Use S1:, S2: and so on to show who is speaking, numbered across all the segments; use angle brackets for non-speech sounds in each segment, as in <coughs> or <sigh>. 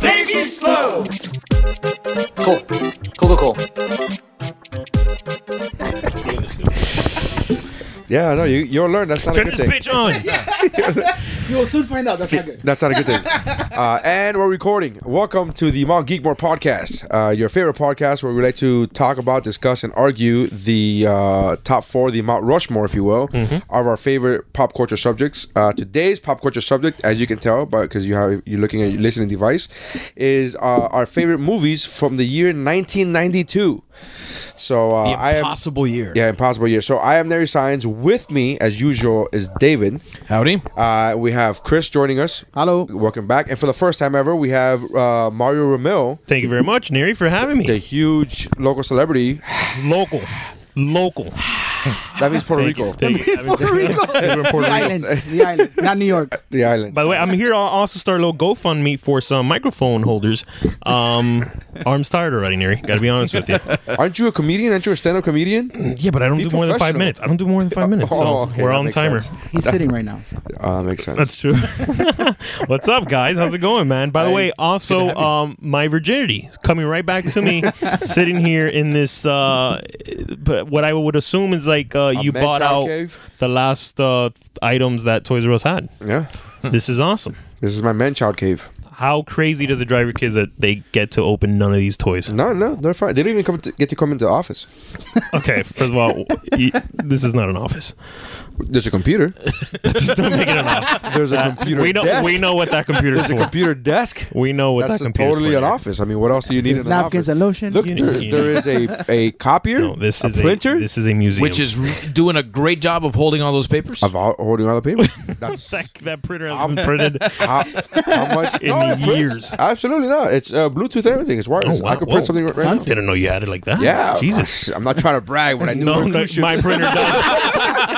S1: They be slow.
S2: Cool. Cool, cool, cool.
S3: Yeah, no, you you'll learn. That's not a
S4: Turn
S3: good
S4: this
S3: thing.
S4: bitch on!
S5: <laughs> You will soon find out. That's not good.
S3: That's not a good
S5: <laughs>
S3: thing. Uh, and we're recording. Welcome to the Mount Geekmore podcast, uh, your favorite podcast where we like to talk about, discuss, and argue the uh, top four, the Mount Rushmore, if you will,
S4: Mm-hmm.
S3: of our favorite pop culture subjects. Uh, today's pop culture subject, as you can tell, but because you have you're looking at your listening device, is uh, our favorite movies from the year 1992. So uh, I am.
S6: Impossible year.
S3: Yeah, impossible year. So I am Nary Signs. With me, as usual, is David.
S6: Howdy.
S3: Uh, we have Chris joining us.
S5: Hello.
S3: Welcome back. And for the first time ever, we have uh, Mario Ramil,
S4: Thank you very much, Neri, for having
S3: the
S4: me.
S3: huge local celebrity.
S4: Local. Local.
S3: That means Puerto
S4: Thank you.
S3: Rico,
S4: Thank you.
S5: The island. The island. Not New York.
S3: the island.
S4: By the way, I'm here. I'll also start a little GoFundMe for some microphone holders.
S3: <laughs>
S4: Um, arms tired already, Neri. Got to be honest with you.
S3: Aren't you a comedian? Aren't you a stand-up comedian?
S4: Yeah, but I don't
S3: Be
S4: do more than five
S3: professional.
S4: minutes. I don't do more than five minutes. So
S3: Oh, okay,
S4: we're
S3: that
S4: on
S3: makes
S4: timer.
S3: sense.
S5: He's sitting right now.
S3: <laughs>
S5: So.
S3: Uh, that makes sense.
S4: That's true. <laughs> What's up, guys? How's it going, man? By the way, also, um, my virginity is coming right back to
S3: <laughs>
S4: me, sitting here in this, uh, but what I would assume is like uh, you
S3: man
S4: bought
S3: child
S4: out
S3: cave?
S4: the last uh, items that Toys R Us had.
S3: yeah,
S4: This is awesome.
S3: this is my man-child cave.
S4: How crazy does it drive your kids that they get to open none of these toys?
S3: No, no, they're fine. They didn't even come to, get to come into the office.
S4: Okay, first of all, y- this is not an office.
S3: There's
S4: <laughs>
S3: a computer.
S4: Don't make it
S3: <laughs>
S4: an office. Uh,
S3: There's a computer
S4: We know,
S3: desk.
S4: we know what that computer's
S3: There's a
S4: for.
S3: computer desk.
S4: We know what
S3: That's
S4: that computer's
S3: totally
S4: for.
S3: an office. I mean, what else do you need
S5: There's
S3: in an
S5: napkins
S3: office?
S5: and lotion.
S3: Look,
S4: You
S3: there,
S4: need-
S3: there is a
S4: <laughs>
S3: a copier.
S4: No, this
S3: a
S4: is
S3: printer.
S4: this is a museum.
S2: Which is re- doing a great job of holding all those papers.
S3: of all- holding all the paper.
S4: <laughs>
S3: That's
S4: that, that printer hasn't been printed.
S3: how, how much
S4: In
S3: it prints.
S4: years.
S3: Absolutely not. It's uh, Bluetooth and everything. It's wireless.
S4: Oh, wow.
S3: I could print
S4: Whoa.
S3: something right right now.
S4: Didn't know you had it like that.
S3: Yeah, <laughs>
S4: Jesus.
S3: I'm not trying to brag when I do
S4: <laughs> No,
S3: no,
S4: no
S3: cruise
S4: my
S3: ships.
S4: printer does.
S3: <laughs>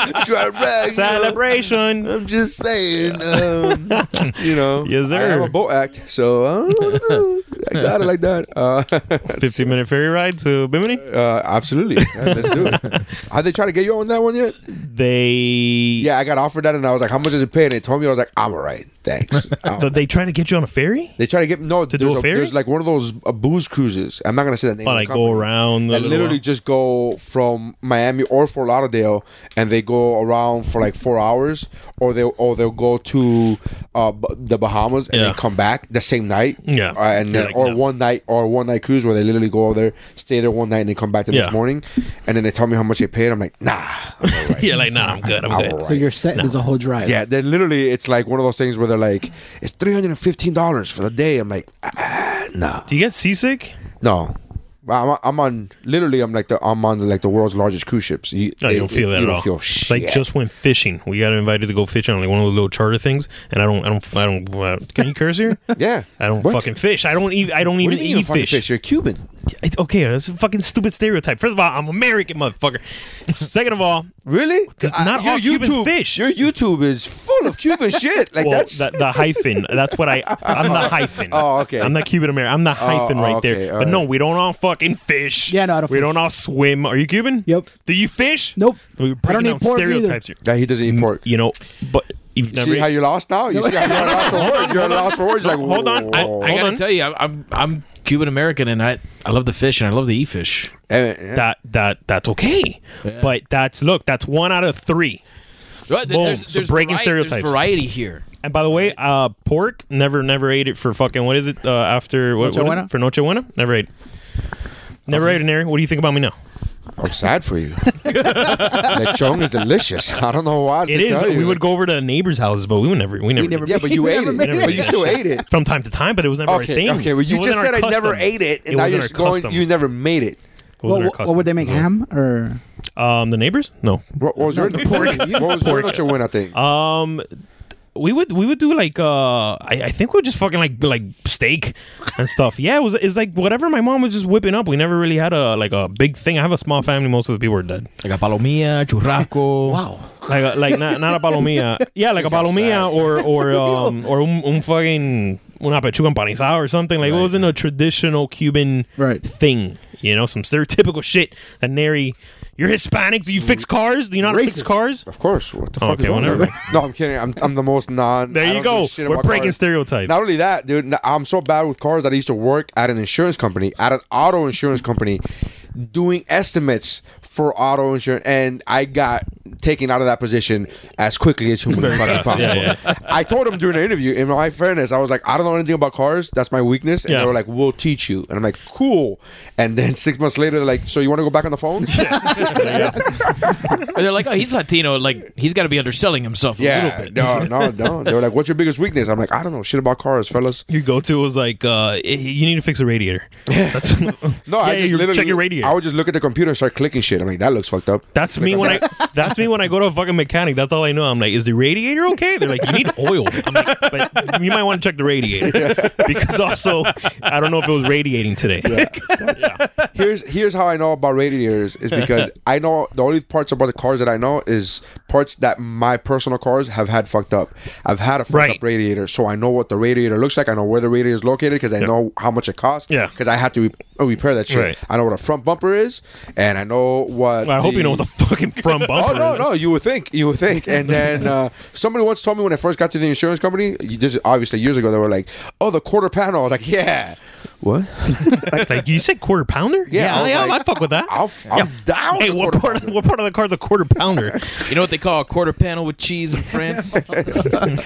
S3: I'm trying to brag. you know. <laughs>
S4: Celebration.
S3: I'm just
S4: <laughs>
S3: saying, um, you know.
S4: Yes,
S3: I am
S4: sir.
S3: a boat act, so uh, I, don't know. I got it like that. Uh, <laughs>
S4: 15 minute ferry ride to Bimini.
S3: uh, absolutely, Yeah, let's
S4: <laughs>
S3: do it. Have they tried to get you on that one yet?
S4: They
S3: Yeah, I got offered that, and I was like, "How much is it pay?" And they told me, I was like, "I'm all right,
S4: <laughs>
S3: thanks." I'm
S4: Th- they try to get you on a ferry?
S3: They try to get no.
S4: To do
S3: there's,
S4: a ferry?
S3: there's like one of those uh, booze cruises. I'm not gonna say that name.
S4: Oh,
S3: of the
S4: like go
S3: company.
S4: around. The
S3: That
S4: little
S3: literally
S4: island?
S3: just go from Miami or Fort Lauderdale, and they go around for like four hours, or they or they'll go to uh, B- the Bahamas and
S4: Yeah.
S3: then come back the same night.
S4: Yeah.
S3: Uh, and
S4: You're
S3: then,
S4: like,
S3: or
S4: no.
S3: one night or one night cruise where they literally go over there, stay there one night, and they come back the
S4: Yeah.
S3: next morning, and then they tell me how much they paid. I'm
S4: <laughs>
S3: like, nah.
S4: yeah, like, nah, I'm good. I'm
S3: I'm
S4: good.
S3: all right.
S5: So you're set. There's a whole drive.
S3: Yeah, they're literally. It's like one of those things where they're like, it's three hundred and fifteen dollars for the day. I'm like, ah, no.
S4: Do you get seasick?
S3: No. Well, I'm, I'm on literally. I'm like the I'm on the, like the world's largest cruise ships. You,
S4: No,
S3: they-
S4: you don't feel that
S3: you
S4: at
S3: don't
S4: all.
S3: Feel shit.
S4: Like just went fishing, we got invited to go fishing on like one of those little charter things, and I don't, I don't, I don't. Uh, can you curse here?
S3: <laughs> yeah.
S4: I don't
S3: What?
S4: fucking fish. I don't even. I don't
S3: What
S4: even
S3: do you mean you
S4: eat
S3: fucking
S4: fish.
S3: You're Cuban.
S4: It's okay. That's a fucking stupid stereotype. First of all, I'm American, motherfucker. Second of
S3: <laughs>
S4: all,
S3: Really?
S4: It's not all
S3: your
S4: Cuban
S3: YouTube,
S4: fish.
S3: Your YouTube is full
S4: <laughs>
S3: of Cuban shit. Like
S4: well,
S3: that's
S4: the,
S3: <laughs>
S4: the hyphen. That's what I. I'm the hyphen.
S3: Oh, okay. Oh,
S4: I'm not Cuban American. I'm the hyphen right
S3: okay,
S4: there.
S3: all
S4: But no,
S3: right.
S4: we don't all fucking fish.
S5: Yeah, no, I don't
S4: we
S5: fish.
S4: don't all swim. Are you Cuban?
S5: Yep.
S4: Do you fish?
S5: Nope.
S4: We're
S5: I
S4: breaking
S5: don't
S4: down
S5: eat pork either.
S4: stereotypes here.
S3: yeah. He doesn't eat pork.
S4: You know, but you've
S3: You
S4: never.
S3: see how you lost now? You see how you're lost for words? You're lost for words.
S4: <laughs>
S3: Like
S4: hold on. I-
S3: whoa.
S2: I gotta
S4: on.
S2: tell you, I, I'm I'm Cuban American, and I I love to fish, and I love to eat fish.
S3: Eh, eh.
S4: that that that's okay, but that's look. That's one out of three.
S2: Well,
S4: Boom. So breaking stereotypes.
S2: There's variety here.
S4: And by the way, uh, pork never never ate it for fucking what is it uh, after what, what is
S5: Nochebuena?
S4: it? for Nochebuena? Never ate. Never ate an area. What do you think about me now?
S3: I'm sad for you. <laughs> Lechon is delicious. I don't know why.
S4: It
S3: to
S4: is.
S3: Tell you.
S4: We would go over to neighbors' houses, but we would never. <laughs> We never.
S5: never
S4: did
S3: Yeah, but you ate it.
S5: Never made
S3: But you
S4: it.
S3: still
S4: <laughs>
S3: ate it.
S4: from time to time, but it was never
S3: Okay.
S4: a thing.
S3: Okay. Well,
S4: It
S3: you just
S4: wasn't
S3: said
S4: our
S3: I never
S4: custom.
S3: ate it, and now
S4: wasn't
S3: you're
S4: our
S3: going.
S4: custom.
S3: You never made it.
S4: It wasn't
S5: Well,
S4: our
S5: what, what
S4: custom.
S5: would they make?
S4: It was
S5: Ham or
S4: our- Um, the neighbors? No.
S3: What was your pork? What was your nacho win? I think.
S4: Um, we would we would do like uh I, I think we would just fucking like be like steak and stuff. Yeah, it was it's like whatever my mom was just whipping up. We never really had a like a big thing. I have a small family. Most of the people are dead.
S2: Like a palomilla, churrasco. wow.
S4: Like a, like not, not a palomilla. Yeah, like a palomilla or
S5: <laughs>
S4: or um or un, un fucking una pechuga empanizada or something. Like it wasn't a traditional Cuban
S5: Right.
S4: thing. You know, some stereotypical shit that Nary. You're Hispanic. Do you fix cars? Do you not fix
S5: Mm. Racist.
S4: cars?
S3: Of course. What the fuck
S4: Oh, Okay,
S3: is
S4: well,
S3: wrong
S4: never
S3: with that? <laughs> No, I'm kidding. I'm, I'm the most non. I
S4: There you
S3: don't give
S4: go.
S3: a shit
S4: We're
S3: about
S4: breaking
S3: cars.
S4: stereotypes.
S3: Not only that, dude. n- I'm so bad with cars that I used to work at an insurance company, at an auto insurance company, doing estimates for auto insurance, and I got taken out of that position as quickly as humanly fucking
S4: fast,
S3: possible.
S4: yeah,
S3: <laughs> I told them during an interview, in my fairness, I was like, I don't know anything about cars. That's my weakness. And
S4: Yeah.
S3: they were like, We'll teach you. And I'm like, Cool. And then <laughs> six months later, they're like, So you want to go back on the phone?
S2: And they're like, oh, he's Latino. Like, he's got to be underselling himself a little
S3: yeah.
S2: bit.
S3: No, no, <laughs> no. They were like, What's your biggest weakness? I'm like, I don't know shit about cars, fellas.
S4: Your go-to was like, uh, "Eh, you need to fix a
S5: <laughs>
S4: radiator. That's, <laughs>
S3: No,
S4: Yeah,
S3: I just
S4: you
S3: literally
S4: check your radiator.
S3: I would just look at the computer and start clicking shit. I'm like, that looks fucked up.
S4: that's me when
S3: <laughs>
S4: I that's me when I go to a fucking mechanic. That's all I know. I'm like, is the radiator okay? They're like, you need oil. I'm like, but you might want to check the radiator because also I don't know if it was radiating today.
S3: here's here's how I know about radiators
S4: <laughs>
S3: is because I know the only parts about the cars that I know is parts that my personal cars have had fucked up. I've had a fucked
S4: Right.
S3: up radiator, so I know what the radiator looks like. I know where the radiator is located because I know how much it costs.
S4: Yeah.
S3: because I had to re- uh, repair that shit.
S4: Right.
S3: I know what a front bumper is, and I know what.
S4: I hope you know what the fucking front
S3: Oh
S4: bumper.
S3: no
S4: is.
S3: no! You would think you would think, and then uh, somebody once told me when I first got to the insurance company. you- This is obviously years ago. They were like, "Oh, the quarter panel." I was like, "Yeah, what?
S4: Like you said, quarter pounder.
S3: Yeah, I
S4: yeah,
S3: was
S4: yeah,
S3: like-
S4: I'd fuck with that.
S3: <laughs> I'll, f- I'm down."
S4: hey,
S3: the
S4: what
S3: quarter
S4: part of what part of the car's a quarter pounder?
S2: You know what they call a quarter panel with cheese in France?
S3: <laughs>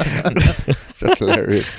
S3: That's hilarious.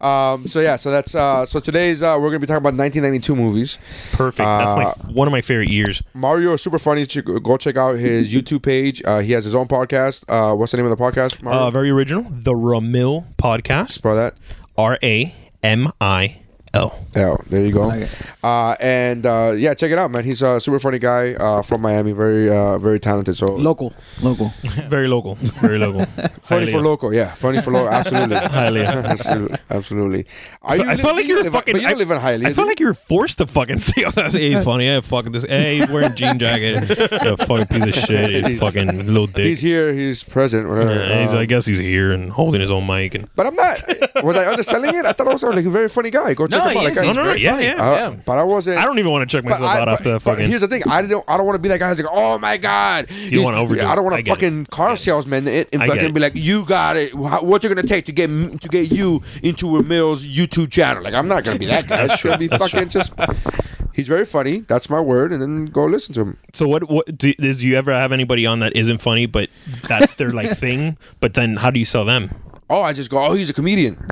S3: Um, so yeah, so that's uh, so today's uh, we're gonna be talking about 1992 movies.
S4: Perfect. That's
S3: Uh,
S4: my f- one of my favorite years.
S3: Mario is super funny. Ch- Go check out
S5: <laughs>
S3: his YouTube page. Uh, he has his own podcast. Uh, what's the name of the podcast? Mario?
S4: Uh, very original. The Ramil podcast.
S3: Spell that.
S4: R A M I L.
S3: Yeah, Oh, there you go.
S5: like it.
S3: Uh, and uh, yeah, check it out, man. He's a super funny guy uh, from Miami. Very, uh, very talented. So
S5: Local. Local.
S4: Very local. Very local.
S3: <laughs> funny for local. Yeah, funny for local.
S4: <laughs>
S3: Absolutely.
S4: Hialeah.
S3: Absolutely. Absolutely. Are
S4: I felt like you were
S3: live-
S4: fucking.
S3: But you don't
S4: I,
S3: live in Hialeah.
S4: I felt like you were forced to fucking <laughs> say all that. Hey, he's funny. Yeah, fuck this. Hey, he's wearing jean
S3: <laughs>
S4: jacket. Yeah, fucking piece of shit. He's fucking little dick.
S3: he's here. He's present. Whatever.
S4: Yeah, he's-
S3: Uh,
S4: I guess he's here and holding his own mic. And
S3: But I'm not. Was I underselling it? I thought I was like a very funny guy. Go check
S2: No,
S3: him out.
S2: he
S3: Like,
S2: is.
S3: I-
S2: He's
S4: no, no,
S2: very
S4: yeah,
S2: funny.
S4: yeah.
S3: I-
S2: Yeah.
S3: but I wasn't.
S4: I don't even want to check
S3: Uh, but
S4: myself
S3: I-
S4: out
S3: but-
S4: after that
S3: but
S4: fucking.
S3: Here's the thing. I don't. I don't want to be that guy. Who's like, oh my god. You
S4: wanna overdo
S3: I don't want
S4: it. I
S3: to
S4: get it.
S3: fucking car salesman it and
S4: I get
S3: fucking
S4: it.
S3: be like, you got it. Wha- What you're gonna take to get m- to get you into a Mills YouTube channel? Like, I'm not gonna be that guy. It's gonna be fucking just. He's very funny. That's my word. And then go listen to him.
S4: so what? What do, is, do you ever have anybody on that isn't funny, but that's their
S3: <laughs>
S4: like thing? But then how do you sell them?
S3: Oh, I just go. Oh, he's a comedian.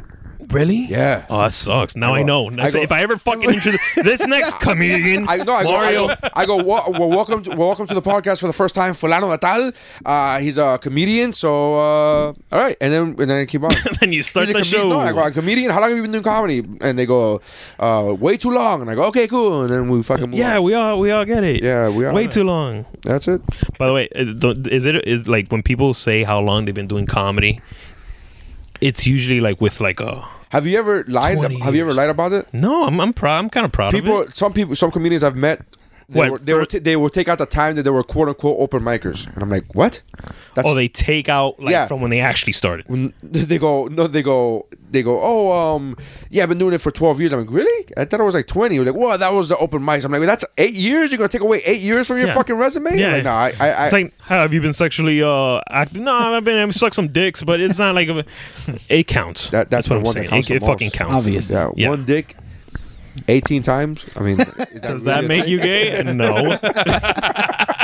S4: Really?
S3: Yeah.
S4: Oh, that sucks. Now I know. That's-
S3: go-
S4: if I ever
S3: <laughs>
S4: fucking introduce this next comedian,
S3: I know. I go.
S4: Mario,
S3: I go. I go well, well, welcome. To, well, welcome to the podcast for the first time, Fulano Natal. Uh, he's a comedian. So, uh, all right, and then and then
S4: <laughs>
S3: I keep on.
S4: and you start
S3: He's a
S4: the
S3: comedian.
S4: show.
S3: No, I go, a comedian. How long have you been doing comedy? And they go, uh, way too long. And I go, okay, cool. And then we fucking move
S4: yeah,
S3: on.
S4: we all we all get it.
S3: Yeah, we all
S4: way
S3: get
S4: too long.
S3: that's it.
S4: By the way, uh, don't- is it is like when people say how long they've been doing comedy? It's usually like with like a
S3: Have you ever lied?
S4: 20
S3: Have you ever
S4: years.
S3: lied about it?
S4: no. I'm I'm proud. I'm kind of proud
S3: People,
S4: of it.
S3: some people, some comedians I've met. They,
S4: What,
S3: were, they, will
S4: for-
S3: t- they will take out the time that they were quote unquote open micers, and I'm like, what? That's
S4: Oh, they take out like
S3: Yeah.
S4: from when they actually started.
S3: N- <laughs> they go no they go they go oh um yeah i've been doing it for 12 years i'm like really i thought it was like 20 He was like well that was the open mics i'm like well, that's eight years you're gonna take away eight years from your
S4: Yeah.
S3: fucking resume
S4: Yeah.
S3: like no i i, I
S4: It's like, how have you been sexually uh active? No, I've been I've sucked some dicks, but it's not like a, it counts.
S3: That- that's
S4: what
S3: the
S4: I'm
S3: one that
S4: saying.
S3: counts
S4: it
S3: the
S4: it fucking
S3: most.
S4: counts.
S2: Obvious.
S3: yeah,
S4: yeah.
S3: one dick 18 times i
S4: <laughs>
S3: mean is that
S4: Does that
S3: really a
S4: make you
S3: <laughs>
S4: gay? No.
S3: thing?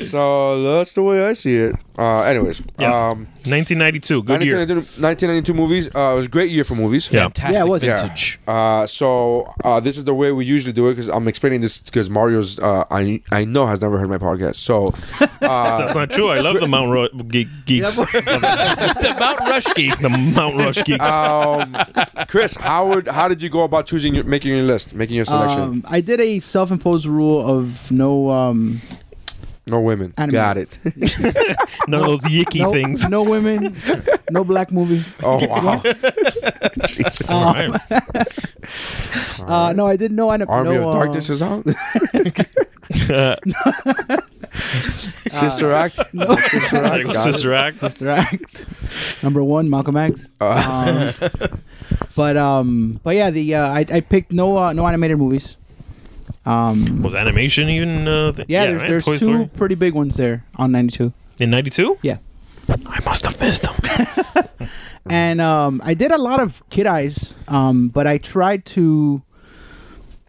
S3: so that's the way i see it uh anyways
S4: Yeah.
S3: um
S4: 1992, good year.
S3: 1992, 1992 movies uh it was a great year for movies
S4: Yeah.
S2: Fantastic
S5: Yeah, it was.
S2: vintage.
S3: Uh, so uh, this is the way we usually do it because I'm explaining this because Mario's uh, I I know has never heard my podcast. So Uh,
S4: That's not true. I love
S3: <laughs>
S4: the Mount Ro- Ge- Geeks.
S2: the Mount Rushkey.
S4: <laughs> the Mount Rush
S3: <laughs>
S4: Geeks. <laughs>
S3: um, Chris, how would how did you go about choosing your making your list, making your selection?
S5: Um, I did a self-imposed rule of no um,
S3: No women.
S5: Anime.
S3: Got it. <laughs>
S4: None of those yicky
S5: No,
S4: things.
S5: no women, no black movies. <laughs>
S3: Oh wow.
S4: All right.
S5: Uh, no, I didn't know. I
S3: Army of
S5: no, uh,
S3: Darkness
S5: <laughs>
S3: is out. <laughs> Sister Act. Sister
S4: There goes
S3: Act. got it.
S4: Sister Act.
S5: Sister Act. Number one, Malcolm X.
S3: Uh. <laughs>
S5: Um, but um, but yeah, the uh, I, I picked no uh, no animated movies. Um,
S4: Was animation even? Uh, th-
S5: yeah, there's,
S4: right?
S5: there's
S4: Toy
S5: two
S4: Story?
S5: pretty big ones there on '92.
S4: in '92.
S5: Yeah,
S4: I must have missed them.
S5: and um, I did a lot of kid eyes, um, but I tried to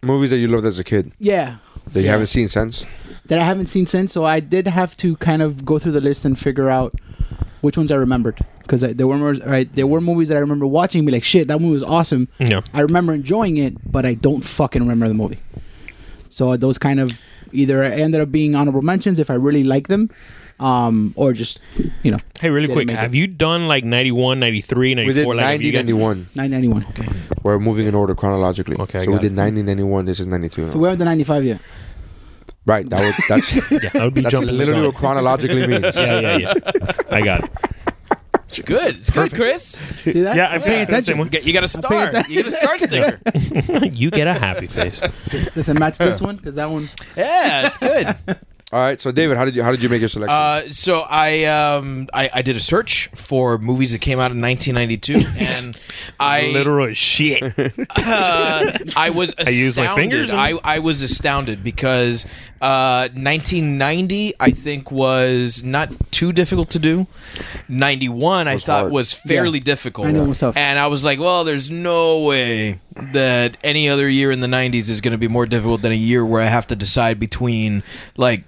S3: Movies that you loved as a kid
S5: yeah
S3: that you
S5: Yeah.
S3: haven't seen since.
S5: that I haven't seen since. So I did have to kind of go through the list and figure out which ones I remembered because there were mor- right, there were movies that I remember watching, be like, shit, that movie was awesome.
S4: <laughs> Yeah.
S5: I remember enjoying it, but I don't fucking remember the movie. So uh, those kind of either ended up being honorable mentions if I really like them, um, or just you know
S4: Hey, really
S5: Didn't
S4: quick,
S5: make it.
S4: have you done like 91, 93,
S3: We did
S4: 94? like, have
S3: 90,
S4: you got-
S3: 91.
S5: 1991.
S3: We're moving in order chronologically.
S4: Okay, I
S3: So we
S4: got
S3: did
S4: it.
S3: 90, 91. This is 92.
S5: So we're at the 95 yet.
S3: right. That was, <laughs> that's
S4: Yeah, I would be
S3: that's
S4: jumping. the
S3: literally
S4: gun.
S3: what chronologically
S4: <laughs>
S3: means.
S4: yeah, yeah,
S2: <laughs>
S4: yeah. I got it.
S2: It's good. It's good, Chris.
S5: See that?
S4: Yeah, I pay attention.
S2: You got, you got a star.
S5: attention.
S2: You get a star sticker.
S4: <laughs> you get a happy face.
S5: Does it
S4: <laughs>
S5: match this one? Because that one.
S2: yeah, it's good.
S3: All right. So David, how did you how did you make your selection?
S2: Uh, so I, um, I I did a search for movies that came out in 1992, and I
S4: Literal
S2: <laughs>
S4: shit.
S2: uh, I was
S4: <laughs>
S2: astounded. I
S4: used my fingers and-
S2: I, I was astounded because uh, 1990 I think was not too difficult to do. 91 I
S3: Was
S2: thought
S3: hard.
S2: was fairly difficult.
S5: 91 was tough.
S2: And I was like, well, there's no way that any other year in the 90s is going to be more difficult than a year where I have to decide between like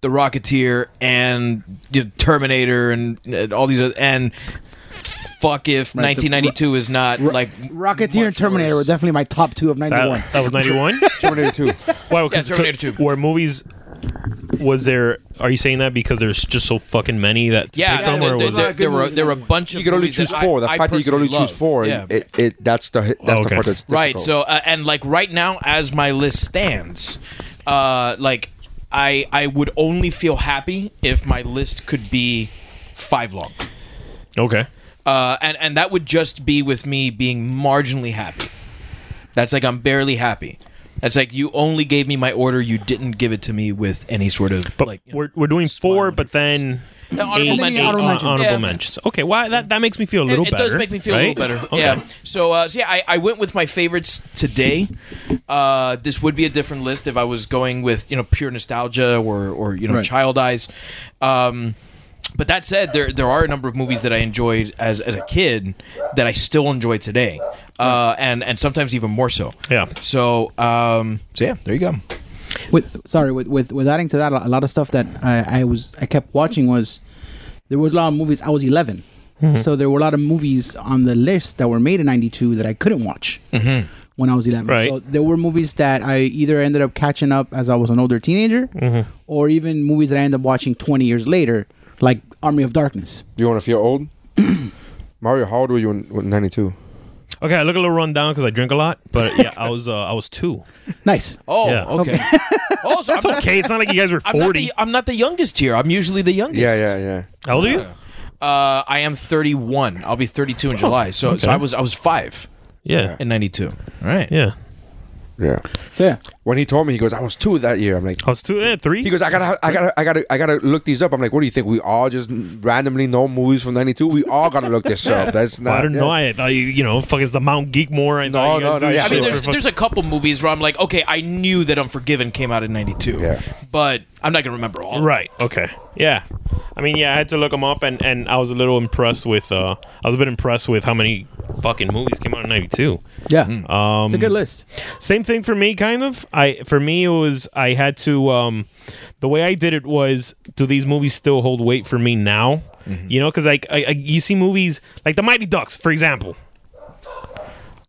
S2: the Rocketeer and you know, Terminator and uh, all these other and fuck if
S5: Right, the
S2: 1992 is not like
S5: Rocketeer and
S2: much
S5: Terminator were
S2: worse.
S5: definitely my top two of 91.
S4: That, that was
S2: <laughs>
S4: 91?
S3: Terminator 2.
S4: Wow,
S2: Yeah,
S4: 'cause-
S2: Terminator 2.
S4: Were movies. Was there. Are you saying that because there's just so fucking many that. to
S2: Yeah,
S4: pick
S2: yeah,
S4: from,
S2: there,
S4: or
S2: there-
S4: was
S2: there-
S4: it-
S2: there were there were a bunch.
S3: You
S2: of
S3: could only
S2: movies that
S3: choose four.
S2: I-
S3: The
S2: I
S3: fact that you could only
S2: personally
S3: choose four,
S2: loved.
S3: it, it that's the that's the
S4: Okay.
S3: part that's
S2: right.
S3: difficult.
S2: So uh, and like right now, as my list stands, uh, like I I would only feel happy if my list could be five long,
S4: Okay.
S2: uh, and and that would just be with me being marginally happy. That's like I'm barely happy. That's like you only gave me my order. You didn't give it to me with any sort of
S4: But
S2: like. you know,
S4: we're, we're doing
S2: smile
S4: four,
S2: on
S4: but
S2: your face.
S4: then.
S2: The honorable
S4: eight-
S2: mentions.
S4: eight
S5: Honorable mentions.
S4: honorable
S2: Yeah.
S4: Uh, mentions. Okay, well, that, that makes me feel a
S2: It-
S4: little
S2: it,
S4: better.
S2: does make me feel
S4: right?
S2: a little better.
S4: Okay.
S2: Yeah. So, uh, so yeah, I, I went with my favorites today. Uh, this would be a different list if I was going with you know pure nostalgia or or you know
S5: Right.
S2: child eyes. Um, but that said, there there are a number of movies that I enjoyed as as a kid that I still enjoy today, uh, and and sometimes even more so.
S4: Yeah.
S2: So um, so yeah, there you go.
S5: <laughs> with sorry with, with with adding to that a lot of stuff that I, I was I kept watching was there was a lot of movies I was 11
S4: Mm-hmm.
S5: so there were a lot of movies on the list that were made in 92 that I couldn't watch when I was 11
S4: Mm-hmm. Right.
S5: so there were movies that I either ended up catching up as I was an older teenager
S4: Mm-hmm.
S5: or even movies that I ended up watching 20 years later like Army of Darkness
S3: you want to feel
S2: <clears throat>
S3: old? Mario, how old were you in ninety two?
S4: Okay, I look a little run down because I drink a lot, but
S2: <laughs>
S4: yeah, I was uh, I was two.
S5: nice
S2: Oh,
S4: Yeah.
S2: okay. oh,
S4: <laughs>
S2: so I'm not,
S4: Okay, it's not like you guys were
S2: I'm not, the,
S4: forty.
S2: I'm not the youngest here. I'm usually the youngest.
S3: Yeah, yeah, yeah.
S4: How old are you?
S2: Uh, I am 31. I'll be
S4: Oh,
S2: 32 in July. So, so I was I was five
S4: Yeah,
S2: in 92. All right.
S4: yeah.
S3: Yeah.
S5: so yeah
S3: When he told me, he goes, "I was two that year." I'm like,
S4: I was two, yeah, three.
S3: he goes, "I gotta, I gotta, I gotta, I gotta look these up." I'm like, "What do you think? We all just randomly know movies from '92. We all gotta look
S4: <laughs>
S3: this up." That's not.
S4: Well, I don't know. I thought you, you know, fucking it's the Mount Geekmore. I
S3: No,
S4: thought you
S3: no,
S4: guys
S3: no,
S4: do
S3: yeah,
S2: I
S4: shit
S2: mean,
S3: sure.
S4: for
S2: there's,
S4: fuck-
S2: there's a couple movies where I'm like, okay, I knew that Unforgiven came out in 92.
S3: Yeah.
S2: But I'm not going to remember all. of it.
S4: right. Okay. Yeah. I mean, yeah, I had to look them up, and, and I was a little impressed with. Uh, I was a bit impressed with how many fucking movies came out in '92.
S5: yeah it's a good list
S4: Same thing for me, kind of. I for me it was I had to. Um, the way I did it was, do these movies still hold weight for me now?
S2: Mm-hmm.
S4: You know, because like I, I, you see movies like The Mighty Ducks, for example.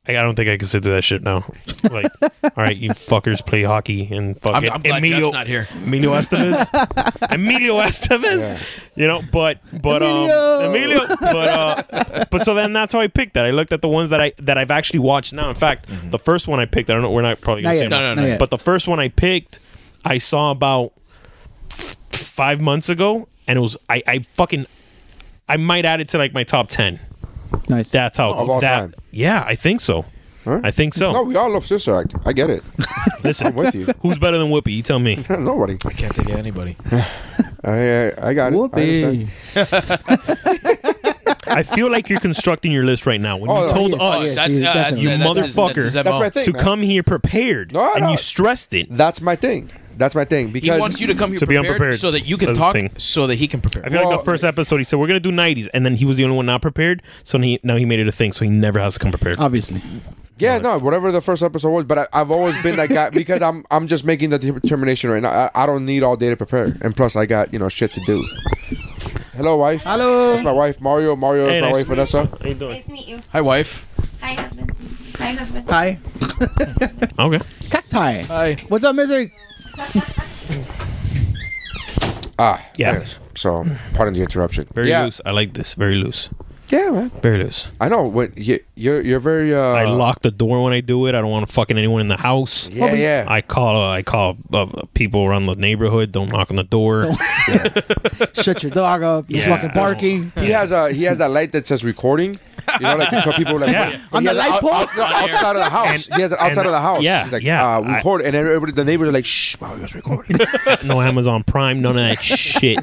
S4: I, I don't think I consider that shit now. Like,
S2: <laughs>
S4: all right, you fuckers play hockey and fucking
S2: I'm glad
S4: Emilio,
S2: Jeff's not here.
S4: Emilio Estevez, Emilio Estevez. You know, but but um, Emilio, but uh, but so then that's how I picked that. I looked at the ones that I that I've actually watched now. In fact, the first one I picked, I don't know, we're not probably gonna
S5: Not
S4: say
S5: yet.
S4: much,
S2: No, no, no.
S5: Not yet.
S4: but the first one I picked, I saw about f- five months ago, and it was I, I fucking I might add it to like my top ten.
S5: Nice.
S4: That's how
S3: Of all
S4: that,
S3: time.
S4: Yeah, I think so. I think so.
S3: No, we all love Sister Act. I get it. I'm <laughs>
S4: Listen, <laughs>
S3: with you.
S4: who's better than Whoopi? You tell me.
S3: Nobody.
S2: I can't think
S3: <laughs>
S2: of anybody.
S3: I, I, I got it. I
S5: Whoopee.
S3: understand.
S4: I feel like you're constructing your list right now. When
S3: Oh,
S4: you
S3: no.
S4: told
S5: Yes,
S4: us
S5: yes,
S6: that's,
S5: yes,
S6: uh, that's,
S5: definitely.
S4: You
S6: that's his-
S4: motherfucker.
S6: that's his
S3: That's
S6: MO.
S3: my thing.
S4: to
S3: man.
S4: come here prepared,
S3: No,
S4: and
S3: no.
S4: you stressed it.
S3: That's my thing. That's my thing.
S6: He
S3: Because
S6: wants you to come here
S4: To be
S6: prepared,
S4: unprepared.
S6: so that you can
S4: That's the
S6: talk,
S4: thing.
S6: so that he can prepare.
S4: I feel like
S3: Well-
S4: the first episode he said we're gonna do '90s, and then he was the only one not prepared. So he, now he made it a thing. So he never has to come prepared.
S5: Obviously.
S3: Yeah, no, whatever the first episode was, but I, I've always been
S4: <laughs>
S3: that guy because I'm I'm just making the determination right now. I, I don't need all day to prepare, and plus I got you know shit to do. Hello, wife.
S5: Hello.
S3: That's my wife, Mario. Mario is
S4: Hey,
S3: my
S4: nice
S3: wife,
S4: to meet you.
S3: Vanessa.
S4: How you doing?
S7: Nice to meet you.
S2: Hi, wife.
S7: Hi, husband. Hi, husband.
S5: Hi.
S4: Okay.
S5: Cacti.
S2: Hi.
S5: What's up, Mister?
S3: Ah,
S4: Yeah.
S3: yes. So, pardon the interruption.
S4: Very
S3: yeah,
S4: loose. I like this. Very loose.
S3: yeah, man.
S4: Very loose.
S3: I know. When you, you're you're very. Uh,
S4: I lock the door when I do it. I don't want to fucking anyone in the house.
S3: Yeah, yeah.
S4: I call. I call uh, people around the neighborhood. Don't knock on the door. <laughs>
S5: Shut your dog up. He's
S4: Yeah.
S5: fucking barking.
S3: he has a he has that light that says recording. You know, like to tell people
S4: <laughs>
S3: like
S4: Yeah.
S3: but
S5: On
S3: he
S5: the
S3: has it
S5: light
S3: out-
S5: pole?
S3: out- no, outside of the house.
S4: And-
S3: he has it outside
S4: and-
S3: of the house.
S4: yeah,
S3: He's like,
S4: yeah,
S3: Uh,
S4: I-
S3: record, and everybody, the neighbors are like, "Shh,
S4: <laughs>
S3: Mario's recording."
S4: no Amazon Prime. None of <laughs> that shit.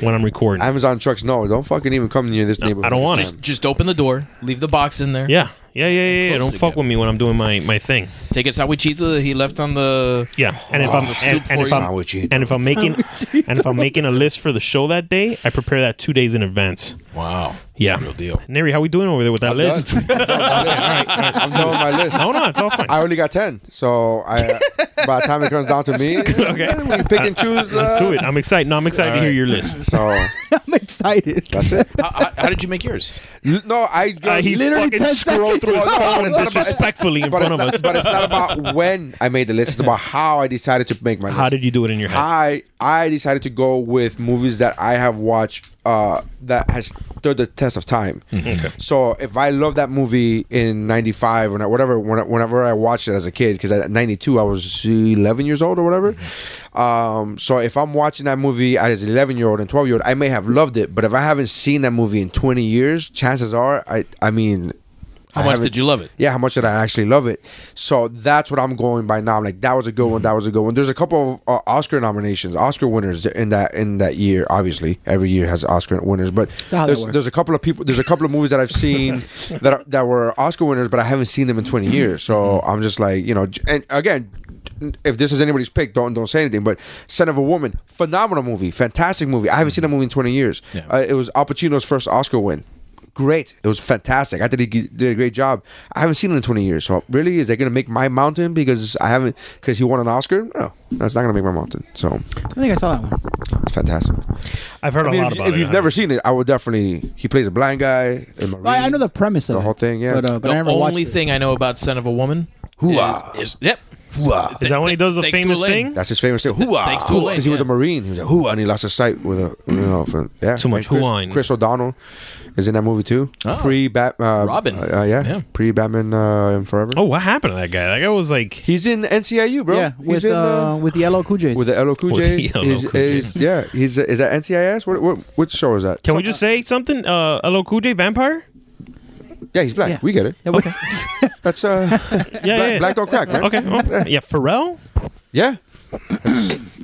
S4: When I'm recording,
S3: Amazon trucks, no, don't fucking even come near this neighborhood.
S4: I don't want
S3: this
S4: it.
S3: time.
S6: Just open the door, leave the box in there.
S4: yeah. Yeah, yeah, yeah, yeah.
S6: Close
S4: Don't
S6: it
S4: fuck
S6: again.
S4: with me when I'm doing my, my thing.
S6: Take it Sawichito that he left on the.
S4: Yeah, and if I'm
S6: the stoop
S4: and, and if
S6: for you.
S4: I'm
S3: Sandwichito.
S4: and if I'm making <laughs> and if I'm making a list for the show that day, I prepare that two days in advance.
S6: Wow.
S4: Yeah,
S6: Real deal.
S4: Neri, how we doing over there with that list? Oh, <laughs>
S3: done. I'm done with my list.
S4: no, no, it's all fine.
S3: I only got ten, so I, by the time it comes down
S4: <laughs>
S3: to me, okay, we pick and choose.
S4: Let's
S3: uh,
S4: do it. I'm excited. No, I'm excited to hear your list.
S3: So
S5: <laughs> I'm excited.
S3: that's it.
S6: How, how, how did you make yours?
S3: L- No, I just,
S4: Uh, he
S5: Literally
S4: fucking
S5: 10
S4: scrolled through his
S3: seconds.
S4: phone
S3: It's not about-
S4: disrespectfully in
S3: but it's
S4: front of
S3: not,
S4: us.
S3: but it's not about when I made the list. It's about how I decided to make my list.
S4: How did you do it in your head?
S3: I I decided to go with movies that I have watched uh, that has stood the test of time.
S6: Mm-hmm.
S3: So if I love that movie in '95 or whatever, when- whenever I watched it as a kid, because at '92 I was 11 years old or whatever.
S6: Mm-hmm.
S3: Um, so if I'm watching that movie as an 11 year old and 12 year old, I may have loved it, but if I haven't seen that movie in 20 years, chances are, I I mean,
S6: How
S3: I
S6: much
S3: haven't-
S6: did you love it?
S3: yeah, how much did I actually love it? So that's what I'm going by now. I'm like, that was a good one. That was a good one. There's a couple of uh, Oscar nominations, Oscar winners in that in that year. Obviously, every year has Oscar winners, but
S5: how that
S3: there's,
S5: works.
S3: there's a couple of people. There's a couple of movies that I've seen that are, that were Oscar winners, but I haven't seen them in 20 years. So I'm just like, you know, j- and again. If this is anybody's pick, don't don't say anything. But *Son of a Woman*, phenomenal movie, fantastic movie. I haven't seen that movie in twenty years. Uh, it was Al Pacino's first Oscar win great. It was fantastic. I think he g- did a great job. I haven't seen him in 20 years. So really, is that going to make my mountain because I haven't because he won an Oscar? No, that's not going to make my mountain. So
S5: I think I saw that one.
S3: it's fantastic.
S4: I've heard
S3: I mean,
S4: a lot
S3: if, you-
S4: about
S3: if
S4: it.
S3: you've never seen it, I would definitely. He plays a blind guy. A Marine.
S5: Well, Oh, I I know the premise of
S3: The
S5: it,
S3: whole thing, yeah.
S5: But, uh, but I
S6: the
S5: never
S6: only
S5: watched it.
S6: thing I know about Son of a Woman.
S3: Hoo-ah.
S6: Is, is- yep.
S4: Is that when he does the
S6: Thanks to
S4: famous
S6: Elaine.
S4: thing?
S3: That's his famous thing. Hoo-ah,
S6: Thanks to Elaine,
S3: because he was
S6: yeah.
S3: a Marine. He was like hoo and he lost his sight with a you know for, yeah.
S4: Too much
S3: And Chris,
S4: hoo-ah.
S3: Chris O'Donnell is in that movie too.
S6: Oh.
S3: Pre Bat uh,
S6: Robin.
S3: Uh, yeah.
S6: Yeah.
S3: Pre Batman uh, and Forever.
S4: Oh, what happened to that guy? That guy was like
S3: He's in NCIU, bro.
S5: Yeah,
S3: He's
S5: with
S3: in,
S5: uh, with the yellow Kujays.
S3: with the LL Cool
S4: With
S3: J.
S4: the <laughs> LL
S3: He's-
S4: Cool J.
S3: is- yeah, he's is that NCIS? What, what which show is that?
S4: Can we just say something? Uh, Hello, Cool J Vampire?
S3: yeah, he's black.
S5: Yeah.
S3: We get it.
S5: Yeah, we-
S4: <laughs>
S3: That's uh,
S4: Yeah,
S3: black,
S4: yeah.
S3: black don't crack, man.
S4: okay. oh, yeah, Pharrell?
S3: Yeah,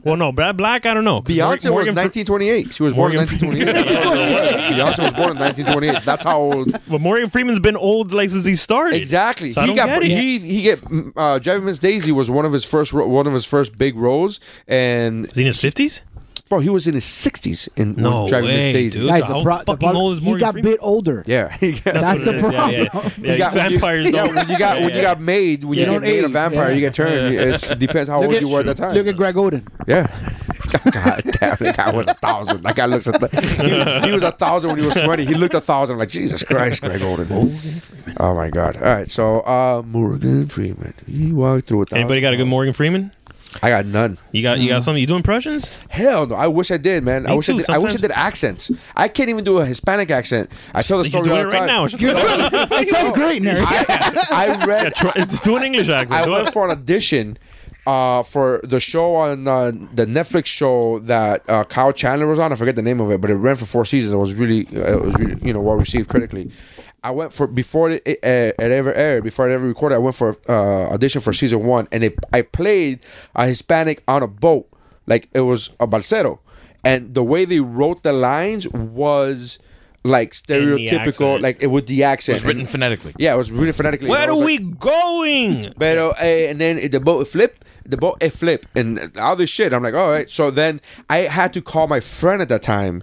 S4: Well, no, Brad Black, I don't know. 'cause
S3: Beyonce
S4: Mor-
S3: was
S4: Morgan Fre-
S3: 1928. She was born in
S4: Morgan Freeman. <laughs>
S3: 1928. Beyonce was born in 1928. That's how old.
S4: But Morgan Freeman's been old like since he started.
S3: Exactly.
S4: So I
S3: he
S4: don't
S3: got
S4: get it.
S3: he he get mm, uh, Driving Miss Daisy was one of his first ro- one of his first big roles, and
S4: Is he in his fifties?
S3: bro, he was in his 60s in when
S4: No
S3: Driving
S4: way,
S3: Miss Daisy.
S4: dude.
S5: Guys,
S4: How
S5: the pro- the
S4: fucking
S5: pro-
S4: old is
S5: he
S4: Morgan
S5: got
S4: Freeman?
S5: bit older.
S3: Yeah, <laughs> he got,
S5: That's the
S4: Yeah,
S5: <laughs>
S4: yeah,
S5: problem.
S4: yeah. yeah.
S3: You got- when you-
S4: vampires
S3: yeah,
S4: don't.
S3: when you got when
S4: yeah.
S3: you got made when
S5: You
S3: you get
S5: don't
S3: made a
S5: age,
S3: vampire,
S5: yeah.
S3: you get turned. It depends how old
S5: at-
S3: you were at that time.
S5: Look at Greg Oden.
S3: yeah. <laughs> God damn, that guy was a thousand. That guy looks a th- he, he was a thousand when he was twenty. He looked a thousand. I'm like Jesus Christ, Greg Oden. Oh my God! All right, so uh, Morgan Freeman, he walked through a thousand.
S4: Anybody got a good
S3: miles.
S4: Morgan Freeman?
S3: I got none.
S4: You got you
S3: Mm.
S4: got something? You do impressions?
S3: Hell no! I wish I did, man. I
S4: Me
S3: wish I
S4: too,
S3: did. I wish I
S4: sometimes-
S3: did accents. I can't even do a Hispanic accent. I tell the
S4: You
S3: story
S4: do
S3: all
S4: it
S3: the
S4: right
S3: time.
S4: now.
S5: That sounds great, Nerd.
S3: <laughs> I, I read.
S4: Try- Do an English accent.
S3: I
S4: Do
S3: went
S4: it.
S3: for an audition uh, for the show on uh, the Netflix show that uh, Kyle Chandler was on. I forget the name of it, but it ran for four seasons. It was really, uh, it was really, you know, well received critically. I went for before it, it, it ever aired, before it ever recorded. I went for uh, audition for season one, and it, I played a Hispanic on a boat, like it was a balsero, and the way they wrote the lines was like stereotypical,
S4: accent.
S3: like it with the accent.
S2: It's written
S3: And-
S2: phonetically.
S3: yeah, it was written phonetically.
S4: Where
S3: And I
S4: are
S3: was
S4: we
S3: like, <laughs>
S4: going?
S3: Pero eh, and then the boat flip, the boat it flip, and all this shit. I'm like, all right. So then I had to call my friend at that time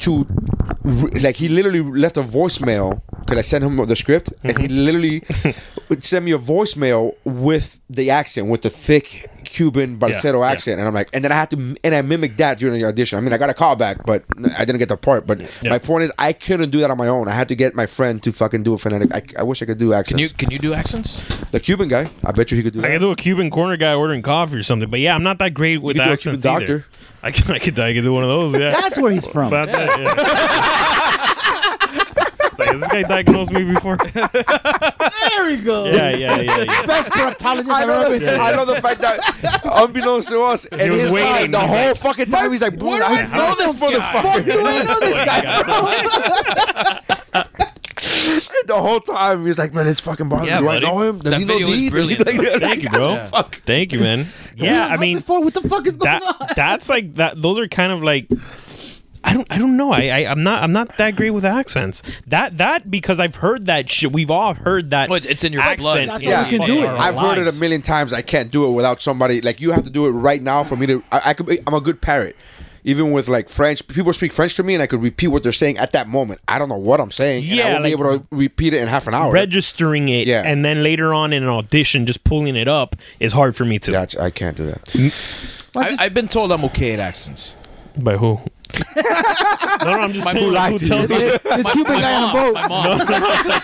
S3: to re- like he literally left a voicemail because I sent him the script, and he literally would send me a voicemail with the accent, with the thick Cuban Barcero
S4: yeah.
S3: accent, and I'm like, and then I had to m- and I mimicked that during the audition. I mean, I got a call back, but I didn't get the part. But my point is, I couldn't do that on my own. I had to get my friend to fucking do a phonetic. I, I wish I could do accents.
S2: Can you can you do accents?
S3: The Cuban guy. I bet you he could do
S4: I
S3: that.
S4: could do a Cuban corner guy ordering coffee or something, but yeah, I'm not that great with
S3: could do a
S4: accents
S3: Cuban
S4: either.
S3: doctor.
S4: I could, I could I could do one of those.
S3: <laughs>
S4: Yeah,
S5: That's where he's from.
S4: About that,
S5: <laughs>
S4: yeah. It's like, has this guy diagnosed me before?
S5: There we go.
S4: Yeah, yeah, yeah. <laughs> yeah.
S5: Best proctologist
S3: I
S5: I've
S3: love,
S5: ever
S3: it. <laughs>
S5: been to.
S3: I love the fact that, unbeknownst to us, and
S4: was
S3: his
S4: waiting,
S3: guy, the
S4: he's
S3: whole
S4: like,
S3: fucking time, he's like, "Dude, I know
S4: How
S3: this motherfucker."
S5: Do I know this guy?
S3: <laughs>
S5: <laughs>
S3: The whole time, he's like, "Man, it's fucking bothering
S2: Yeah,
S3: me. Do I
S2: buddy.
S3: know him? Does
S2: That
S3: he know <laughs>
S2: video was
S3: D? Does he
S2: brilliant,
S4: <laughs>
S3: like-
S4: Thank you, bro.
S3: Fuck.
S4: Thank you, man. Yeah, I mean,
S5: before, what the fuck is going on?
S4: that that's like that those are kind of like I don't I don't know. I, I I'm not I'm not that great with accents. That that because I've heard that shit. We've all heard that.
S2: Well, it's- it's in your
S4: accents
S2: blood. That's
S4: in
S5: why
S4: our-
S5: you can do
S4: in
S5: it.
S4: our
S3: I've heard it
S4: lives.
S3: a million times. I can't do it without somebody. Like you have to do it right now for me to. I, I could. Be, I'm a good parrot. Even with like French, people speak French to me, and I could repeat what they're saying at that moment. I don't know what I'm saying. and I
S4: Yeah,
S3: won't be
S4: like-
S3: able to repeat it in half an hour.
S4: Registering it
S3: Yeah.
S4: and then later on in an audition, just pulling it up is hard for me too.
S3: Gotcha. I can't do that.
S2: I, I've been told I'm okay at accents.
S4: By who? no, no, I'm just saying. like, who
S2: lied to you.
S4: tells you?
S2: <laughs>
S5: This, this Cuban guy on a boat.
S2: My mom.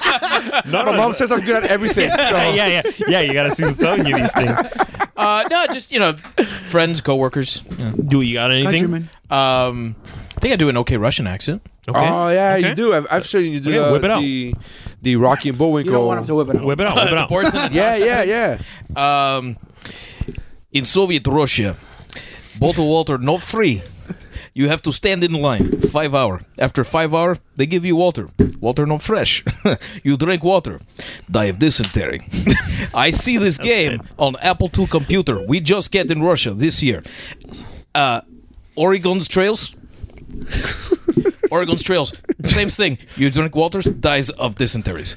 S4: No,
S3: My
S4: no,
S3: mom says I'm good at everything.
S4: yeah,
S3: So
S4: yeah, yeah, yeah. You gotta see who's telling you these things.
S2: Uh, no, just you know, friends, coworkers.
S4: Do you got anything?
S5: Countryman.
S2: Um, I think I do an okay
S4: <laughs>
S2: Russian accent.
S4: Okay.
S3: Oh yeah,
S4: Okay.
S3: you do. I've, I've seen you do
S4: Okay,
S3: the,
S4: whip it out.
S3: the the Rocky and Bullwinkle.
S5: You don't want him to whip it out.
S4: Whip it out. Whip it out.
S2: Boris and
S3: yeah, yeah,
S4: <laughs>
S3: yeah.
S2: um, in Soviet Russia, bottle water not free. You have to stand in line five hour. After five hour, they give you water. Water not fresh. <laughs> you drink water, die of dysentery. <laughs> I see this game on Apple II computer. We just get in Russia this year. Uh, Oregon's trails. <laughs> Oregon's trails. Same thing. You drink waters, dies of dysenteries.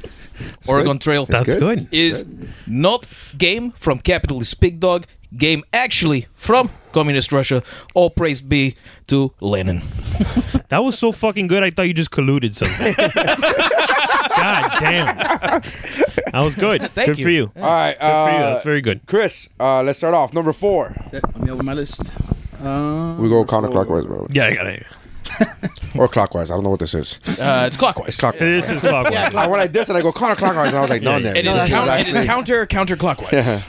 S2: Oregon Trail
S4: That's
S3: good.
S4: good.
S2: is not game from capitalist pig dog game actually from communist russia all praise be to lenin
S4: That was so fucking good. I thought you just colluded something. God damn. That was good.
S2: Thank
S4: good
S2: you.
S4: for you. Good
S3: All right,
S4: for you.
S3: uh,
S4: That's very good.
S3: Chris, uh, let's start off. Number four.
S5: Let me open my list. Um,
S3: We go counterclockwise, by the way,
S4: Yeah, I got it.
S3: or clockwise. I don't know what this is.
S2: uh, it's clockwise
S3: It's clockwise.
S4: This is clockwise.
S3: I, <laughs> when I did and I go counterclockwise, and I was like, no,
S4: Yeah,
S3: no,
S2: it,
S3: no,
S2: is
S3: this
S2: coun- it
S3: actually-
S2: is
S3: <laughs>
S2: counter counterclockwise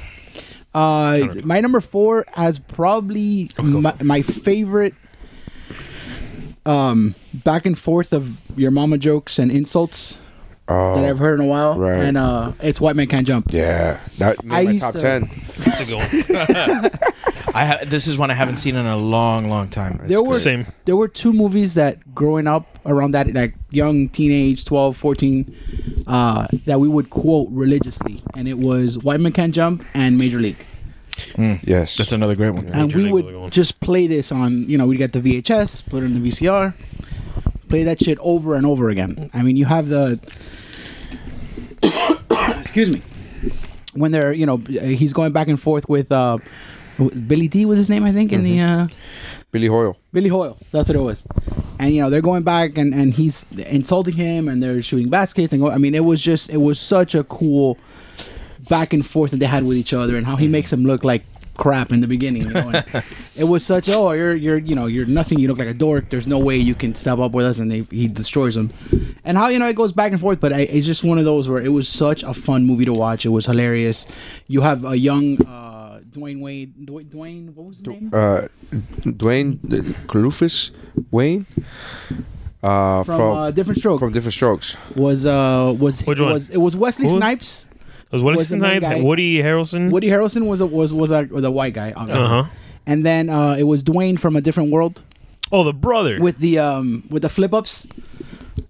S5: Uh, my number four has probably
S2: Oh,
S5: my, my favorite um, back and forth of your mama jokes and insults
S3: Oh,
S5: that I've heard in a while,
S3: right.
S5: and uh, it's white man can't jump.
S3: yeah, that
S5: I
S3: made my
S5: used
S3: top
S5: to-
S3: ten.
S4: That's a good one.
S2: i ha- this is one i haven't seen in a long long time
S5: There were
S4: Same.
S5: there were two movies that growing up around that like young teenage 12 14 uh, that we would quote religiously and it was white man can't jump and major league
S3: Yes,
S2: that's another great one
S5: and we
S4: League was a good one.
S5: would just play this on you know we get the vhs put it in the vcr play that shit over and over again i mean you have the <coughs> excuse me when they're you know he's going back and forth with uh billy d was his name i think in the uh
S3: Billy Hoyle.
S5: Billy Hoyle. That's what it was. And you know they're going back and and he's insulting him and they're shooting baskets and go, I mean it was just it was such a cool back and forth that they had with each other and how he makes him look like crap in the beginning. You know? and it was such oh you're you're you know you're nothing you look like a dork. There's no way you can step up with us and they, he destroys him. And how you know it goes back and forth, but I, it's just one of those where it was such a fun movie to watch. It was hilarious. You have a young. uh Dwayne Wade, Dwayne, Dwayne what was his name?
S3: Uh, Dwayne uh, Kalufis, Wayne, uh,
S5: from,
S3: from
S5: uh, different stroke.
S3: from different strokes.
S5: was uh was
S4: Which
S5: it
S4: one?
S5: was it was Wesley
S4: Who? Hmm?
S5: Snipes.
S4: was what
S5: Was
S4: is
S5: the
S4: his
S5: main
S4: name?
S5: guy-
S4: Woody Harrelson.
S5: Woody Harrelson was a, was was a, was a white guy, obviously.
S4: Uh huh.
S5: and then uh, it was Dwayne from a different world
S4: Oh, the brother.
S5: with the um with the flip ups,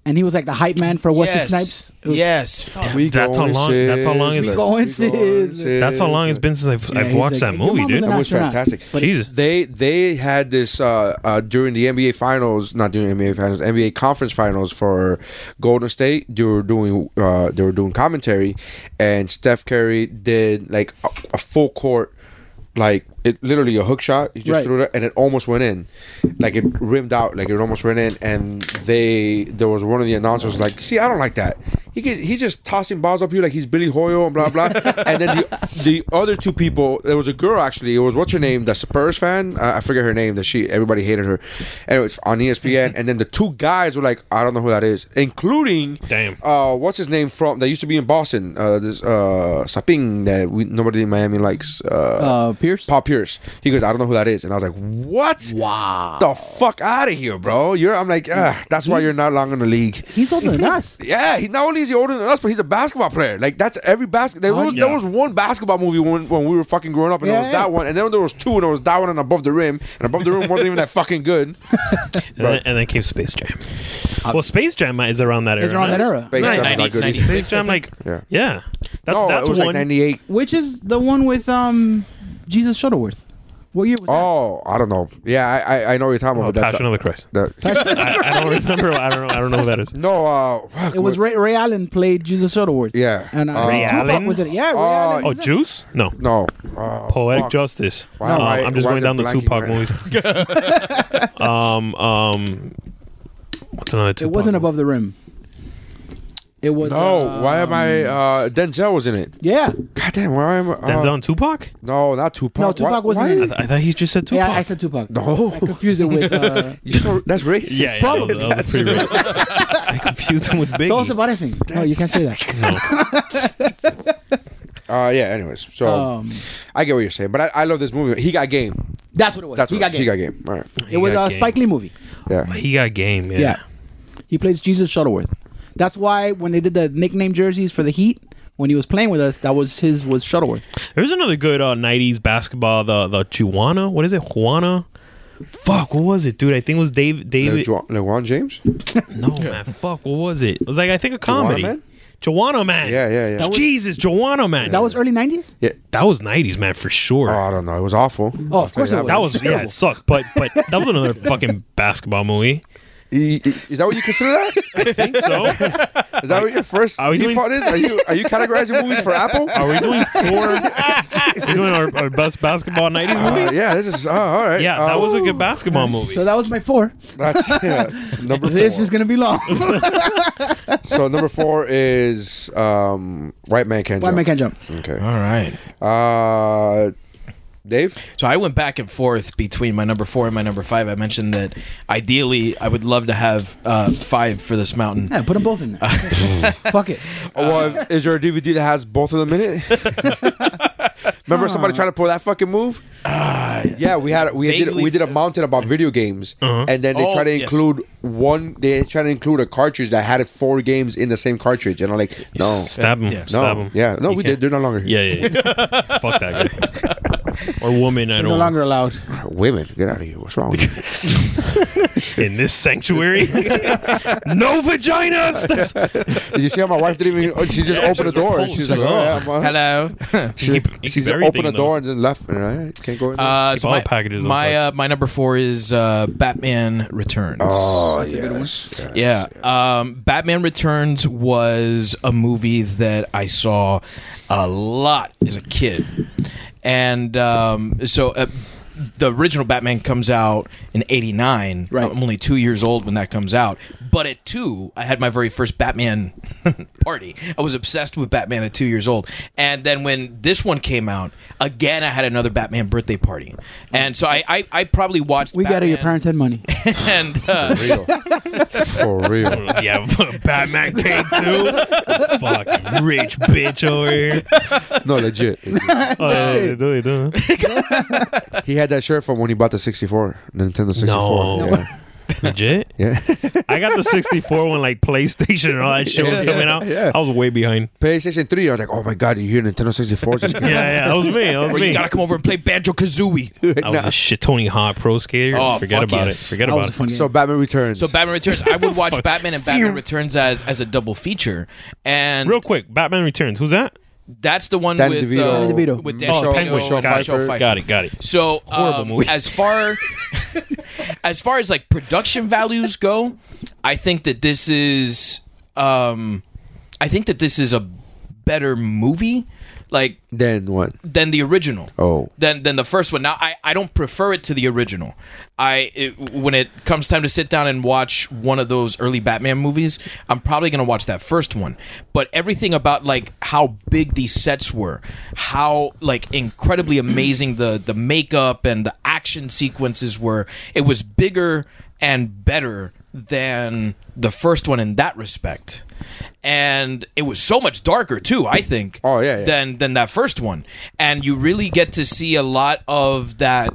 S5: and he was like the hype man for Wesley
S2: yes.
S5: Snipes. It was-
S2: Yes.
S3: We
S4: That's how
S3: going,
S4: long- that's how long
S3: sis.
S4: it's- We
S5: going,
S3: We
S5: sis.
S3: sis.
S4: That's how long it's been since I've,
S5: Yeah,
S4: I've
S5: he's
S4: watched that
S5: like, "Your
S4: movie,
S5: mom's
S4: dude.
S5: an
S3: That was
S5: astronaut."
S3: fantastic.
S5: But
S4: Jesus.
S3: They they had this uh, uh, during the NBA finals, not during NBA finals, NBA conference finals for Golden State. They were doing uh, they were doing commentary, and Steph Curry did like a, a full court, like it literally a hook shot. He just
S5: Right.
S3: threw it and it almost went in, like it rimmed out, like it almost went in. And they there was one of the announcers like, see, I don't like that. He could, he's just tossing balls up here like he's Billy Hoyle and blah blah. and then the, the other two people, there was a girl actually. It was what's her name, the Spurs fan. Uh, I forget her name. That she everybody hated her. And it was on E ESPN. and then the two guys were like, I don't know who that is, including
S4: Damn.
S3: uh, what's his name from that used to be in Boston. Uh, this uh, Saping that we, nobody in Miami likes.
S5: uh, Pierce.
S3: Paul Pierce. He goes, I don't know who that is, and I was like, What? Wow. The fuck out of here, bro. You're. I'm like, ah, that's why you're not long in the league.
S5: He's older
S4: <laughs>
S5: than us.
S3: Yeah, he not only is he older than us, but he's a basketball player. Like that's every basketball. There, was-
S4: yeah.
S3: there was one basketball movie when, when we were fucking growing up, and there was
S5: Yeah.
S3: that one, and then there was two, and there was that one, and above the rim, and above the rim wasn't even that
S4: <laughs>
S3: fucking good.
S4: And then, and then came Space Jam.
S3: Uh,
S4: well, Space Jam is around that era.
S5: Is around that
S4: right?
S5: era,
S3: Space
S4: Right.
S3: Jam's not
S4: 90s,
S3: good.
S4: 96, Space Jam, like
S3: Yeah.
S4: yeah, That's
S3: no,
S4: that's
S3: it was
S4: one.
S3: like '98.
S5: which is the one with um Jesus Shuttleworth. What year was
S3: Oh, I don't know. Yeah, I I, I know what you're talking
S4: oh,
S3: about. but
S4: Passion of the Christ.
S3: that, that,
S4: I, <laughs> I
S3: <laughs>
S4: don't remember. I don't know. I don't know who that is.
S3: no, uh, fuck,
S5: that? It was Ray, Ray Allen played Jesus Shuttleworth.
S3: Yeah.
S5: and uh,
S3: Ray
S5: Tupac
S4: Allen?
S5: was it? Yeah, Ray
S3: Oh,
S5: Allen.
S4: Oh,
S5: was it?
S4: Juice? No.
S3: no.
S5: Oh,
S3: Uh,
S4: Poetic
S3: fuck.
S4: Justice.
S3: Why-
S4: Um,
S3: why-
S4: I'm just
S3: why
S4: going
S3: is
S4: down
S3: it
S4: the Tupac
S3: blanking <laughs>
S4: movies. um, um, what's another
S5: It
S4: Tupac?
S5: wasn't
S4: movie?
S5: above the rim. It was
S3: No,
S5: uh,
S3: Oh, why am I? Uh, Denzel was in it.
S5: Yeah,
S3: God damn, why am I? Uh,
S4: Denzel and Tupac.
S3: No, not Tupac.
S5: No, Tupac
S3: Why-
S5: wasn't
S3: why-
S5: in
S4: I, th- I thought he just said Tupac.
S5: yeah, I said Tupac. I
S3: <laughs> No,
S5: confused it with uh,
S3: You're so- that's racist.
S4: Yeah, yeah,
S3: <laughs>
S4: that was- that was pretty <laughs> racist. I confused him with
S5: Todos se
S4: Biggie.
S5: parecen. No, you can't say that.
S3: Uh, yeah. Anyways, so
S5: Um,
S3: I get what you're saying, but I, I love this movie. He got game.
S5: that's what it was.
S3: That's
S5: he
S3: what
S5: got game.
S3: he got game. All right.
S5: It was a Spike Lee movie.
S3: Yeah.
S4: He got game. Yeah.
S5: Yeah. He plays Jesus Shuttleworth. That's why when they did the nickname jerseys for the Heat, when he was playing with us, that was his was Shuttleworth.
S4: There's another good uh, '90s basketball. The the Juana. What is it? Juana. Fuck. What was it, dude? I think it was Dave.
S3: Le-
S4: David.
S3: Ju- LeBron James.
S4: no man. Fuck. What was it? It was like I think a comedy.
S3: Man?
S4: Juana man.
S3: Yeah, yeah, yeah. That was-
S4: Jesus, Juana man.
S5: That was early nineties.
S4: that was '90s man for sure.
S3: Oh, I don't know. It was awful.
S5: Oh, of course
S3: that
S5: it was.
S4: that was yeah, it sucked. But but that was another fucking basketball movie.
S3: I- I- Is that what you consider
S4: <laughs>
S3: that?
S4: I think so.
S3: Is that what your first
S4: Are we doing-
S3: default is? Are you are you categorizing movies for Apple?
S4: Are we doing four? Are we doing our, our best basketball '90s
S3: <laughs> Uh,
S4: movie?
S3: yeah, this is uh, all right.
S4: Yeah, that
S3: Uh,
S4: was a good basketball movie.
S5: So that was my four.
S3: That's yeah, number.
S5: This
S3: four.
S5: is gonna
S3: <laughs>
S5: be long.
S3: so number four is um, white man can
S5: Why
S3: jump.
S5: man can't jump?
S3: Okay.
S2: All right.
S3: Uh, Dave.
S2: So I went back and forth between my number four and my number five. I mentioned that ideally I would love to have uh, five for this mountain.
S5: Yeah, put them both in
S3: <laughs>
S5: there. Fuck it.
S3: Oh, well, is there a DVD that has both of them in
S2: <laughs>
S3: it? Remember somebody trying to pull that fucking move? yeah, we had we did
S2: Ah, Vaguely-
S3: we did a mountain about video games,
S4: Uh-huh.
S3: and then they
S2: Oh,
S3: try to
S2: yes.
S3: include one. They try to include a cartridge that had four games in the same cartridge, and I'm like, no,
S4: Stab him.
S2: Yeah.
S4: Stab
S3: no,
S4: him.
S3: yeah, no,
S4: You
S3: we
S4: can't-
S3: did. They're no longer here.
S4: Yeah, yeah. yeah. <laughs> Fuck that guy. Or woman, I don't
S5: No longer allowed.
S3: Ah, women, get out of here. What's
S4: <laughs>
S3: wrong with you?
S4: in this
S5: <laughs>
S4: sanctuary. no vaginas. <laughs>
S3: did you see how my wife didn't even? oh, She just
S4: Yeah, she was
S3: opened the door. and
S4: repulsed.
S3: She's like, oh, yeah, I'm, uh,
S2: Hello. <laughs>
S3: She,
S4: keep- you
S3: she
S4: keep
S3: opened the
S4: everything,
S3: door and then left. And I can't go in. there.
S2: Uh, so
S4: all
S2: my
S4: packages on
S2: my,
S4: Friday.
S2: uh, my number four is uh, Batman Returns.
S3: oh, yes. yes.
S2: Yeah. Um, Batman Returns was a movie that I saw a lot as a kid. And um, so uh, the original Batman comes out in 89.
S5: Right.
S2: I'm only two years old when that comes out. But at two, I had my very first Batman <laughs> party. I was obsessed with Batman at two years old. And then when this one came out, again, I had another Batman birthday party. And so I, I, I probably watched
S5: We got it. Your
S2: Batman
S5: parents had money.
S2: <laughs> And, uh,
S3: For real.
S4: yeah, Batman came too. Fucking rich bitch over here.
S3: No, legit.
S4: Oh, yeah, they do, they do.
S3: he had that shirt from when he bought the 64, Nintendo 64.
S4: No.
S3: Yeah.
S4: Legit?
S3: Yeah. <laughs>
S4: I got the 64 when like PlayStation and all that shit was coming out.
S3: yeah.
S4: I was way behind.
S3: PlayStation 3, I was like, oh my god, you hear Nintendo 64?
S4: <laughs>
S3: Just
S4: Yeah, yeah, that was me. That was
S2: Or
S4: me.
S2: you gotta come over and play Banjo
S4: <laughs>
S2: Kazooie.
S4: I was a shit Tony Hawk pro skater.
S2: Oh,
S4: Forget
S2: fuck
S4: about
S2: yes.
S4: it. Forget
S5: That
S4: about
S5: was
S4: it.
S5: a fun game.
S3: So Batman Returns.
S2: So Batman Returns, I would watch Batman and Batman Returns as as a double feature, and
S4: Real quick, Batman Returns. Who's that?
S2: that's the one
S3: Dan
S2: with
S3: DeVito.
S2: uh,
S5: Danny DeVito.
S2: with Dan
S4: Oh,
S3: Michelle-
S2: DeVito,
S4: Penguin.
S3: Michelle
S4: got,
S3: Pfeiffer.
S4: It. got it. Got it.
S2: So
S4: Horrible
S2: um,
S4: movie.
S2: as
S4: <laughs>
S2: far as far as like production values go, I think that this is um, I think that this is a better movie. Like
S3: then what?
S2: than the original.
S3: Oh.
S2: Than than the first one. Now I, I don't prefer it to the original. I it, when it comes time to sit down and watch one of those early Batman movies, I'm probably going to watch that first one. But everything about like how big these sets were, how like incredibly amazing the the makeup and the action sequences were. It was bigger and better than the first one in that respect. And it was so much darker too, I think
S3: Oh, yeah, yeah.
S2: than than than that first one and you really get to see a lot of that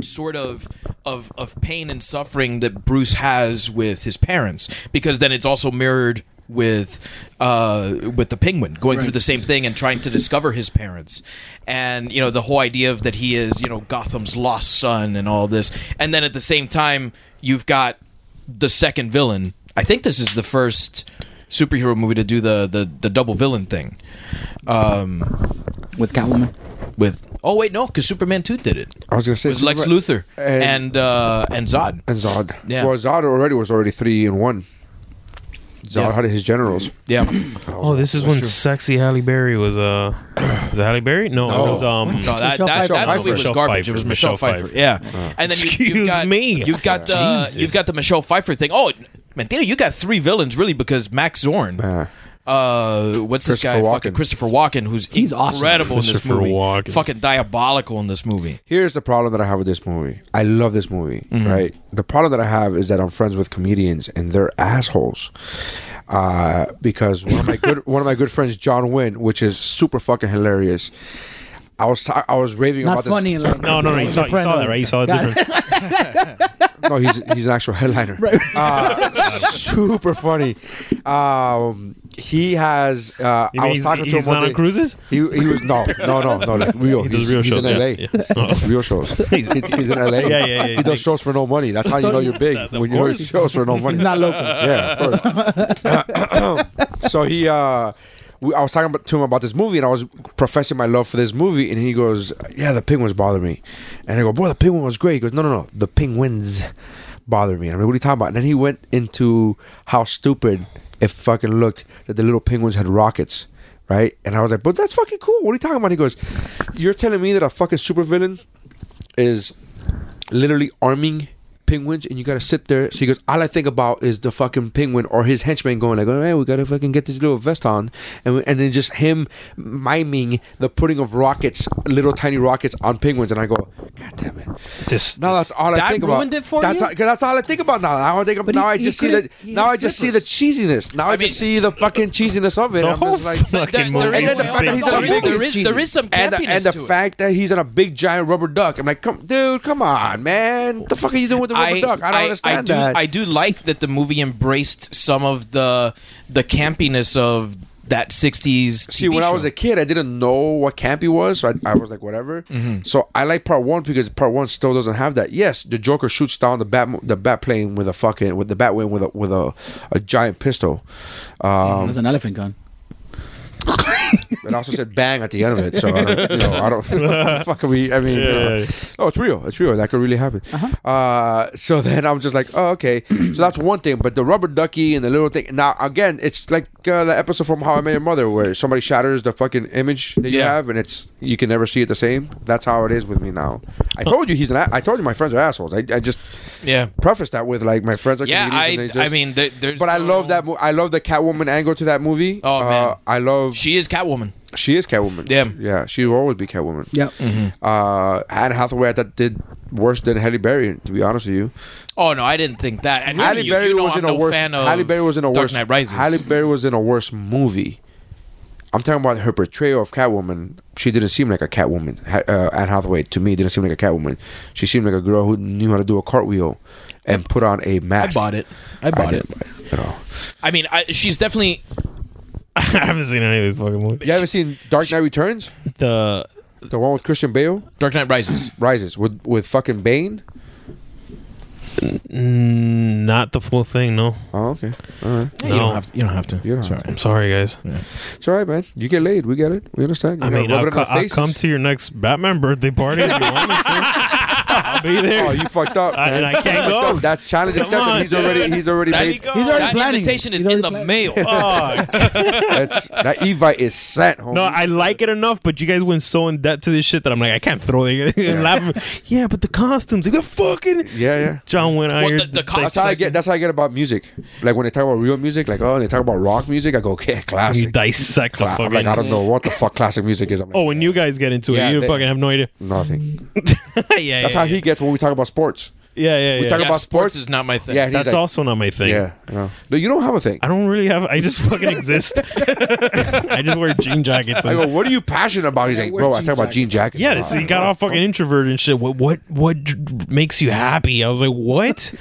S2: sort of of of pain and suffering that Bruce has with his parents because then it's also mirrored with uh with the penguin going through the same thing and trying to discover his parents and you know the whole idea of that he is you know Gotham's lost son and all this and then at the same time you've got the second villain I think this is the first superhero movie to do the the, the double villain thing um
S5: with Catwoman.
S2: with oh wait no because superman 2 did it
S3: I was gonna say
S2: with lex
S3: Superman-
S2: luthor
S3: and-
S2: and uh and zod
S3: and Zod.
S2: Yeah.
S3: Well, Zod already was already three and one. Zod
S2: Yeah.
S3: had his generals.
S2: yeah
S4: Oh, this is when sexy Halle Berry was uh, <coughs> was it Halle Berry? No, it was um.
S2: no, that,
S5: Michelle
S2: that,
S5: Pfeiffer.
S2: that movie was
S4: Michelle
S2: garbage.
S4: Pfeiffer,
S2: It was Michelle,
S4: Michelle
S2: Pfeiffer.
S4: Pfeiffer.
S2: Yeah, and then you,
S4: Excuse
S2: you've got
S4: me.
S2: you've got the
S4: Jesus.
S2: you've got the Michelle Pfeiffer thing. Oh, Mantino, you got three villains really because Max Zorn,
S3: Yeah.
S2: uh, what's this guy?
S3: Christopher
S2: Fucking
S3: Walken.
S2: Christopher Walken, who's
S5: He's awesome.
S2: incredible in this
S4: Christopher
S2: movie.
S4: Walken.
S2: Fucking diabolical in this movie.
S3: Here's the problem that I have with this movie. I love this movie, right? The problem that I have is that I'm friends with comedians and they're assholes. Uh, because one of my good one of my good friends, John Wynn, which is super fucking hilarious. I was ta- I was raving
S5: Not
S3: about this.
S5: funny. Like,
S4: No, no, no. You saw, you saw that, right? You saw the
S5: Got it.
S4: difference.
S3: No, he's he's an actual headliner. Uh, super funny. Um, he has. Uh,
S4: You
S3: I
S4: mean,
S3: was
S4: he's,
S3: talking to him
S4: he's
S3: one
S4: not
S3: day.
S4: on cruises.
S3: He, he was no no no no like real.
S4: <laughs> He does
S3: he's,
S4: real
S3: he's
S4: shows,
S3: in
S4: yeah,
S3: LA.
S4: yeah. <laughs>
S3: He's real shows. He's, he's in LA.
S4: Yeah, yeah, yeah,
S3: <laughs> He
S4: like-
S3: does shows for no money. That's how you know you're big
S4: of
S3: when you do
S4: course.
S3: shows for no money.
S5: He's not local.
S3: yeah. of course. <coughs> so he. Uh, we, I was talking about, to him about this movie, and I was professing my love for this movie, and he goes, "Yeah, the penguins bother me," and I go, "Boy, the penguin was great." He goes, "No, no, no, the penguins bother me." And I'm like, "What are you talking about?" And then he went into how stupid it fucking looked that the little penguins had rockets right? And I was like, but that's fucking cool. What are you talking about? He goes, you're telling me that a fucking supervillain is literally arming penguins and you gotta sit there. So he goes, all I think about is the fucking penguin or his henchman going like, all right, we gotta fucking get this little vest on. And, we- and then just him miming the putting of rockets, little tiny rockets on penguins. And I go, God damn it.
S4: This,
S3: Now that's all I
S2: That
S3: think
S2: ruined
S3: about.
S2: it for
S3: that's
S2: you?
S3: all- 'cause that's all I think about now. Now I think
S5: But
S3: now
S5: he-
S3: I
S5: he
S3: just see the
S5: could've- he
S3: now
S5: had
S3: I just see the cheesiness. Now I,
S2: mean-
S3: just see the fucking cheesiness of it.
S4: the
S3: I'm
S4: whole
S3: just like,
S4: fucking
S2: There-
S4: movie.
S2: there
S3: and then
S4: is
S3: the fact that
S4: big.
S3: he's on a big
S2: there, is, there is some
S3: and the,
S2: campiness
S3: and the
S2: to it.
S3: fact that he's on a big giant rubber duck. I'm like, come, dude, come on, man. What the fuck are you doing with the rubber duck? I don't understand
S2: do,
S3: that.
S2: I do like that the movie embraced some of the the campiness of that '60s.
S3: See, when I was a kid, I didn't know what campy was, so I, I was like, whatever. So I like part one because part one still doesn't have that. Yes, the Joker shoots down the bat, the bat plane with a fucking with the Batwing with a with a, a giant pistol. Uh, Um,
S5: it was an elephant gun.
S3: It also said bang at the end of it, so I don't, you know, I don't <laughs> what the fuck are we? I mean,
S4: Yeah,
S3: you know.
S4: yeah, yeah.
S3: oh, it's real, it's real. That could really happen. uh so then I'm just like, oh, okay. so that's one thing, but the rubber ducky and the little thing. Now again, it's like uh, the episode from How I Met Your Mother where somebody shatters the fucking image that you
S2: Yeah.
S3: have, and it's you can never see it the same. That's how it is with me now. I told you he's an. a- I told you my friends are assholes. I, I just
S2: yeah,
S3: preface that with like my friends are.
S2: yeah.
S3: comedians
S2: I
S3: and they
S2: I
S3: just-
S2: mean, there, there's.
S3: But I
S2: no-
S3: love that. Mo- I love the Catwoman angle to that movie. Uh,
S2: Oh, man.
S3: I love.
S2: She is Catwoman.
S3: She is Catwoman.
S2: Yeah.
S3: yeah. She will always be Catwoman.
S5: Yep.
S3: Uh, Anne Hathaway, I thought did worse than Halle Berry. To be honest with you,
S2: Oh no, I didn't think that. And
S3: Halle
S2: you,
S3: Berry
S2: you know
S3: was
S2: I'm
S3: in a
S2: no
S3: worse.
S2: Fan of
S3: Halle Berry was in a
S2: Dark
S3: worse.
S2: Knight Rises.
S3: Halle Berry was in a worse movie. I'm talking about her portrayal of Catwoman. She didn't seem like a Catwoman. Ha- Uh, Anne Hathaway to me didn't seem like a Catwoman. She seemed like a girl who knew how to do a cartwheel and put on a mask.
S6: bought it. I bought it.
S3: didn't buy it at all.
S6: I mean, I, she's definitely
S4: <laughs> I haven't seen any of these fucking movies.
S3: You haven't seen Dark Knight Returns,
S4: The
S3: the one with Christian Bale
S6: Dark Knight Rises.
S3: Rises with with fucking Bane.
S4: mm, not the full thing. No,
S3: Oh, okay. All right.
S6: You
S4: No.
S6: don't have to. You don't have to.
S3: You don't
S6: Sorry.
S3: have
S4: I'm sorry, guys.
S3: It's all right, man. You get laid. We get it. We understand. You
S4: I
S3: gotta
S4: mean, I'll,
S3: rub it in our
S4: co- I'll
S3: faces.
S4: come to your next Batman birthday party if you want me to. I'll be there.
S3: Oh, you fucked up.
S4: <laughs> I-
S3: man.
S4: and I can't
S3: No,
S4: go.
S3: That's challenge
S4: Come
S3: accepted.
S4: on,
S3: he's already
S4: dude.
S3: he's already
S6: There
S3: made
S6: you go.
S5: He's already
S6: that
S5: planning it.
S6: invitation is
S5: He's
S6: in
S5: already
S6: the
S5: planning
S6: mail.
S4: Fuck.
S3: that's that Evite is sent home.
S4: <laughs> No, I like it enough, but you guys went so in depth to this shit that I'm like, I can't throw it. <laughs> yeah. yeah, but the costumes, you got fucking.
S3: yeah, yeah.
S4: John went out
S6: Well,
S4: here.
S6: the- the
S4: They-
S6: costumes-
S3: That's how I get. That's how I get about music. Like when they talk about real music, like oh, and they talk about rock music, I go, okay,
S4: You
S3: classic.
S4: dissect the
S3: Cla- I'm
S4: fucking.
S3: like, I don't know what the fuck classic music is. I'm like,
S4: Oh, when you guys get into
S3: Yeah,
S4: it, you
S3: they-
S4: fucking have no idea.
S3: nothing.
S4: yeah, yeah,
S3: That's how he gets when we talk about sports.
S4: Yeah, yeah, yeah.
S3: talk
S6: Yeah,
S3: about sports?
S6: sports is not my thing.
S3: Yeah, and he's
S4: That's
S3: like,
S4: also not my thing.
S3: Yeah, no. no, you don't have a thing.
S4: I don't really have. I just
S3: <laughs>
S4: fucking exist. <laughs> I just wear jean jackets.
S3: I
S4: and-
S3: go, what are you passionate about? He's
S5: Yeah,
S3: like,
S5: wear
S3: bro, I
S5: jean
S3: talk about jean jackets.
S4: yeah, this, he got all fucking introvert and shit. What what what dr- makes you happy? I was like,
S3: <laughs>
S4: what?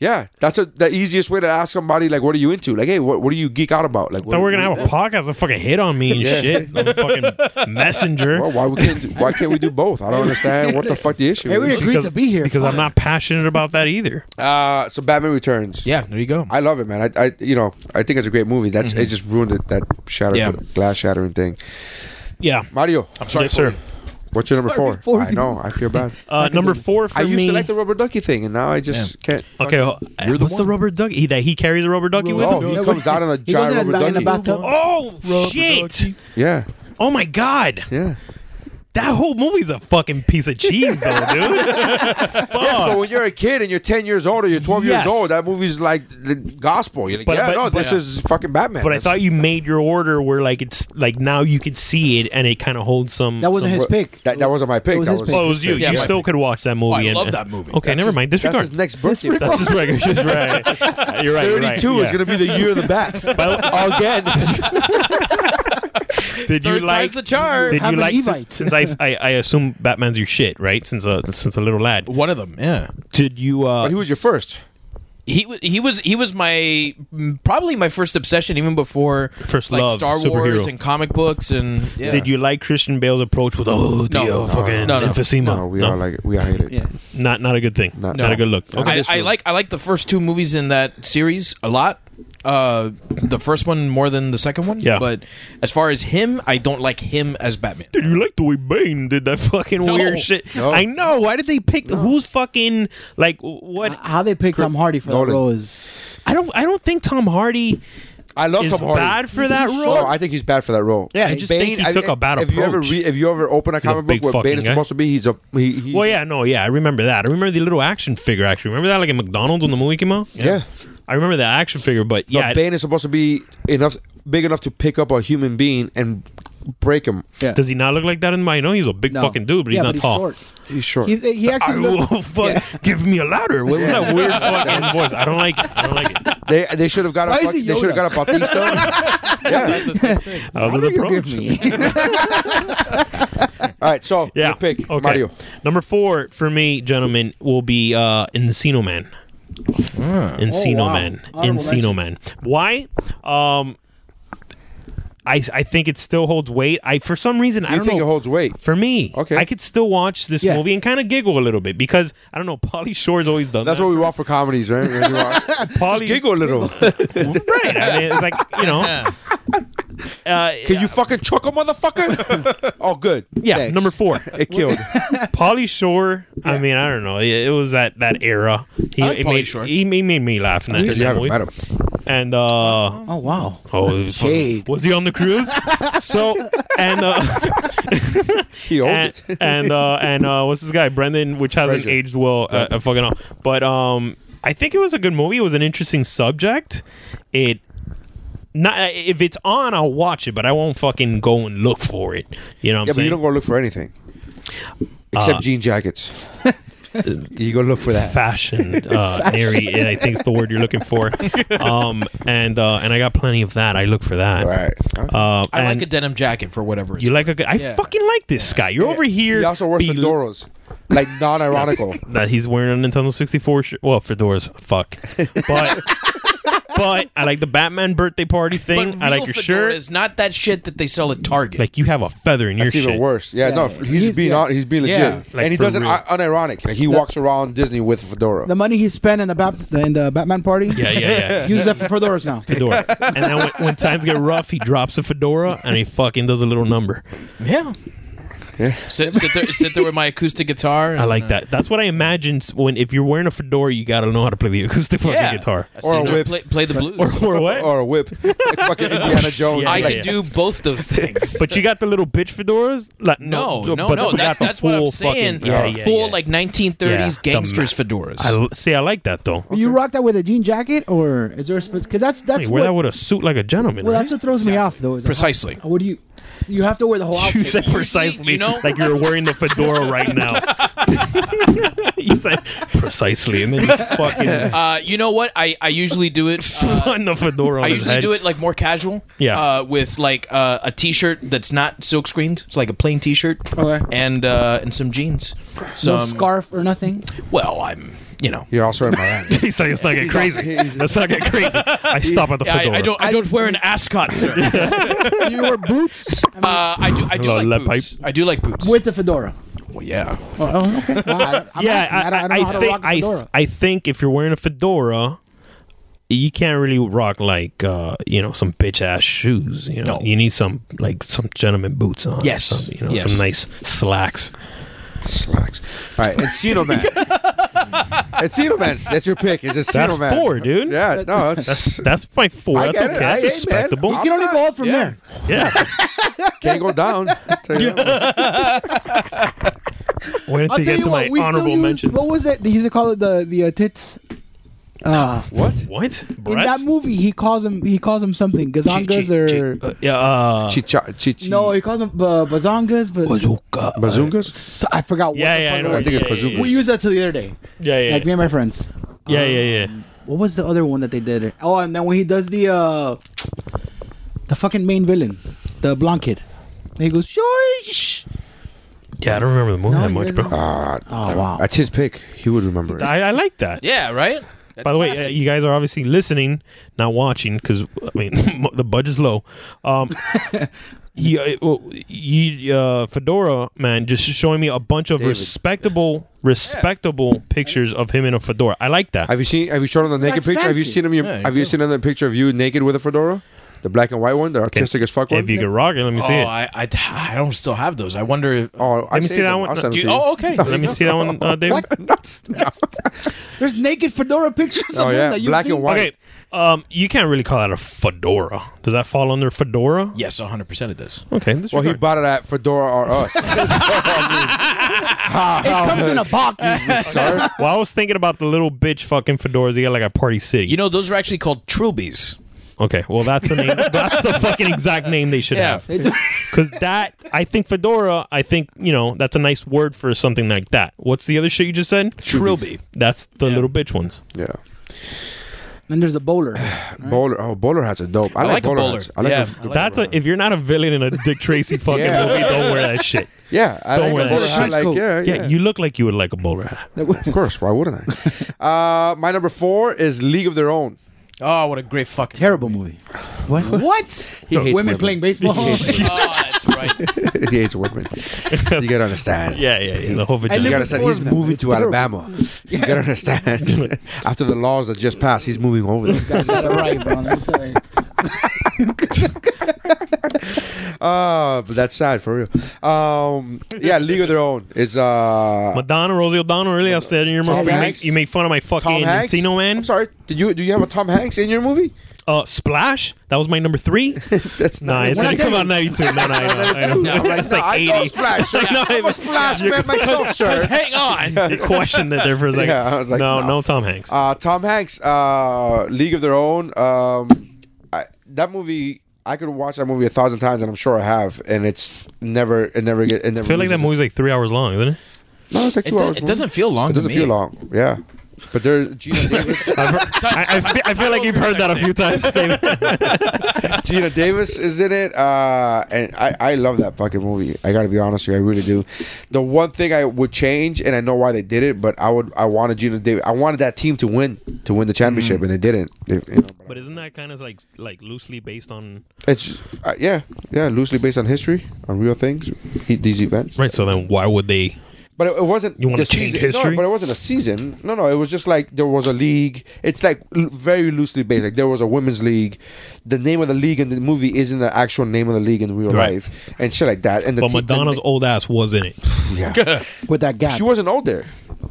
S3: Yeah, that's a, the easiest way to ask somebody like, what are you into? Like, hey, what, what do you geek out about? Like,
S4: thought we were gonna have a podcast. that fucking hit on me and
S3: Yeah.
S4: shit. on the
S3: <laughs>
S4: fucking messenger.
S3: Well, why we can't do, why can't we do both? I don't understand what the fuck the issue
S5: Hey, we
S3: is.
S5: agreed to be here
S4: because I'm not passionate about that either.
S3: Uh, so Batman Returns.
S6: Yeah, there you go.
S3: I love it, man. I, I you know I think it's a great movie. That's it. Just ruined it, that shatter
S6: Yeah.
S3: glass shattering thing.
S4: Yeah.
S3: Mario,
S6: I'm sorry,
S4: Yes, sir.
S6: Colby.
S3: what's your number
S5: Sorry,
S3: four?
S5: before
S3: I
S5: you-
S3: know. I feel bad.
S4: Uh, number four for
S3: I used
S4: me.
S3: to like the rubber ducky thing, and now I just can't.
S4: okay, well, uh,
S6: You're the
S4: what's the
S6: one.
S4: rubber ducky he, that he carries a rubber ducky with
S3: Oh,
S4: him?
S3: he
S5: No,
S3: comes
S5: but-
S3: out in a
S5: He goes
S3: giant
S5: in,
S3: rubber
S5: a, in a
S3: ducky.
S5: bathtub.
S4: Oh shit!
S3: Yeah,
S4: Oh my god!
S3: yeah.
S4: That whole movie's a fucking piece of cheese, though,
S6: <laughs>
S4: dude.
S3: But
S4: Fuck.
S3: when you're a kid and you're 10 years old or you're 12
S4: Uh, Yes.
S3: years old, that movie's like the gospel. You're like,
S4: But-
S3: yeah,
S4: but-
S3: no,
S4: but-
S3: this is fucking Batman.
S4: But I
S3: That's-
S4: thought you made your order where like it's like now you could see it and it kind of holds some.
S5: That wasn't
S4: some-
S5: his pick.
S3: That- that wasn't my pick.
S5: It was
S3: That
S5: his
S3: was-
S5: pick.
S4: <laughs> Oh, it was you.
S6: Yeah,
S4: you
S6: my
S4: still could watch that
S6: Oh,
S4: movie.
S6: I
S4: and-
S6: love
S4: and-
S6: that movie.
S4: Okay,
S3: that's
S4: never
S3: his-
S4: mind. Disregard.
S3: That's his next birthday.
S4: <laughs> That's
S3: <laughs>
S4: just regular. Just right. You're right.
S3: 32
S4: you're right.
S3: is going to be the year of the
S4: <laughs>
S3: bat. <laughs> Again.
S4: Did you
S6: Third
S4: like?
S6: time's the charm.
S4: Did you
S5: Have an
S4: like?
S5: Evite.
S4: Since I, I I assume Batman's your shit, right? Since a since a little lad.
S6: One of them. Yeah.
S4: Did you? uh
S3: But who was your first?
S6: he wa- he was he was my mm, probably my first obsession even before
S4: First
S6: like
S4: love,
S6: Star Wars
S4: superhero.
S6: and comic books and yeah.
S4: Did you like Christian Bale's approach with oh the
S6: No.
S4: uh, fucking
S6: No, no.
S4: emphysema?
S3: No, we all like it. We all hate it.
S5: Yeah.
S4: not not a good thing. Not,
S6: No.
S4: a good look. Okay,
S6: I,
S3: this
S6: I
S3: room.
S6: like I like the first two movies in that series a lot. Uh, the first one more than the second one.
S4: Yeah.
S6: But as far as him, I don't like him as Batman.
S4: did you like the way Bane did that <laughs> fucking
S6: No.
S4: weird shit?
S3: No.
S4: I know. Why did they pick who's fucking like what?
S5: How they picked Tom Hardy for
S3: Nolan.
S5: that role is
S4: I don't I don't think Tom Hardy
S3: I love
S4: is
S3: Oh, Tom Hardy.
S4: bad for that role.
S3: No, I think he's bad for that role.
S4: Yeah, I just think he took a bad
S3: if You ever
S4: approach.
S3: re- if you ever open a
S4: a
S3: comic
S4: big
S3: book where Bane
S4: fucking
S3: is
S4: guy.
S3: supposed to be, he's a he. he
S4: well, yeah, no, yeah, I remember that. I remember the little action figure. Actually, remember that like in McDonald's when the movie came out.
S3: yeah.
S4: I remember the action figure, but
S3: No,
S4: yeah,
S3: Bane is supposed to be enough, big enough to pick up a human being and break him.
S5: yeah.
S4: does he not look like that in my? I know he's a big
S5: No.
S4: fucking dude, but he's
S5: Yeah,
S4: not tall.
S5: Short.
S3: He's short.
S5: He's
S4: <laughs>
S5: he
S4: I
S5: actually <laughs> looked-
S4: will fuck. Give me a ladder. What was that weird fucking voice? I don't like. It. I don't like
S5: <laughs>
S4: it.
S3: they they should have got a
S5: Why is
S3: fuck-
S5: he
S3: they should have got a Bautista. yeah.
S4: I was
S5: How do
S4: with
S5: you
S4: approach.
S5: give me?
S3: All right. So
S4: Yeah.
S3: your pick Mario.
S4: Number four for me, gentlemen, will be uh, Encino Man. Encino
S3: Ah.
S5: Oh, wow.
S4: Man.
S5: Honorable
S4: Encino Man. Why? Um, I I think it still holds weight. I for some reason I
S3: You
S4: don't
S3: think
S4: know.
S3: it holds weight?
S4: for me,
S3: Okay.
S4: I could still watch this
S5: Yeah.
S4: movie and kind of giggle a little bit because I don't know. Polly Shore's always done
S3: That's
S4: that.
S3: what we want for comedies, right? We want- <laughs>
S4: Polly
S3: Giggle a little.
S4: right? I mean, it's like you
S3: <laughs>
S4: know. Uh,
S3: Can you fucking chuck
S4: <laughs>
S3: a motherfucker? oh, good.
S4: yeah,
S3: Thanks.
S4: number four.
S3: <laughs>
S4: <laughs>
S3: It killed.
S4: Polly Shore. I mean, I don't know. It, it was that that era. He,
S6: like
S4: he
S6: Pauly
S4: made
S6: Shore.
S4: he, he made me laugh in that,
S3: Because
S4: in
S3: you
S4: that
S3: haven't
S4: movie.
S3: met him.
S4: And uh,
S5: <laughs> Oh wow.
S4: oh, it was fucking-
S5: Shade.
S4: was he on the
S3: <laughs>
S4: cruise? so and uh,
S3: He owned <laughs>
S4: and
S3: it.
S4: and uh, and uh, what's this guy Brendan, which hasn't
S3: Fraser.
S4: aged well uh, uh, fucking all. But um, I think it was a good movie. It was an interesting subject. It. Not if it's on, I'll watch it, but I won't fucking go and look for it. You know what
S3: Yeah,
S4: I'm
S3: but
S4: saying? Uh, <laughs>
S3: you don't go look for anything except jean jackets. You go look for that.
S2: <laughs>
S4: fashion uh airy i think is the word you're looking for um and uh and i got plenty of that i look for that
S3: Right.
S4: uh,
S2: I like
S4: and
S2: a denim jacket for whatever. It's
S4: you like a good, I fucking like this guy. You're over here.
S3: He also wears
S4: be-
S3: fedoras, like non-ironical.
S4: that he's wearing a Nintendo 64 sh- well fedoras fuck
S3: <laughs>
S4: but but I like the Batman birthday party thing I like your shirt
S2: It's not that shit that they sell at Target.
S4: like you have a feather in your
S3: It's
S4: shit
S3: even worse. Yeah, no, he's,
S5: He's-
S3: being
S5: yeah.
S3: hon- he's being legit,
S2: Yeah.
S4: Like,
S3: and he
S4: for
S3: doesn't
S4: real.
S3: uh, unironic. Like, he walks around Disney with a fedora.
S5: The money he spent in the, bat, the in the Batman party.
S4: yeah yeah
S3: <laughs>
S4: yeah
S5: Use that for fedoras now.
S4: fedora and then when, when times get rough he drops a fedora and he fucking does a little number
S2: yeah. Sit, sit there, sit there with my acoustic guitar.
S4: I
S6: uh,
S4: like that that's what I imagine s- when if you're wearing a fedora you gotta know how to play the <laughs> acoustic fucking
S2: Yeah.
S4: guitar
S3: Or
S2: Or
S3: a whip.
S2: Play, play the blues.
S4: or what
S3: or
S4: <laughs>
S3: a whip, like fucking Indiana Jones.
S4: Yeah,
S2: <laughs> I
S4: yeah,
S3: like,
S2: could do
S4: <laughs>
S2: both those things.
S4: but you got the little bitch fedoras like
S2: no, no, no.
S4: but we got
S2: That's,
S4: the
S2: that's what I'm
S4: full
S2: saying.
S4: fucking, yeah, yeah,
S2: full
S4: yeah.
S2: like 1930s
S4: Yeah, the
S2: gangsters
S4: ma-
S2: fedoras.
S4: I l- see I like that though
S5: You rock that with a jean jacket, or is there a specific? Because that's that's
S4: Hey,
S5: what.
S4: wear that with a suit like a gentleman.
S5: well,
S4: right?
S5: that's what throws me off though. Is
S4: <laughs>
S5: like,
S2: Precisely.
S5: how- what do you? You have to wear the whole
S4: You
S5: outfit.
S4: said precisely
S2: <laughs> you know-
S4: like you're wearing the fedora right
S2: <laughs>
S4: now. <laughs> you said precisely, and then
S2: <laughs>
S4: you fucking <laughs>
S2: Uh, you know what? I, I usually do it. uh,
S4: spun the fedora. On
S2: I
S4: his
S2: usually
S4: head.
S2: do it like more casual.
S4: Yeah.
S2: Uh, with like uh, a t-shirt that's not silk screened. It's like a plain t-shirt.
S5: Okay.
S2: And uh, and some jeans.
S5: No
S2: Some
S5: scarf or nothing.
S2: Well, I'm you know.
S3: You're also in Miami.
S4: <laughs> He's like, let's not
S2: <laughs>
S4: get
S3: <laughs>
S4: crazy. Let's not get crazy. I stop at the
S2: I,
S4: fedora.
S2: I don't. I don't wear an ascot,
S4: <laughs>
S2: sir. uh,
S5: you wear boots
S2: I do. I do
S4: Hello,
S2: like
S4: lead
S2: boots. I do like boots.
S5: with the fedora.
S2: Well, yeah.
S5: Oh, oh, okay. Well, I, I'm
S4: yeah,
S5: asking.
S4: I,
S5: I, don't, I don't know how to rock
S4: think
S5: a fedora.
S4: I, I think if you're wearing a fedora, you can't really rock like uh, you know some bitch ass shoes. You know,
S2: No.
S4: you need some like some gentleman boots on.
S2: Yes.
S4: some, you know
S2: Yes.
S4: some nice slacks.
S3: Slacks. All right, Encino Man. Encino Man. That's your pick. Is Encino
S4: That's
S3: Man?
S4: four, dude.
S3: Yeah, no, it's,
S4: That's that's my four.
S3: I
S4: That's
S3: get
S4: okay.
S3: it. I- hey,
S4: That's
S3: man,
S4: respectable.
S3: I'm
S5: you can only
S3: not-
S5: go up from
S3: yeah.
S5: there.
S4: Yeah.
S3: <laughs> can't go down. Tell you that much.
S4: Wait
S5: I'll
S4: until you
S5: tell
S4: get
S5: you
S4: to
S5: what.
S4: my
S5: We still
S4: honorable
S5: use.
S4: mentions.
S5: What was it? They used to call it the the uh, tits. Uh,
S3: What?
S4: What?
S5: in that
S4: Breast?
S5: movie, he calls him he calls him something gazongas or
S4: Uh, yeah, uh,
S3: Chicha, chichi.
S5: no, he calls them uh, bazongas, but
S3: Bazungas.
S5: So- I forgot. What
S4: yeah,
S5: the
S4: yeah,
S5: fuck
S4: I
S5: it
S4: know.
S5: was.
S3: I think it's
S4: yeah, yeah,
S3: bazookas.
S5: We used that till the other day.
S4: Yeah, yeah,
S5: Like me
S4: yeah,
S5: and my friends.
S4: yeah, yeah, yeah.
S5: What was the other one that they did? Oh, and then when he does the uh the fucking main villain, the blonde kid, and he goes George.
S4: Yeah, I don't remember the movie
S5: No,
S4: that
S5: you
S4: much,
S5: guys
S4: bro.
S5: don't-
S3: Ah,
S5: Oh wow.
S3: that's his pick. He would remember it.
S4: I, I like that.
S2: Yeah. Right.
S4: By the way, uh, you guys are obviously listening, not watching, because I mean <laughs> the budget's low.
S2: <laughs>
S4: Um, he, uh, well, he, uh, Fedora man, just showing me a bunch of respectable, respectable pictures of him in a fedora. I like that.
S3: Have you seen? Have you shown him the naked
S5: That's
S3: picture? Have you
S5: fancy.
S3: seen him?
S2: Yeah, you
S3: have you
S2: do.
S3: seen him the picture of you naked with a fedora? The black and white one, the artistic as fuck one.
S4: if you could rock it, let me
S2: Oh,
S4: see it.
S2: I, I I don't still have those. I wonder. If,
S3: oh, I
S4: Let me
S3: saved
S4: see that
S3: them.
S4: one.
S3: I'll send
S2: do
S3: them to
S2: you,
S3: you.
S2: oh, okay.
S4: let me see that one, uh,
S2: <laughs>
S4: David.
S5: There's naked fedora pictures
S3: Oh,
S5: of
S3: yeah,
S5: him that you
S3: black and white.
S4: Okay, um, you can't really call that a fedora. Does that fall under fedora?
S2: Yes, 100 percent it does.
S4: Okay.
S3: Well, he
S4: disregard.
S3: bought it at Fedora or us. So, I mean,
S5: It comes in
S4: <laughs>
S5: a box.
S3: how- Sorry.
S4: well, I was thinking about the little bitch fucking fedoras. They got like a Party City.
S2: You know, those are actually called trilbies.
S4: okay. Well, that's the
S2: <laughs>
S4: name. that's the fucking exact name they should
S2: Yeah.
S4: have. Because that, I think fedora. I think you know that's a nice word for something like that. What's the other shit you just said?
S2: Trilby.
S4: That's the little bitch ones.
S3: Yeah.
S5: and there's a bowler.
S3: Bowler. Oh, Bowler hats are dope. I,
S2: I like a
S3: bowler
S2: bowler.
S3: hats. I like
S2: Yeah.
S3: a-
S2: I like
S4: That's a, if you're not a villain in a Dick
S3: <laughs>
S4: Tracy fucking
S3: Yeah.
S4: movie, don't wear that
S3: <laughs>
S4: shit.
S3: yeah. I
S4: Don't
S3: like
S4: wear
S3: a
S4: that
S3: bowler
S4: shit.
S3: hat. Like,
S5: Trench coat.
S3: yeah,
S4: Yeah,
S3: yeah.
S4: you look like you would like a bowler hat.
S3: of course. Why wouldn't I? <laughs> uh, my number four is League of Their Own.
S2: Oh, what a great fucking.
S5: Terrible movie. What? What?
S3: He hates
S5: women playing baseball.
S2: <laughs>
S5: <laughs>
S2: oh, that's right.
S3: he hates women.
S4: <laughs>
S3: You gotta understand.
S4: Yeah, yeah, yeah. The whole vagina.
S3: You
S5: live
S3: gotta understand.
S5: with four
S3: He's
S5: of them.
S3: moving
S5: It's
S3: to
S5: terrible.
S3: Alabama. You gotta understand. <laughs> After the laws that just passed, he's moving over there. <laughs>
S5: That's not right, bro. Let me tell you.
S3: Uh, but that's sad for real. Um, yeah, League of Their Own is uh,
S4: Madonna, Rosie O'Donnell, really? I said in your
S3: Tom
S4: movie, you
S3: Hanks?
S4: make, you make fun of my
S3: Tom
S4: fucking
S3: Hanks.
S4: Encino Man.
S3: I'm sorry. Did you do you have a Tom Hanks in your movie?
S4: Uh, Splash. That was my number three.
S3: <laughs> That's
S4: nah, it didn't come out ninety two. No, no, <laughs> I
S3: <laughs>
S4: know. I know.
S3: Like,
S4: It's like
S3: I know
S4: eighty. <laughs>
S3: Splash.
S4: I know,
S3: I
S4: it
S3: was
S4: was-
S3: Splash
S4: <laughs>
S3: man myself, sir.
S2: Hang on.
S4: You questioned it there for a second.
S3: <laughs> Yeah, I was like,
S4: no,
S3: no.
S4: no, Tom Hanks.
S3: Uh, Tom Hanks, uh, League of Their Own. Um, I, that movie, I could watch that movie a thousand times, and I'm sure I have, and it's never, it never get, it never.
S4: I feel like that
S3: loses
S4: movie's like three hours long, isn't it?
S3: No, it's like
S2: It,
S3: two
S2: do-
S3: hours.
S2: it doesn't feel long.
S3: It doesn't
S2: to me.
S3: feel
S2: <laughs>
S3: long. Yeah, but there, Gina Davis,
S4: I, I, fe- I feel like you've heard that a few times, <laughs> David.
S3: Gina Davis is in it, uh, and I, I love that fucking movie. I gotta be honest with you, I really do. The one thing I would change, and I know why they did it, but I would I wanted Gina Davis. I wanted that team to win to win the
S2: Mm-hmm.
S3: championship, and they didn't. They- you know,
S4: But isn't that kind of like like loosely based on?
S3: It's uh, yeah, yeah, loosely based on history, on real things, he, these events.
S4: Right. So then, why would they?
S3: But it, it wasn't.
S4: You wanna
S3: the
S4: change
S3: season.
S4: history?
S3: No, but it wasn't a season. No, no, it was just like there was a league. It's like l- very loosely based. Like there was a women's league. The name of the league in the movie isn't the actual name of the league in real
S4: Right.
S3: life, and shit like that. And the
S4: But
S3: team-
S4: Madonna's old ass was in it. <laughs>
S3: yeah,
S5: with that gap.
S3: she wasn't old there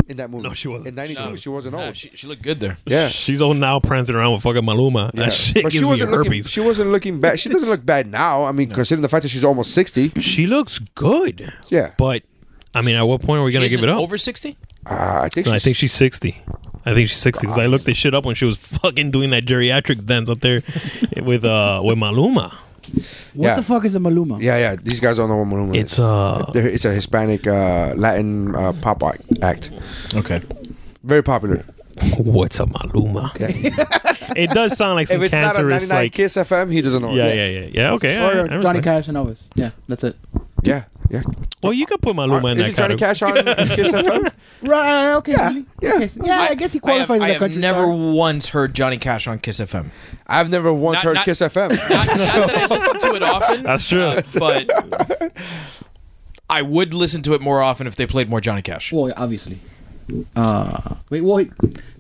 S3: in that movie.
S4: No, she wasn't.
S3: In '92, she wasn't
S2: Nah,
S3: old.
S2: she, she looked good there.
S3: yeah.
S4: She's old now, prancing around with fucking Maluma. <laughs>
S3: Yeah.
S4: That shit
S3: But
S4: gives me
S3: looking.
S4: herpes.
S3: She wasn't looking bad. She doesn't look bad now. I mean, considering the fact that she's almost sixty.
S4: She looks good.
S3: Yeah.
S4: But I mean, at what point are we gonna
S2: She's
S4: give it
S2: an
S4: up?
S2: Over sixty?
S3: Uh, I think.
S4: No,
S3: she's,
S4: I think she's sixty. I think she's sixty because I looked this shit up when she was <laughs> fucking doing that geriatrics dance up
S3: <laughs>
S4: there with uh with Maluma.
S5: what
S3: yeah.
S5: the fuck is a Maluma?
S3: Yeah, yeah. These guys don't know what Maluma is.
S4: It's uh
S3: There- It's a Hispanic uh, Latin uh, pop act- act.
S2: Okay.
S3: Very popular.
S4: what's a Maluma? <laughs> it does sound like
S3: If
S4: some
S3: it's not a
S4: cancerous
S3: 99
S4: like
S3: Kiss FM, he doesn't know. it.
S4: yeah,
S3: Yes.
S4: yeah, yeah, yeah. Okay, I- I
S5: Or
S4: respect
S5: Johnny
S4: it.
S5: Cash and Elvis. Yeah, that's it.
S3: yeah, yeah.
S4: Well, you could put Maluma in
S3: Isn't
S4: that
S3: Johnny
S4: category.
S3: Cash on
S4: <laughs>
S3: Kiss FM?
S5: Right. Okay.
S3: Yeah,
S5: really?
S3: yeah.
S5: Okay, yeah. I, guess he qualifies as
S2: I have, I
S5: a
S2: have
S5: country
S2: never
S5: star.
S2: once heard Johnny Cash on Kiss FM.
S3: I've never once
S2: Not-
S3: heard
S2: not-
S3: Kiss FM.
S2: Not, not that I listen to it often.
S4: That's true.
S2: uh, but I would listen to it more often if they played more Johnny Cash.
S5: Well, obviously. Uh, wait. Well, he-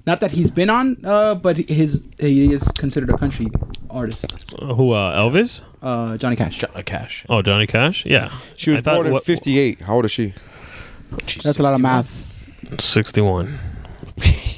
S5: not that he's been on, uh, but his he is considered a country artist.
S4: Who? Uh, Elvis?
S5: Uh, Johnny Cash.
S2: Johnny Cash.
S4: Oh, Johnny Cash? Yeah.
S3: She was
S4: I thought
S3: born in
S4: what-
S3: 58. How old is she? <laughs>
S5: That's a lot of math.
S4: 61.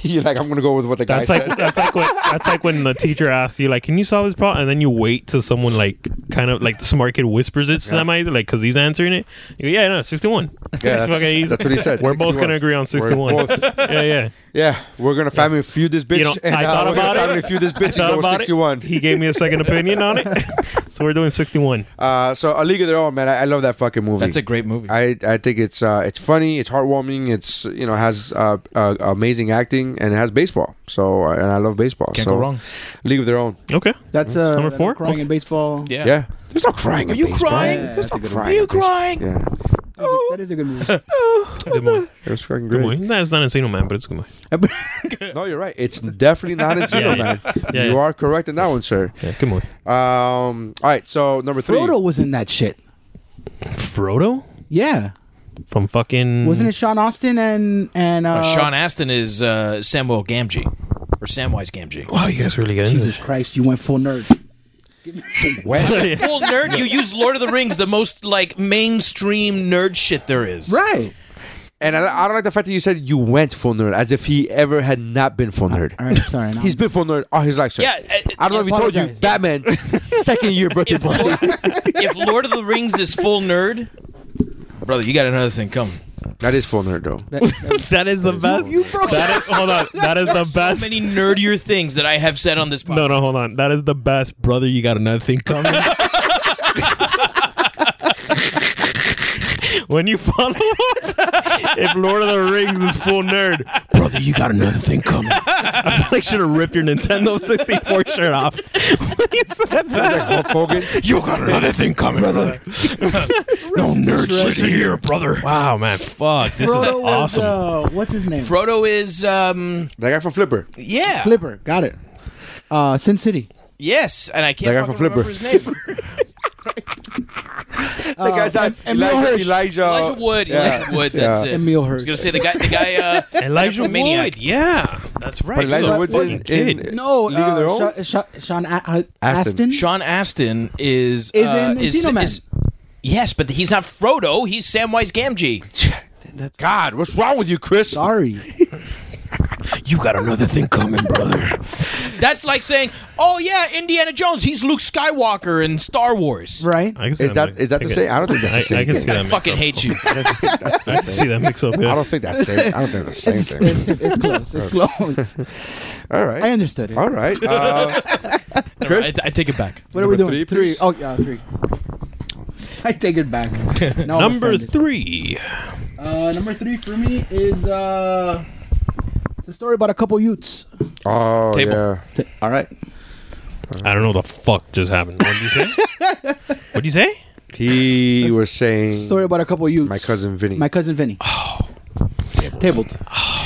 S3: You're like, I'm going to go with what the guy
S4: That's like
S3: said.
S4: that's like when that's like when the teacher asks you like, "Can you solve this problem?" and then you wait till someone like kind of like the smart kid whispers it to somebody like cuz he's answering it. You go, "Yeah, no, 61." <laughs> It's
S3: Yeah, that's,
S4: fucking easy.
S3: that's what he
S4: <laughs>
S3: said.
S4: We're both
S3: 61.
S4: going to agree on 61.
S3: We're both-
S4: <laughs> yeah, yeah.
S3: yeah, we're going to family feud this bitch.
S4: You know,
S3: and,
S4: I
S3: uh,
S4: thought
S3: we're gonna
S4: about it.
S3: family feud this
S4: I
S3: bitch and
S4: thought
S3: go with
S4: about it.
S3: 61.
S4: He gave me a second opinion on it. <laughs> so we're doing 61.
S3: Uh, so, A League of Their Own, man. I, I love that fucking movie.
S2: That's a great movie.
S3: I, I think it's uh, it's funny, it's heartwarming, it's you know has uh, uh, amazing acting and it has baseball. So uh, and I love baseball.
S2: Can't
S3: so,
S2: go wrong.
S3: League of Their Own.
S4: Okay.
S5: That's uh,
S4: Number four?
S5: Crying in baseball.
S2: yeah.
S3: Yeah. There's no crying. Are you
S5: crying? Yeah,
S3: There's
S5: that's
S3: no
S5: a good
S3: crying. Are you crying? Yeah.
S5: That is a- that is a good movie.
S4: Good movie.
S3: It was fucking
S4: Good
S3: great.
S4: movie. That's not Encino Man, but it's a good movie.
S3: <laughs> No, you're right. It's definitely not Encino
S4: <laughs> Yeah, yeah.
S3: Man.
S4: Yeah,
S3: you
S4: yeah.
S3: are correct in that one, sir.
S4: Yeah, good movie.
S3: Um, all right. So number three.
S5: Frodo was in that shit.
S4: Frodo
S5: Yeah.
S4: from fucking
S5: Wasn't it
S3: Hmm.
S5: Sean Austin and and uh,
S2: Uh, Sean Astin is uh, Samuel Gamgee or Samwise Gamgee.
S4: Wow, you guys really get into
S5: Jesus
S4: this.
S5: Christ, you went full nerd.
S4: <laughs>
S2: Full nerd. You use Lord of the Rings, the most like mainstream nerd shit there is.
S5: Right.
S3: <laughs> And I, I don't like the fact that you said you went full nerd, as if he ever had not been full nerd.
S5: All right.
S3: <laughs>
S5: Sorry. Now
S3: He's been full nerd all his life, sir.
S2: Yeah. uh,
S3: I don't know if he told you,
S5: Apologize.
S3: Batman, second year birthday
S2: If,
S3: party.
S2: Lord, if Lord of the Rings is full nerd, brother, you got another thing coming.
S3: That is full nerd, though.
S5: That- that-
S4: That is the best.
S5: you broke
S4: That is hold on. That is the
S2: So
S4: best.
S2: many nerdier things that I have said on this podcast.
S4: no, no, hold on. That is the best, brother. You got another thing coming. <laughs> when you follow up, if Lord of the Rings is full nerd, <laughs> brother, you got another thing
S3: <laughs>
S4: coming. I feel like should have ripped your Nintendo 64 shirt off when you said that.
S3: Hulk Hogan.
S4: You got another thing coming,
S3: <laughs>
S4: brother. no nerds listen here, brother. Wow, Oh, man, fuck,
S5: <laughs>
S4: this is
S5: Frodo was
S4: awesome.
S5: uh, what's his name?
S2: Frodo is um
S3: That guy from Flipper.
S2: yeah
S5: Flipper. Got it. Uh, Sin City.
S2: yes, and I can't
S3: That guy
S2: fucking
S3: from
S2: remember his name.
S3: The guy's not
S5: Uh, Emil
S3: Elijah,
S5: Hirsch.
S3: Elijah. <laughs>
S2: Elijah Wood. Elijah Wood. That's it.
S5: Emil
S2: I was
S5: Hirsch.
S2: gonna say the guy. The guy. Uh,
S4: Elijah
S2: from Maniac.
S4: Wood, yeah, that's right.
S3: But
S4: He's a
S3: Elijah Wood's
S4: fucking
S3: in,
S4: kid.
S3: in
S5: No,
S3: League of Their Own.
S5: uh, Sha- Sha- Sean A- uh,
S3: Astin.
S5: Astin.
S2: Sean Astin is
S5: Is
S2: uh,
S5: in Encino Man.
S2: yes, but he's not Frodo. He's Samwise Gamgee.
S3: God, what's wrong with you, Chris?
S5: Sorry.
S4: You got another thing coming, brother.
S2: That's like saying, "Oh yeah, Indiana Jones. He's Luke Skywalker in Star Wars."
S5: Right.
S4: I can see
S3: Is that is that the
S4: I can-
S3: same? I don't think that's the
S4: I,
S3: same.
S4: I can
S3: thing.
S4: see that.
S2: I
S4: mix
S2: fucking
S4: up.
S2: hate you.
S4: I can see that mix up.
S3: I
S4: Yeah.
S3: don't think that's same. I don't think that's the <laughs> same
S5: It's,
S3: thing.
S5: it's, it's close.
S3: <laughs>
S5: It's close.
S3: All right.
S5: I understood it.
S3: All right. Uh,
S2: I, I take it back.
S5: What are we
S3: Number
S5: doing?
S3: three, please. <laughs>
S5: Oh yeah, three. I take it back. No, I'm
S4: Number
S5: offended.
S4: three.
S5: Uh, number three for me is uh, the story about a couple Utes.
S3: Oh
S2: Table.
S3: yeah.
S5: Th- All right.
S4: I don't know what the fuck just happened. What did you say? what did you say?
S3: He was saying
S5: Story about a couple Utes.
S3: My cousin Vinny.
S5: My cousin Vinny. Oh. Tabled.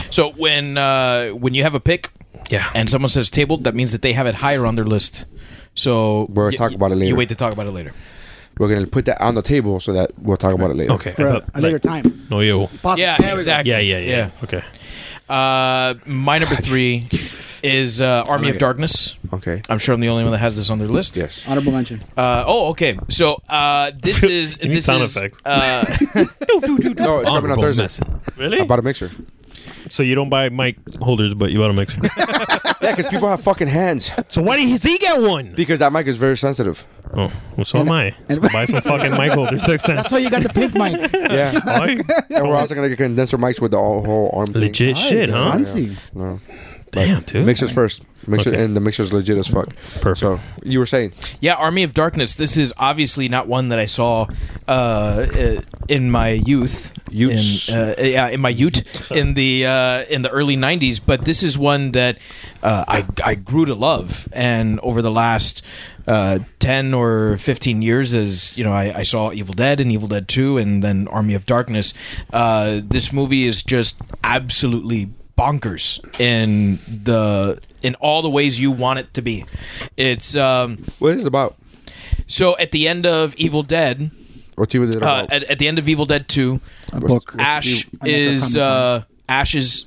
S2: So when uh, when you have a pick,
S4: Yeah.
S2: and someone says tabled, that means that they have it higher on their list. So
S3: We'll
S2: y-
S3: talk about it
S2: You
S3: later.
S2: wait to talk about it later.
S3: we're gonna put that on the table so that we'll talk about it later.
S4: Okay. I
S5: For a,
S4: thought,
S5: a later
S4: like,
S5: time.
S4: No, yo.
S5: Possible.
S2: Yeah,
S5: There we go.
S2: exactly.
S4: Yeah, yeah, yeah,
S2: Yeah.
S4: Okay.
S2: Uh, my number three is uh, Army of Darkness.
S3: Okay.
S2: I'm sure I'm the only one that has this on their list.
S3: Yes.
S5: Honorable mention.
S2: Uh, oh, okay. So uh,
S4: <laughs>
S2: this is
S4: You need
S2: this
S4: sound
S2: is
S4: effects.
S2: uh,
S3: No, it's coming on
S4: Honorable
S3: Thursday.
S4: mention. Really?
S3: I bought a mixer.
S4: so you don't buy mic holders, but you bought a mixer.
S3: Yeah, because people have fucking hands.
S4: <laughs> so why did he get one?
S3: Because that mic is very sensitive.
S4: Oh, well, so am I. So buy some fucking mic
S3: <laughs>
S4: holders next time.
S5: That's why you got the
S4: <laughs>
S5: pink mic.
S3: Yeah.
S4: Why?
S3: <laughs> and we're also gonna get condenser mics with the all- whole arm thing.
S4: Legit shit, huh?
S5: Fancy.
S3: No.
S4: Damn, dude.
S3: Mixers first. Mixer
S4: Okay.
S3: and the mixer's legit as fuck.
S4: Perfect.
S3: So you were saying
S2: yeah, Army of Darkness. This is obviously not one that I saw uh, uh, in my youth.
S3: Utes.
S2: In, uh, yeah, in my youth in the uh, in the early '90s. But this is one that uh, I I grew to love, and over the last uh, ten or fifteen years, as you know, I, I saw Evil Dead and Evil Dead Two, and then Army of Darkness. Uh, this movie is just absolutely bonkers in the in all the ways you want it to be. It's um,
S3: what is it about?
S2: so at the end of Evil Dead,
S3: What TV is it
S2: uh,
S3: about?
S2: at, at the end of Evil Dead Two,
S5: A book.
S2: Ash
S5: the
S2: is
S5: comic
S2: uh, Ash is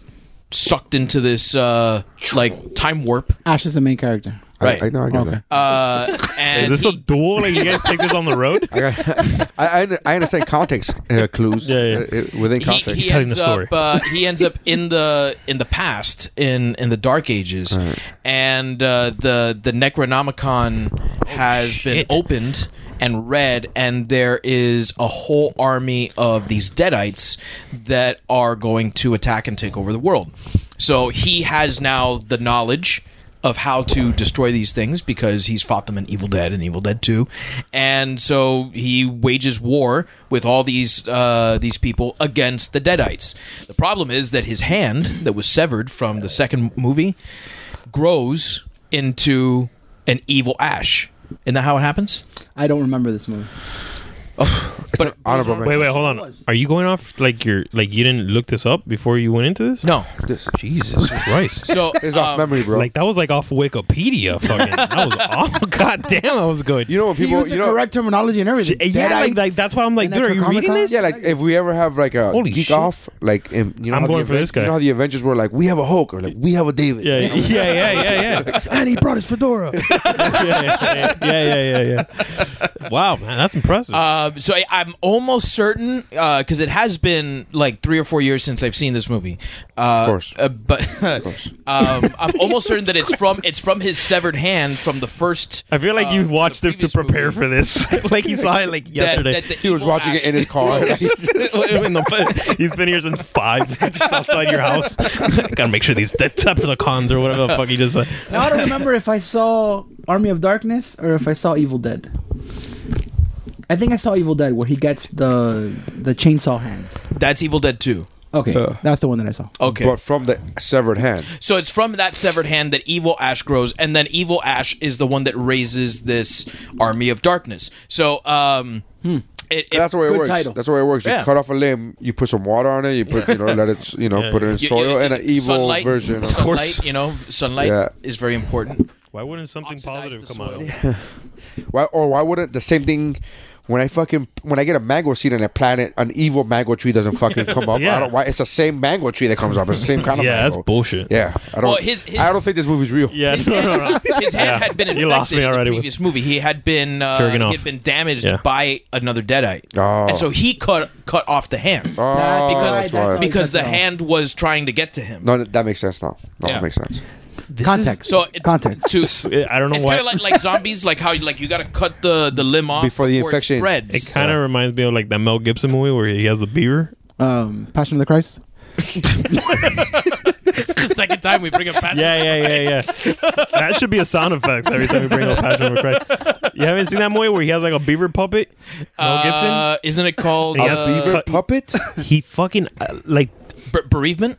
S2: sucked into this uh, like time warp,
S5: Ash is the main character.
S2: right?
S3: I, I know I got
S5: Okay.
S3: that.
S2: uh,
S4: Is
S2: and
S4: this a duel? Like you guys take this on the road?
S3: <laughs> I, got, I, I- I understand context uh, clues
S4: Yeah, yeah.
S3: uh, it- within
S2: he,
S3: context.
S2: he
S4: telling
S2: ends
S4: the story.
S2: up uh, he ends up in the in the past in in the Dark Ages, and uh, the the Necronomicon has
S4: Oh, shit.
S2: been opened and read, and there is a whole army of these Deadites that are going to attack and take over the world. So he has now the knowledge of how to destroy these things because he's fought them in Evil Dead and Evil Dead 2. And so he wages war with all these uh, these people against the Deadites. The problem is that his hand that was severed from the second movie grows into an evil ash. Isn't that how it happens?
S5: I don't remember this movie.
S3: It's an honorable
S4: Wait,
S3: mention.
S4: wait, hold on. Are you going off like you're like you didn't look this up before you went into this?
S2: No.
S3: This
S4: Jesus <laughs> Christ.
S3: <laughs>
S2: So
S3: is off
S2: um,
S3: memory, bro.
S4: Like that was like off Wikipedia. Fucking
S3: <laughs>
S4: that was <laughs> awful. God damn, that was good.
S3: you know when people, you know,
S5: correct terminology and everything.
S4: yeah, like, like that's why I'm like,
S5: And
S4: dude, are you
S5: Necronomicon?
S4: reading this?
S3: yeah, like if we ever have like a
S4: Holy
S3: geek
S4: shit.
S3: off, like in, you know,
S4: I'm
S3: how the
S4: going for
S3: Aven-
S4: this guy.
S3: You know how the Avengers were like, we have a Hulk or like we have a David. <laughs>
S4: Yeah, yeah, yeah, yeah, yeah. and he brought his fedora. yeah, yeah, yeah, yeah, yeah, yeah. Wow, man, that's impressive.
S2: Uh, so I, I'm almost certain because it has been like three or four years since I've seen this movie. Uh,
S3: Of course.
S2: uh, but <laughs> um, I'm almost certain that it's from it's from his severed hand from the first.
S4: I feel like
S2: uh,
S4: you watched
S2: the
S4: it to
S2: previous
S4: prepare
S2: movie.
S4: for this. <laughs>
S2: <laughs>
S4: like he saw it like
S2: That,
S4: yesterday.
S2: that the
S3: He was
S2: evil
S3: watching it
S2: ash
S3: in
S2: <laughs>
S3: his car.
S2: grows.
S4: In the- <laughs> he's been here since five, <laughs> just outside your house. <laughs> Gotta make sure these Decepticons or whatever the fuck he just said.
S5: Now I <laughs> don't remember if I saw Army of Darkness or if I saw Evil Dead. I think I saw Evil Dead where he gets the the chainsaw hand.
S2: That's Evil Dead Two.
S5: Okay, that's the one that I saw.
S2: <laughs> Okay,
S3: But from the severed hand.
S2: so it's from that severed hand that Evil Ash grows, and then Evil Ash is the one that raises this army of darkness. So um, it, it-
S3: Hmm. That's the way it
S5: Good
S3: works.
S5: title.
S3: That's the way it works.
S2: Yeah.
S3: You cut off a limb, you put some water on it, you put, you know, let it, you know, put it in
S2: You-
S3: soil,
S2: you-
S3: and an evil
S2: sunlight-
S3: version. Of
S4: course.
S2: Sunlight, you know, sunlight
S3: Yeah.
S2: is very important.
S4: Why wouldn't something
S2: Oxidize
S4: positive
S2: the
S4: come out of
S2: soil.
S4: it?
S3: Why or why wouldn't the same thing? When I fucking when I get a mango seed on a planet, an evil mango tree doesn't fucking come up.
S4: Yeah.
S3: I don't why it's the same mango tree that comes up. It's the same kind
S4: <laughs>
S3: of
S4: Yeah, that's
S3: mango.
S4: bullshit.
S3: Yeah, I don't.
S2: Well, his- his-
S3: I don't think this movie's real.
S4: Yeah,
S2: His
S4: no, no, no.
S2: <laughs> hand, his hand
S4: Yeah.
S2: had been infected
S4: You lost me already
S2: in the
S4: with-
S2: previous movie. He had been uh,
S4: Jerking
S2: he
S4: off.
S2: had been damaged
S4: Yeah.
S2: by another deadite,
S3: Oh.
S2: and so he cut cut off the hand
S3: Oh,
S5: That's
S2: because
S5: right, that's
S3: why.
S5: how he
S2: because
S5: got
S2: the
S5: down.
S2: hand was trying to get to him.
S3: No, that makes sense now. No,
S2: Yeah.
S3: that makes sense.
S4: This
S5: Context.
S2: So it,
S5: Context.
S4: <laughs>
S2: To,
S4: is- I don't know
S2: it's
S4: why.
S2: kind of like, like zombies, like how you like you got to cut the, the limb off
S3: Before the
S2: it
S3: infection.
S2: spreads.
S4: it kind of reminds me of like that Mel Gibson movie where he has the beaver.
S5: Um, Passion of the Christ.
S2: it's the second
S4: <laughs>
S2: time we bring up. Patrick.
S4: Yeah, yeah, yeah, yeah. that should be a sound effect every time we bring up Passion of the Christ. You haven't seen that movie where he has like a beaver puppet? Mel Gibson.
S2: Uh, isn't it called
S4: And he
S2: uh,
S4: has to cut-
S3: Puppet? <laughs>
S4: He fucking uh, like
S2: b- bereavement?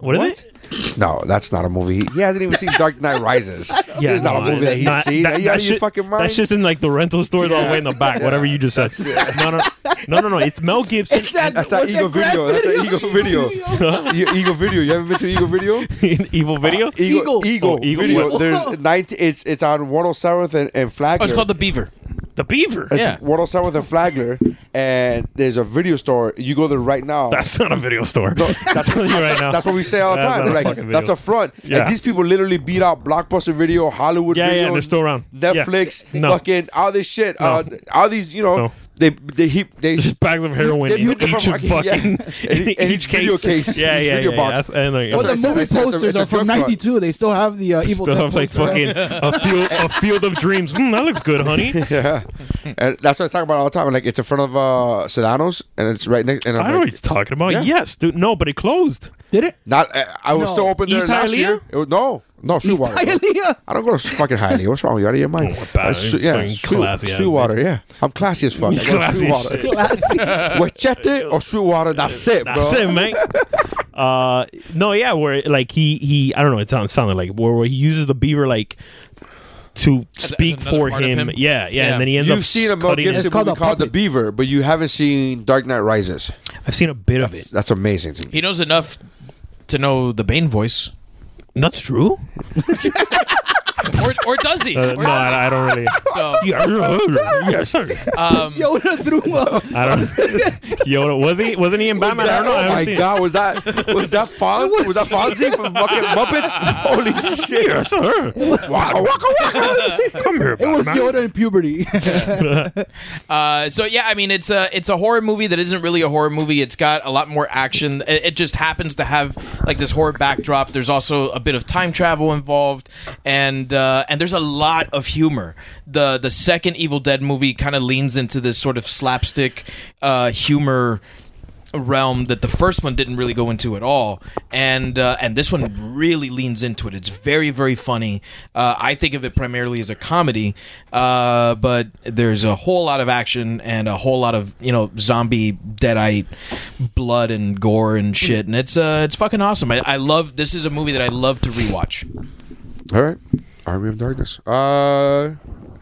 S2: Oh,
S4: what is it?
S3: No, that's not a movie. He hasn't even seen Dark Knight Rises.
S4: Yeah,
S3: it's not
S4: no,
S3: a movie that he's
S4: not-
S3: seen. Are you out of your
S4: shit-
S3: fucking mind?
S4: That's just in like the rental stores all the way in the
S3: <laughs>
S4: back. Whatever you just said. No, no, no, no, no. It's Mel Gibson.
S5: It's that,
S3: That's an
S5: what's
S3: Eagle
S5: that crap
S3: video. That's an Eagle <laughs> video. E- Eagle video. You haven't been to Eagle video?
S4: <laughs> in Evil video.
S3: Eagle.
S5: Eagle.
S3: Eagle.
S4: Oh, Eagle Video.
S3: video. There's 90, it's it's on 107th and, and Flagler.
S2: Oh, it's called the Beaver.
S4: The beaver.
S3: It's
S2: yeah.
S3: 107th and Flagler, and there's a video store. You go there right now.
S4: That's not a video store. <laughs>
S3: that's,
S4: telling you right now.
S3: that's what we say all the
S4: That's not
S3: time. They're
S4: a
S3: like,
S4: fucking video.
S3: that's a front.
S4: Yeah.
S3: And these people literally beat out Blockbuster Video, Hollywood
S4: Yeah, yeah,
S3: Video,
S4: and they're still around. Yeah.
S3: Netflix,
S4: No.
S3: fucking all this shit. Uh, all these, you know,
S4: No.
S3: they they heap they
S4: Just bags of heroin
S3: They
S4: in
S3: put
S4: each
S3: different
S4: fucking,
S3: fucking-
S4: <laughs>
S3: yeah.
S4: in
S3: In- in each video case,
S4: Yeah,
S3: each
S4: yeah,
S3: video
S4: yeah,
S3: box.
S4: yeah. That's- and, like,
S3: Well,
S5: Well, the
S3: It's a-
S5: movie
S3: it's a-
S5: posters
S3: it's a
S5: are from
S3: drug front.
S5: '92. They still have the uh, evil
S4: stuff
S5: Dead
S4: like fucking
S5: poster.
S4: a field, a field of dreams. Mm, that looks good, honey.
S3: <laughs> yeah. And that's what I talk about all the time. Like it's in front of uh Sedano's and it's right next and I'm
S4: I know what
S3: like,
S4: he's talking about.
S3: Yeah.
S4: Yes, dude. No, but it closed.
S5: Did <laughs> it?
S3: not I, I was
S5: No.
S3: still open there
S4: East
S3: last
S4: Hialeah?
S3: year. It was, no. No, Sweetwater. <laughs>
S5: Hialeah.
S3: I don't go to fucking Hialeah. What's wrong? You out of your mind?
S4: Oh, what bad.
S3: Uh,
S4: You're
S3: Swe- yeah,
S4: fucking
S3: Sweet-
S4: classy ass,
S3: Sweetwater. Yeah, I'm classy as fuck. I go to
S4: Classy as
S3: Sweetwater.
S4: shit.
S3: <laughs>
S5: <laughs> Classy.
S3: Wachete or Sweetwater. That's it, bro.
S4: That's it, man. uh, no, yeah, where like he he I don't know. It sounds sounded like where, where he uses the beaver like to speak
S2: another
S4: for
S2: part of
S4: him.
S2: him.
S4: Yeah, yeah,
S2: Yeah.
S4: and then he ends up
S3: You've seen a Mel
S4: cutting it.
S3: Gibson
S5: It's called
S3: movie
S5: a
S3: called The
S5: puppet.
S3: Beaver, but you haven't seen Dark Knight Rises.
S4: I've seen a bit of it.
S3: That's amazing to me.
S2: He knows enough to know the Bane voice.
S4: That's true.
S2: Or, or does he?
S4: Uh,
S2: Or
S4: no, I, I don't really.
S2: So,
S4: <laughs> Yeah, yes, sir.
S2: um,
S5: Yoda threw uh, up.
S4: I don't. <laughs> Yoda was he wasn't he in Batman? I don't know. I
S3: oh
S4: haven't
S3: my
S4: seen it.
S3: god, was that
S4: <laughs>
S3: was that Fonz? was that Fonzie from fucking Muppets? Holy shit!
S4: Yes, sir.
S3: Waka waka waka!
S4: Come here,
S5: It was Yoda in puberty. <laughs>
S2: uh, so yeah, I mean it's a it's a horror movie that isn't really a horror movie. It's got a lot more action. It, it just happens to have like this horror backdrop. There's also a bit of time travel involved, and uh, and there's a lot of humor. the The second Evil Dead movie kind of leans into this sort of slapstick uh, humor realm that the first one didn't really go into at all and uh, and this one really leans into it it's very very funny uh, i think of it primarily as a comedy uh, but there's a whole lot of action and a whole lot of you know zombie deadite blood and gore and shit and it's uh it's fucking awesome i, I love this is a movie that i love to rewatch
S3: <laughs> All right, Army of Darkness. Uh,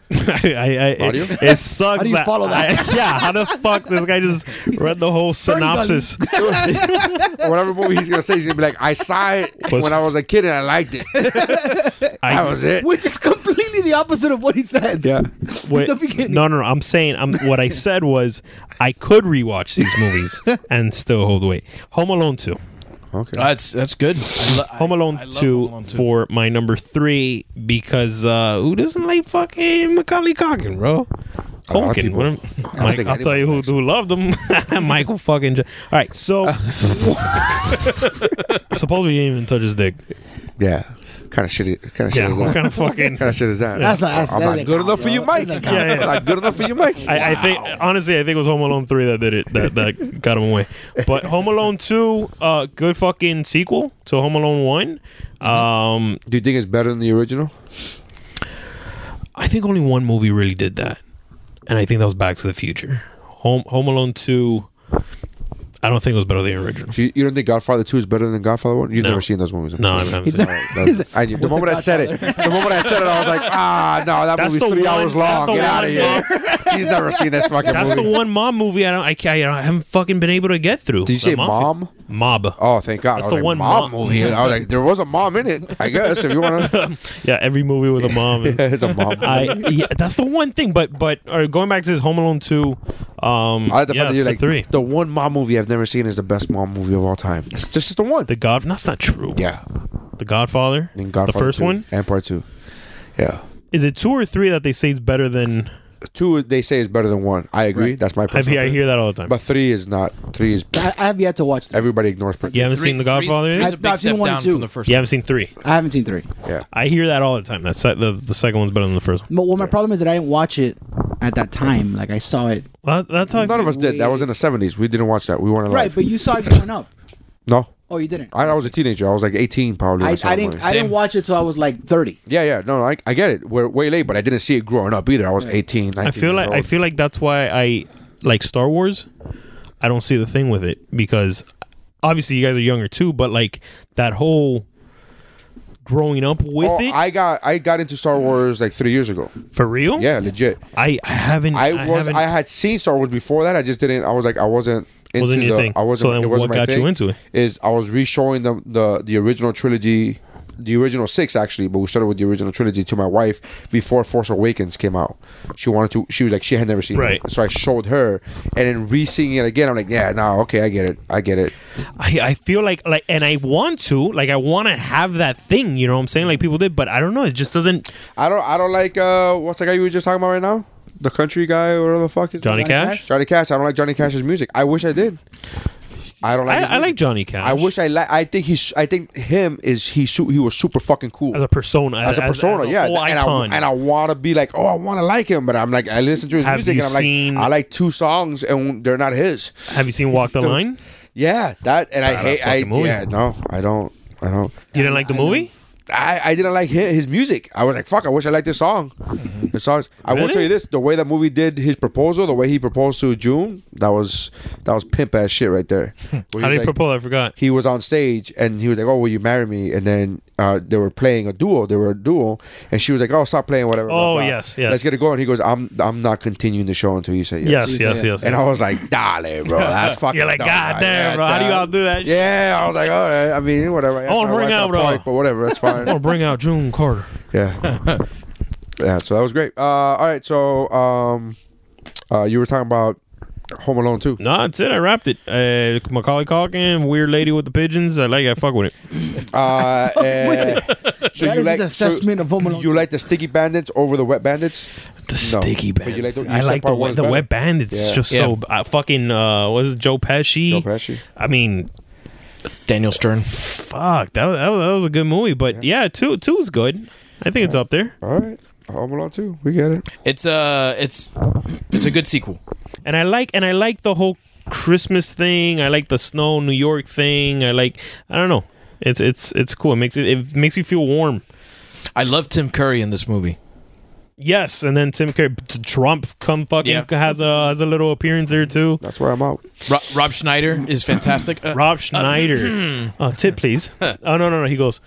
S4: <laughs> I, I, I,
S3: Audio?
S4: it, it sucks.
S5: How do you
S4: that
S5: follow that?
S4: I- <laughs> yeah, how the fuck this guy just read the whole
S5: gun.
S4: synopsis?
S3: whatever movie he's gonna say, he's gonna be like, I saw it
S4: Was-
S3: when I was a kid and I liked
S4: <laughs>
S3: it. that was it.
S5: which is completely the opposite of what he said.
S3: Yeah.
S4: Wait,
S5: the beginning.
S4: No, no, no. I'm saying I'm, what I said was I could rewatch these movies and still hold weight. Home Alone 2.
S3: Okay.
S2: that's that's good I lo- I-
S4: Home Alone,
S2: I love
S4: 2,
S2: Home Alone 2.
S4: for my number three because uh, who doesn't like fucking Macaulay Culkin, bro?
S3: lot of
S4: Culkin.
S3: people.
S4: what am-
S3: don't
S4: Mike,
S3: think
S4: I'll tell you who,
S3: anyone
S4: who loved him. <laughs> Michael fucking. Jo- All right,
S3: <laughs>
S4: so. <laughs> Suppose we didn't even touch his dick.
S3: yeah. Kind of shitty. Kind of shit
S4: Yeah,
S3: is
S4: what
S3: that? <laughs>
S4: kind of fucking.
S3: kind of shit is that?
S5: That's not- that's-
S3: I'm
S5: that
S3: not
S5: ain't
S3: good
S5: count,
S3: enough for
S5: bro.
S3: you, Mike.
S5: That doesn't
S4: count. Yeah,
S3: <laughs>
S4: yeah.
S3: I'm not good enough for you, Mike.
S4: I, I think honestly, I think it was Home Alone three that did it that
S3: <laughs>
S4: that got him away. But Home Alone two, uh, good fucking sequel to Home Alone one.
S3: Mm-hmm.
S4: Um,
S3: Do you think it's better than the original?
S4: I think only one movie really did that, and I think that was Back to the Future. Home Home Alone two, I don't think it was better than the original.
S3: Do you, you don't think Godfather Two is better than Godfather One? You've
S4: No.
S3: never seen those movies. I'm
S4: No, I
S3: sorry.
S4: haven't. seen it.
S3: That- I, the moment I said it, the moment I said it, I was like, ah, no, that
S4: That's
S3: movie's
S4: the
S3: three
S4: one-
S3: hours
S4: that's
S3: long.
S4: the
S3: Get out of
S4: one,
S3: here. He's never seen this fucking
S4: That's the
S3: movie.
S4: one mob movie I don't I, ca- I, don't- I haven't fucking been able to get through.
S3: Did you
S4: The
S3: say
S4: mafia-
S3: mom?
S4: Mob.
S3: Oh, thank God.
S4: That's
S3: I was
S4: the
S3: like,
S4: one
S3: mom
S4: mom-
S3: movie. I was like, there was a mom in it. I guess if you
S4: <laughs>
S3: want to,
S4: Yeah, every movie with a mom. and-
S3: it's a mom.
S4: <laughs> I yeah, that's the one thing. But but uh, going back to this Home Alone two, um,
S3: I like the
S4: yeah,
S3: fact that
S4: it's
S3: you're
S4: the
S3: like
S4: three.
S3: the one mom movie I've never seen is the best mom movie of all time. It's just, it's the one.
S4: The God. That's not true.
S3: yeah,
S4: The Godfather.
S3: and Godfather
S4: the first
S3: 2
S4: one.
S3: and part two. Yeah,
S4: Is it two or three that they say is better than?
S3: two they say is better than one. I agree. That's my
S4: I,
S3: personal.
S4: I hear that all the time.
S3: But three is not. Three is
S5: I, I have yet to watch. That.
S3: everybody ignores part two.
S4: you haven't seen The Godfather.
S2: Three's
S4: yet?
S2: a
S5: I've
S2: big
S5: seen
S2: step
S5: one and
S2: down
S5: two.
S2: from the first
S4: You haven't seen three.
S5: I haven't seen three.
S4: I hear that all the time. That's the the second one's better than the first one.
S5: But well, my problem is that I didn't watch it at that time. Like I saw it.
S4: Well, that's how I
S3: None of
S4: feel.
S3: us did. That was in the seventies. We didn't watch that. We weren't alive.
S5: Right, but you saw it growing up.
S3: no,
S5: Oh, you didn't. I,
S3: I, I was a teenager. I was like 18 probably.
S5: I,
S3: when saw the
S5: didn't.
S3: movie.
S5: I didn't watch it till I was like thirty.
S3: Yeah, yeah, no, I, I get it. We're way late, but I didn't see it growing up either. I was 18, 19
S4: I feel like I feel like that's why I like Star Wars. I don't see the thing with it because obviously you guys are younger too, but like that whole growing up with
S3: Oh,
S4: it
S3: I got I got into Star Wars like three years ago.
S4: for real.
S3: Yeah, legit.
S4: I, I haven't.
S3: <laughs> I was
S4: haven't-
S3: I had seen Star Wars before that. I just didn't. I was like I wasn't into
S4: Wasn't your
S3: the,
S4: thing.
S3: I wasn't.
S4: So then
S3: it wasn't
S4: what
S3: my
S4: got
S3: thing,
S4: you into it?
S3: Is I was re-showing them the the original trilogy, the original six actually, but we started with the original trilogy to my wife before Force Awakens came out. She wanted to. She was like she had never seen
S4: Right.
S3: it, so I showed her, and then re-seeing it again. I'm like, yeah, now okay, I get it, I get it.
S4: I, I feel like like and I want to like I want to have that thing. You know what I'm saying? Like people did, but I don't know. It just doesn't.
S3: I don't. I don't like. Uh, what's the guy you were just talking about right now? The country guy, or whatever the fuck is
S4: Johnny Cash?
S3: Johnny Cash. I don't like Johnny Cash's music. I wish I did. I don't like. his
S4: I, I
S3: music.
S4: like Johnny Cash.
S3: I wish I like. I think he's. I think him is he. Su- he was super fucking cool
S4: as a persona,
S3: As a persona, yeah.
S4: whole
S3: and
S4: icon.
S3: I and I want to be like, oh, I want to like him, but I'm like, I listen to his
S4: Have
S3: music,
S4: you
S3: and I'm like,
S4: seen-
S3: I like two songs, and they're not his.
S4: Have you seen Walk the
S3: Still-
S4: Line?
S3: Yeah, that and I
S4: Badass
S3: hate. I
S4: fucking movie.
S3: yeah, no, I don't. I don't.
S4: You didn't like the movie?
S3: I, I didn't like his, his music. I was like, fuck, I wish I liked this song. The songs. I will
S4: Mm-hmm. Really?
S3: tell you this: the way that movie did his proposal, the way he proposed to June, that was that was pimp ass shit right
S4: <laughs>
S3: there. Where he
S4: How
S3: was
S4: did he
S3: like-
S4: propose? I forgot.
S3: He was on stage and he was like, "Oh, will you marry me?" And then uh, they were playing a duo. They were a duo, and she was like, "Oh, stop playing, whatever." blah,
S4: Oh,
S3: blah.
S4: yes, yes.
S3: Let's get it going. He goes, "I'm I'm not continuing the show until you say yes."
S4: Yes, yes, yes.
S3: And I was like,
S4: <laughs>
S3: "Dale, bro, that's fucking."
S4: You're like,
S3: dumb,
S4: God damn, bro. How do you
S3: that-
S4: all do that?
S3: Yeah, I was like, all right. I mean, whatever. I
S4: wanna bring out, bro.
S3: but
S4: <laughs>
S3: whatever, that's fine.
S4: I want to bring out June Carter.
S3: Yeah. <laughs> yeah, so that was great. Uh, all right, so um, uh, you were talking about Home Alone too.
S4: No, that's it. I wrapped it. Uh, Macaulay Culkin, weird lady with the pigeons. I like. I fuck with it.
S3: <laughs> Uh, eh, so
S5: That
S3: you
S5: is
S3: like
S5: his assessment of Home
S3: so
S5: Alone
S3: you
S5: two.
S3: like the sticky bandits over the wet bandits?
S4: The sticky
S3: But you
S4: bandits.
S3: like the- you
S4: I
S3: said
S4: like the,
S3: part
S4: wet-
S3: one's
S4: the
S3: better.
S4: wet bandits.
S3: Yeah.
S4: Just so uh, fucking. Uh, what is it, Joe Pesci?
S3: Joe Pesci.
S4: I mean,
S6: Daniel Stern.
S4: fuck. That was, that was, that was a good movie. But yeah, two two is good. I think it's up there.
S3: All right, Home Alone too. We get it.
S6: It's uh it's it's a good sequel.
S4: and I like and I like the whole Christmas thing. I like the snow New York thing. I like I don't know. It's it's it's cool. It makes it it makes me feel warm.
S6: I love Tim Curry in this movie.
S4: Yes, and then Tim Curry, t- Trump, come fucking
S6: Yeah.
S4: has a has a little appearance there too.
S3: That's why I'm out.
S6: Ro- Rob Schneider is fantastic. <laughs> Uh, hmm.
S4: Rob Schneider, uh,
S6: <laughs>
S4: tit please. Oh no no no. He goes,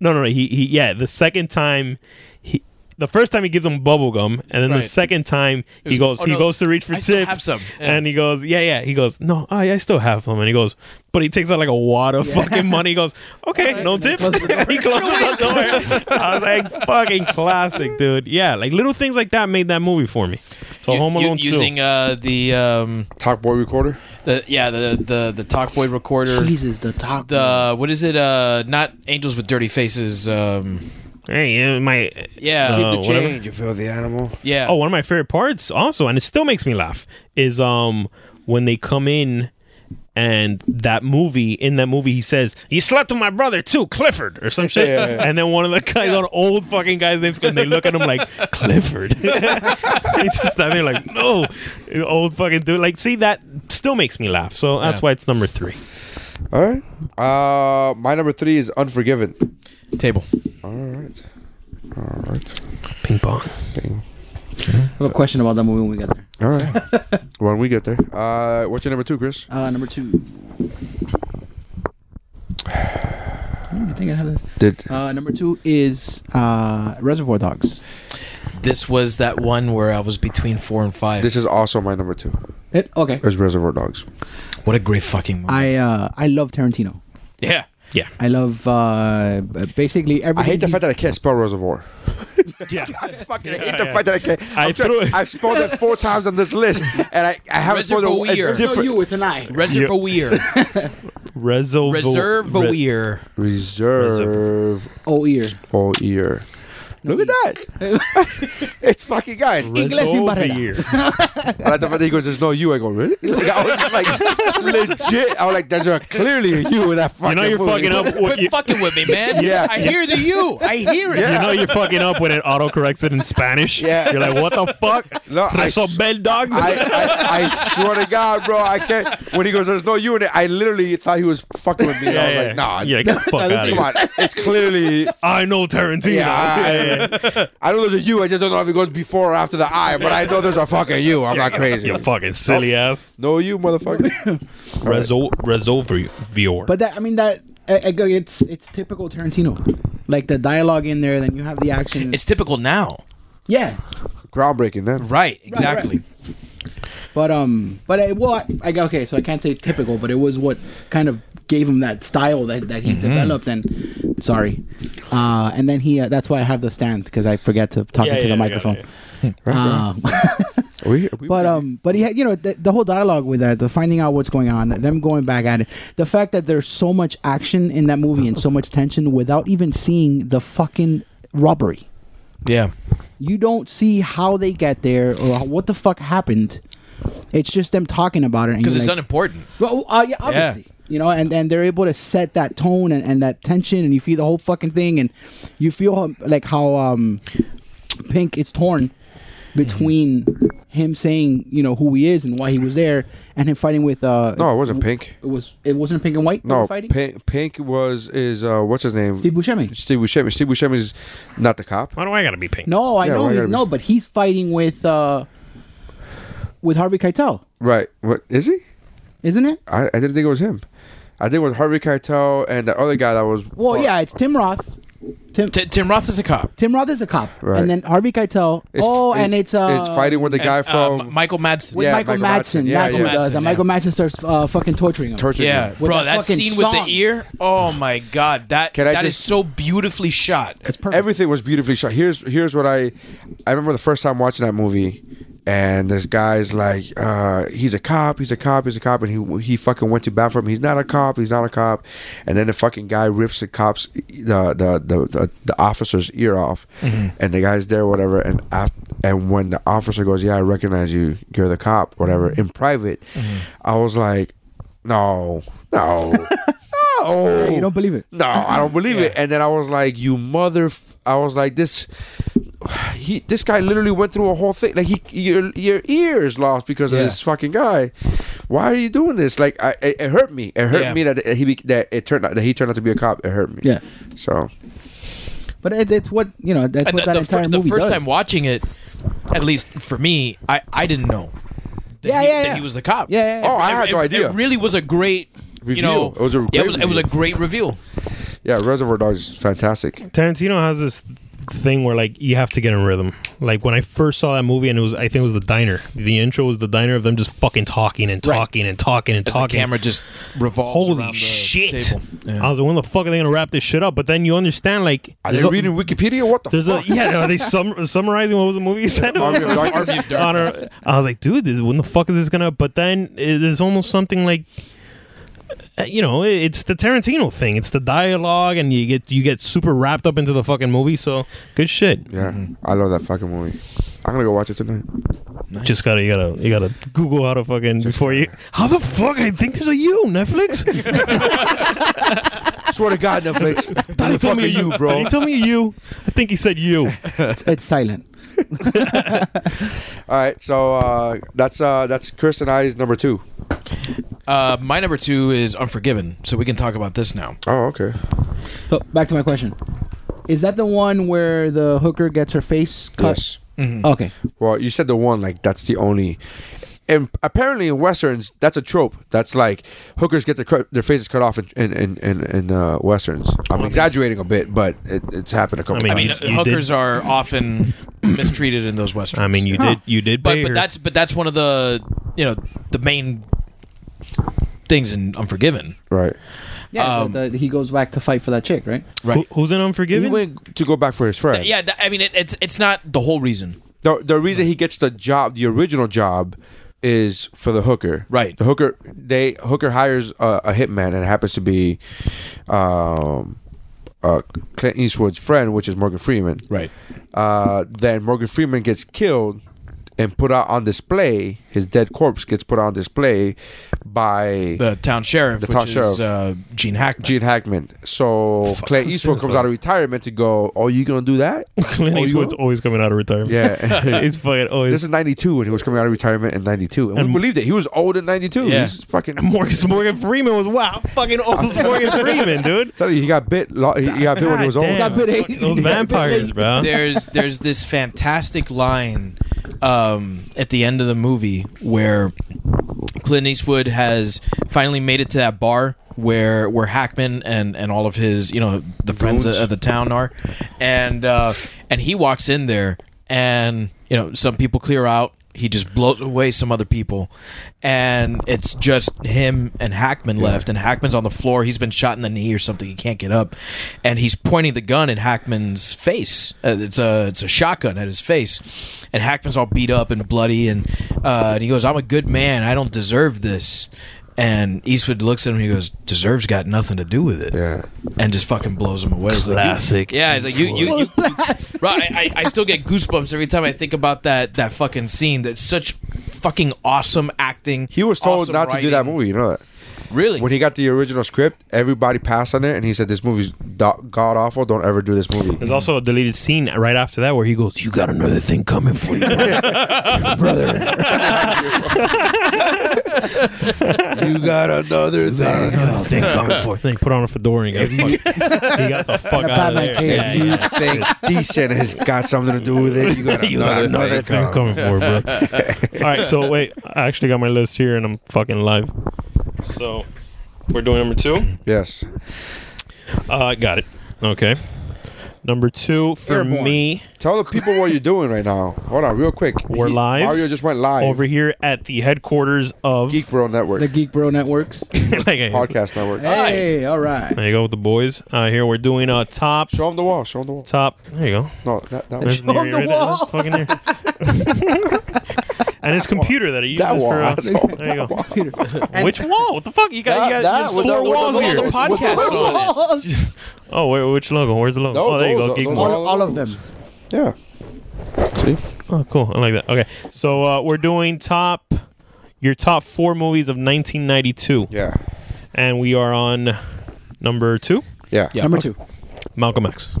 S4: no no no. He he yeah. The second time he. The first time he gives him bubble gum, and then
S6: Right.
S4: the second time he
S6: was-
S4: goes,
S6: "Oh,
S4: he
S6: no,
S4: goes to reach for
S6: I
S4: tips,
S6: still have some. Yeah.
S4: and he goes, yeah, yeah. He goes, no, I, I still have them, and he goes, but he takes out like a wad of fucking money. He <laughs> goes, okay, no tip. <laughs> he closes the door. <laughs> I was like, fucking classic, dude. Yeah, like little things like that made that movie for me. So
S6: u-
S4: Home
S6: u-
S4: Alone
S6: using
S4: two.
S6: uh the um
S3: Talk boy recorder.
S6: the yeah the the the talk boy recorder
S5: Jesus, the talk.
S6: the what is it uh not angels with dirty faces um
S4: Hey, uh, my
S6: yeah
S4: Uh,
S3: the
S4: whatever.
S3: change, you feel the animal.
S6: yeah
S4: Oh, one of my favorite parts also, and it still makes me laugh, is um when they come in and that movie in that movie he says you slept with my brother too clifford or some shit and then one of the guys on old fucking guys names and they look at him like clifford <laughs> he's just standing there like no old fucking dude like see that still makes me laugh so that's
S6: Yeah.
S4: why it's number three
S3: All right. Uh, my number three is Unforgiven.
S6: table
S3: All right. All right.
S4: ping pong
S5: I have a question about that movie when we get there.
S3: All right. <laughs> when we get there. Uh, what's your number two, Chris?
S5: Uh, number two. I think I have this.
S3: Did
S5: Uh, number two is uh, Reservoir Dogs.
S6: this was that one where I was between four and five
S3: this is also my number two?
S5: It okay.
S3: Is Reservoir Dogs.
S6: what a great fucking movie
S5: I uh, I love Tarantino.
S6: yeah
S4: yeah
S5: I love uh, b- basically
S3: I
S5: everything.
S3: hate the
S5: he's-
S3: fact that I can't spell reservoir.
S4: yeah
S3: fucking hate
S4: Yeah,
S3: the
S4: yeah.
S3: fact that I can't.
S4: I
S3: I'm trying-
S4: threw it.
S3: I've spelled it four times on this list, and I, I haven't spelled it.
S6: Reservoir.
S3: It's different.
S5: you, it's an I.
S6: Reservoir
S4: Reservo-
S6: Reservoir
S3: Reserve
S5: Oh ear.
S3: or ear. Look at that.
S4: <laughs>
S3: it's fucking guys.
S5: Inglés sin
S4: Over
S5: barrera.
S4: here.
S3: I like the fact that he goes, "There's no you." I go, "Really?" <laughs> Like, I was like, legit. I was like, "There's a, clearly a you in that
S4: You
S3: fucking."
S4: know you're
S3: movie.
S4: fucking up. With,
S6: Quit
S4: you,
S6: fucking with me, man.
S3: Yeah.
S6: I hear the you. I hear it.
S4: you know you're fucking up when it autocorrects it in Spanish.
S3: Yeah.
S4: You're like, what the fuck?
S3: <laughs> No, <laughs> I
S4: I saw
S3: s-
S4: bed <laughs> dogs.
S3: I, I, I swear to God, bro, I can't. When he goes, "There's no you in it," I literally thought he was fucking with me. and I was like, "Nah,
S4: yeah, get
S3: <laughs>
S4: the fuck out of
S3: come
S4: here.
S3: on, it's clearly."
S4: I know Tarantino.
S3: Yeah, I-
S4: <laughs> Yeah, yeah, yeah.
S3: I know there's a you. I just don't know if it goes before or after the I, but I know there's a fucking you. I'm not crazy.
S4: You fucking silly ass.
S3: No, you
S5: <laughs>
S3: motherfucker.
S4: Rezo, Resolvior.
S5: But that I mean that I- I go- it's it's typical Tarantino, like the dialogue in there. Then you have the action.
S6: It's typical now.
S5: yeah,
S3: Groundbreaking, then.
S6: Right, exactly.
S5: but um, but I well, I, I go, okay, so I can't say typical, but it was what kind of gave him that style that, that he
S4: Mm-hmm.
S5: developed. And sorry, uh, and then he uh, that's why I have the stand because I forget to talk
S4: Yeah,
S5: into
S4: yeah,
S5: the
S4: yeah,
S5: microphone.
S4: <laughs> yeah.
S5: Um, <laughs>
S3: Are we, are we
S5: But um, but he had you know the, the whole dialogue with that, the finding out what's going on, them going back at it, the fact that there's so much action in that movie and so much tension without even seeing the fucking robbery.
S6: Yeah.
S5: You don't see how they get there or what the fuck happened. It's just them talking about it and
S6: Because
S5: you're
S6: it's
S5: like,
S6: unimportant.
S5: well, uh, yeah, obviously. You know, and, and they're able to set that tone and, and that tension, and you feel the whole fucking thing, and you feel how, like how um, Pink is torn between him saying you know who he is and why he was there, and him fighting with uh
S3: No, it wasn't Pink.
S5: It was it wasn't Pink and White. that
S3: No,
S5: were fighting
S3: Pink, Pink was is uh, what's his name?
S5: Steve Buscemi.
S3: Steve Buscemi. Steve Buscemi is not the cop.
S4: Why do I gotta be pink?
S5: No, I
S3: Yeah,
S5: know
S3: why
S5: he's,
S3: gotta be-
S5: no, but he's fighting with uh with Harvey Keitel,
S3: Right. What is he?
S5: isn't it?
S3: I, I didn't think it was him. I think it was Harvey Keitel and the other guy that was.
S5: Well, yeah, it's Tim Roth. Tim
S6: T- Tim Roth is a cop.
S5: Tim Roth is a cop,
S3: Right.
S5: and then Harvey Keitel.
S3: It's-
S5: oh, and
S3: it-
S5: it's uh,
S3: it's fighting with the guy
S6: And, uh,
S3: from
S6: M- Michael Madsen.
S5: with
S3: Yeah,
S5: Michael,
S3: Michael Madsen.
S5: Madsen.
S3: Yeah,
S5: That's
S3: yeah.
S5: what it does.
S6: Madsen,
S5: And Michael
S6: yeah.
S5: Madsen starts uh, fucking torturing him.
S3: Torture.
S6: Yeah,
S3: Man.
S6: bro,
S5: that
S6: that,
S5: fucking
S6: scene with the
S5: song.
S6: ear. Oh my god, that
S3: Can
S6: that
S3: I
S6: is
S3: just-
S6: so beautifully shot.
S5: it's perfect.
S3: Everything was beautifully shot. Here's here's what I I remember the first time watching that movie, and this guy's like, uh, he's a cop, he's a cop, he's a cop, and he he fucking went to bat for him. He's not a cop, he's not a cop, and then the fucking guy rips the cop's the the the, the, the officer's ear off,
S5: Mm-hmm.
S3: and the guy's there, whatever, and af- and when the officer goes, yeah, I recognize you, you're the cop, whatever.
S5: Mm-hmm.
S3: In private, I was like, no,
S5: <laughs>
S3: no. No,
S5: you don't believe it.
S3: no, I don't believe it. And then I was like, you mother. F-. I was like, this. He, this guy literally went through a whole thing. Like he, your, your ears lost because of
S6: Yeah.
S3: this fucking guy. Why are you doing this? Like, I, it, it hurt me. It hurt
S6: Yeah.
S3: me that he be- that it turned out that he turned out to be a cop. It hurt me.
S5: Yeah.
S3: So
S5: But it's, it's what you know. That's
S6: And
S5: what
S6: the,
S5: that
S6: the fir-
S5: entire
S6: the
S5: movie
S6: first
S5: does.
S6: time watching it, at least for me, I, I didn't know. That
S5: Yeah,
S6: he,
S5: yeah,
S6: that
S5: yeah.
S6: he was the cop.
S5: Yeah, yeah, yeah.
S3: Oh, I had
S6: it,
S3: no
S6: it-
S3: idea.
S6: It really was a great
S3: Reveal.
S6: You know,
S3: It was a
S6: yeah,
S3: great
S6: it was, it was a
S3: reveal.
S6: great reveal.
S3: yeah, Reservoir Dogs is fantastic.
S4: Tarantino has this thing where like you have to get in rhythm. Like when I first saw that movie, and it was I think it was the diner. The intro was the diner of them just fucking talking and talking and talking and
S6: As the
S4: talking.
S6: camera just revolves.
S4: Holy
S6: around the
S4: shit!
S6: table.
S4: I was like, when the fuck are they gonna wrap this shit up? But then you understand like
S3: Are
S4: there's
S3: they
S4: a-
S3: reading Wikipedia? What the?
S4: There's <laughs>
S3: fuck?
S4: a yeah. Are they sum- summarizing what was the movie? You said it was?
S3: Army
S4: <laughs>
S3: of Darkness.
S6: Army of
S4: On our-
S6: Darkness.
S4: I was like, dude, this, when the fuck is this gonna? But then it is almost something like, uh, you know, it- it's the Tarantino thing. It's the dialogue, and you get you get super wrapped up into the fucking movie. So good shit.
S3: yeah, I love that fucking movie. I'm gonna go watch it tonight.
S4: Just gotta you gotta you gotta Google how to fucking before you. How the fuck I think there's a you
S3: <laughs>
S4: Netflix?
S3: Swear to God, Netflix.
S4: He
S3: Who the
S4: told
S3: fuck are
S4: me
S3: you, bro?
S4: He told me you. I think he said you.
S5: It's, it's silent.
S3: <laughs> All right, so uh, that's uh, that's Chris and I's number two.
S6: Uh, my number two is Unforgiven, so we can talk about this now.
S3: Oh, okay.
S5: So back to my question: Is that the one where the hooker gets her face cut?
S3: Yes. Mm.
S6: Mm-hmm.
S5: Okay.
S3: Well, you said the one like that's the only, and apparently in westerns that's a trope. That's like hookers get their cr- their faces cut off in in in, in, in uh, westerns. I'm exaggerating a bit, but it, it's happened a
S4: I
S3: couple
S4: mean,
S6: I mean,
S4: You-
S3: times.
S4: you
S6: hookers are often mistreated in those westerns.
S4: I mean, you did you did.
S6: but
S4: pay
S6: but
S4: her.
S6: that's but that's one of the you know the main things in Unforgiven.
S3: right.
S5: Yeah.
S6: Um,
S5: the, the- he goes back to fight for that chick, right?
S4: Who- who's an
S3: He
S4: Unforgiven?
S3: went to go back for his friend.
S6: Yeah, th- I mean it, it's it's not the whole reason.
S3: The the reason he gets the job, the original job, is for the hooker.
S6: Right.
S3: The hooker they hooker hires a, a hitman, and it happens to be, um, uh, Clint Eastwood's friend, which is Morgan Freeman.
S2: Right.
S3: Uh, then Morgan Freeman gets killed and put out on display. His dead corpse gets put on display by
S2: The town sheriff,
S3: The
S2: which
S3: town sheriff.
S2: is uh, Gene Hackman.
S3: Gene Hackman. So Clint Eastwood comes out of retirement to go, "Oh, you gonna do that?"
S4: <laughs> <laughs> Clint
S3: Oh, you
S4: Eastwood's
S3: are?
S4: always coming out of retirement. <laughs>
S3: Yeah.
S4: He's fucking
S3: This
S4: always.
S3: is 92 when he was coming out of retirement in 92. And,
S4: And-
S3: we believed it. He was old in 92. He
S2: Yeah.
S3: was
S4: <laughs>
S3: fucking.
S4: Morgan, Morgan Freeman was wow, fucking old <laughs> as Morgan Freeman, dude.
S3: Tell you, he got bit. Lo- he, he got bit when he was
S4: God
S3: old.
S4: damn.
S5: Got bit eight. <laughs> He got
S4: <laughs> Those
S5: bit
S4: vampires,
S5: eight.
S4: bro.
S2: there's there's this fantastic line um, at the end of the movie where Clint Eastwood has finally made it to that bar where where Hackman and and all of his you know the friends of, of the town are, and uh, and he walks in there and you know some people clear out. He just blows away some other people, and it's just him and Hackman left. And Hackman's on the floor. He's been shot in the knee or something. He can't get up, and he's pointing the gun at Hackman's face. Uh, it's a it's a shotgun at his face, and Hackman's all beat up and bloody. And uh, and he goes, "I'm a good man. I don't deserve this." And Eastwood looks at him. He goes, "Deserves got nothing to do with it."
S3: Yeah.
S2: and just fucking blows him away. It's like, you- yeah, it's like you,
S3: <laughs>
S2: you, you, bro, I, I, I still get goosebumps every time I think about that that fucking scene. That's such fucking awesome acting.
S3: He was told
S2: awesome
S3: not to do that
S2: writing.
S3: movie. You know that.
S2: Really?
S3: When he got the original script, everybody passed on it, and he said, "This movie's do- god awful. Don't ever do this movie."
S4: There's also a deleted scene right after that where he goes, "You got another thing coming for you."
S3: <laughs>
S8: You got another thing.
S4: thing coming for. Then he put on a fedora and he got, fuck, he got the fuck out of
S5: Batman
S4: there.
S5: cape.
S4: Yeah, <laughs>
S3: you
S4: yeah.
S3: think decent has got something to do with it? You got
S4: <laughs> You got
S3: another,
S4: another
S3: thing.
S4: thing
S3: coming.
S4: coming for, bro. All right, so wait, I actually got my list here and I'm fucking live. So we're doing number two.
S3: Yes.
S4: Uh, got it. Okay. Number two for
S5: Airborne.
S4: me
S3: Tell the people what you're doing right now. Hold on, real quick.
S4: We're
S3: He-
S4: live.
S3: Mario just went live
S4: over here at the headquarters of <laughs>
S3: Geek Bro Network
S5: The Geek Bro Networks.
S4: Like,
S3: podcast network.
S5: Hey,
S6: <laughs>
S5: all right.
S4: There you go with the boys. Uh, here we're doing a top
S3: Show him the wall. Show him the wall.
S4: top. There you go.
S3: No, that, that,
S4: There's
S3: was,
S4: an area
S5: the
S4: right there. That's
S5: wall.
S4: fucking there.
S3: <laughs>
S4: and his computer that he uses
S3: that wall.
S4: for. Uh,
S3: asshole.
S4: there
S3: <laughs>
S4: you go. Which wall? What the fuck? You got, you got
S3: That- that
S4: there's
S3: was-
S4: four
S3: that was-
S4: walls
S3: that was
S4: here.
S3: the podcast
S2: on it.
S4: Oh, wait, which logo? Where's the logo?
S3: No,
S4: oh, there you
S3: those
S4: go.
S3: are-
S4: Geek
S3: those
S4: Moore.
S3: are-
S5: All, all of them.
S3: Yeah.
S4: Oh, cool. I like that. Okay, so uh, we're doing top your top four movies of 1992,
S3: Yeah.
S4: and we are on number two,
S3: Yeah.
S2: Yeah.
S5: Number two.
S4: Malcolm X.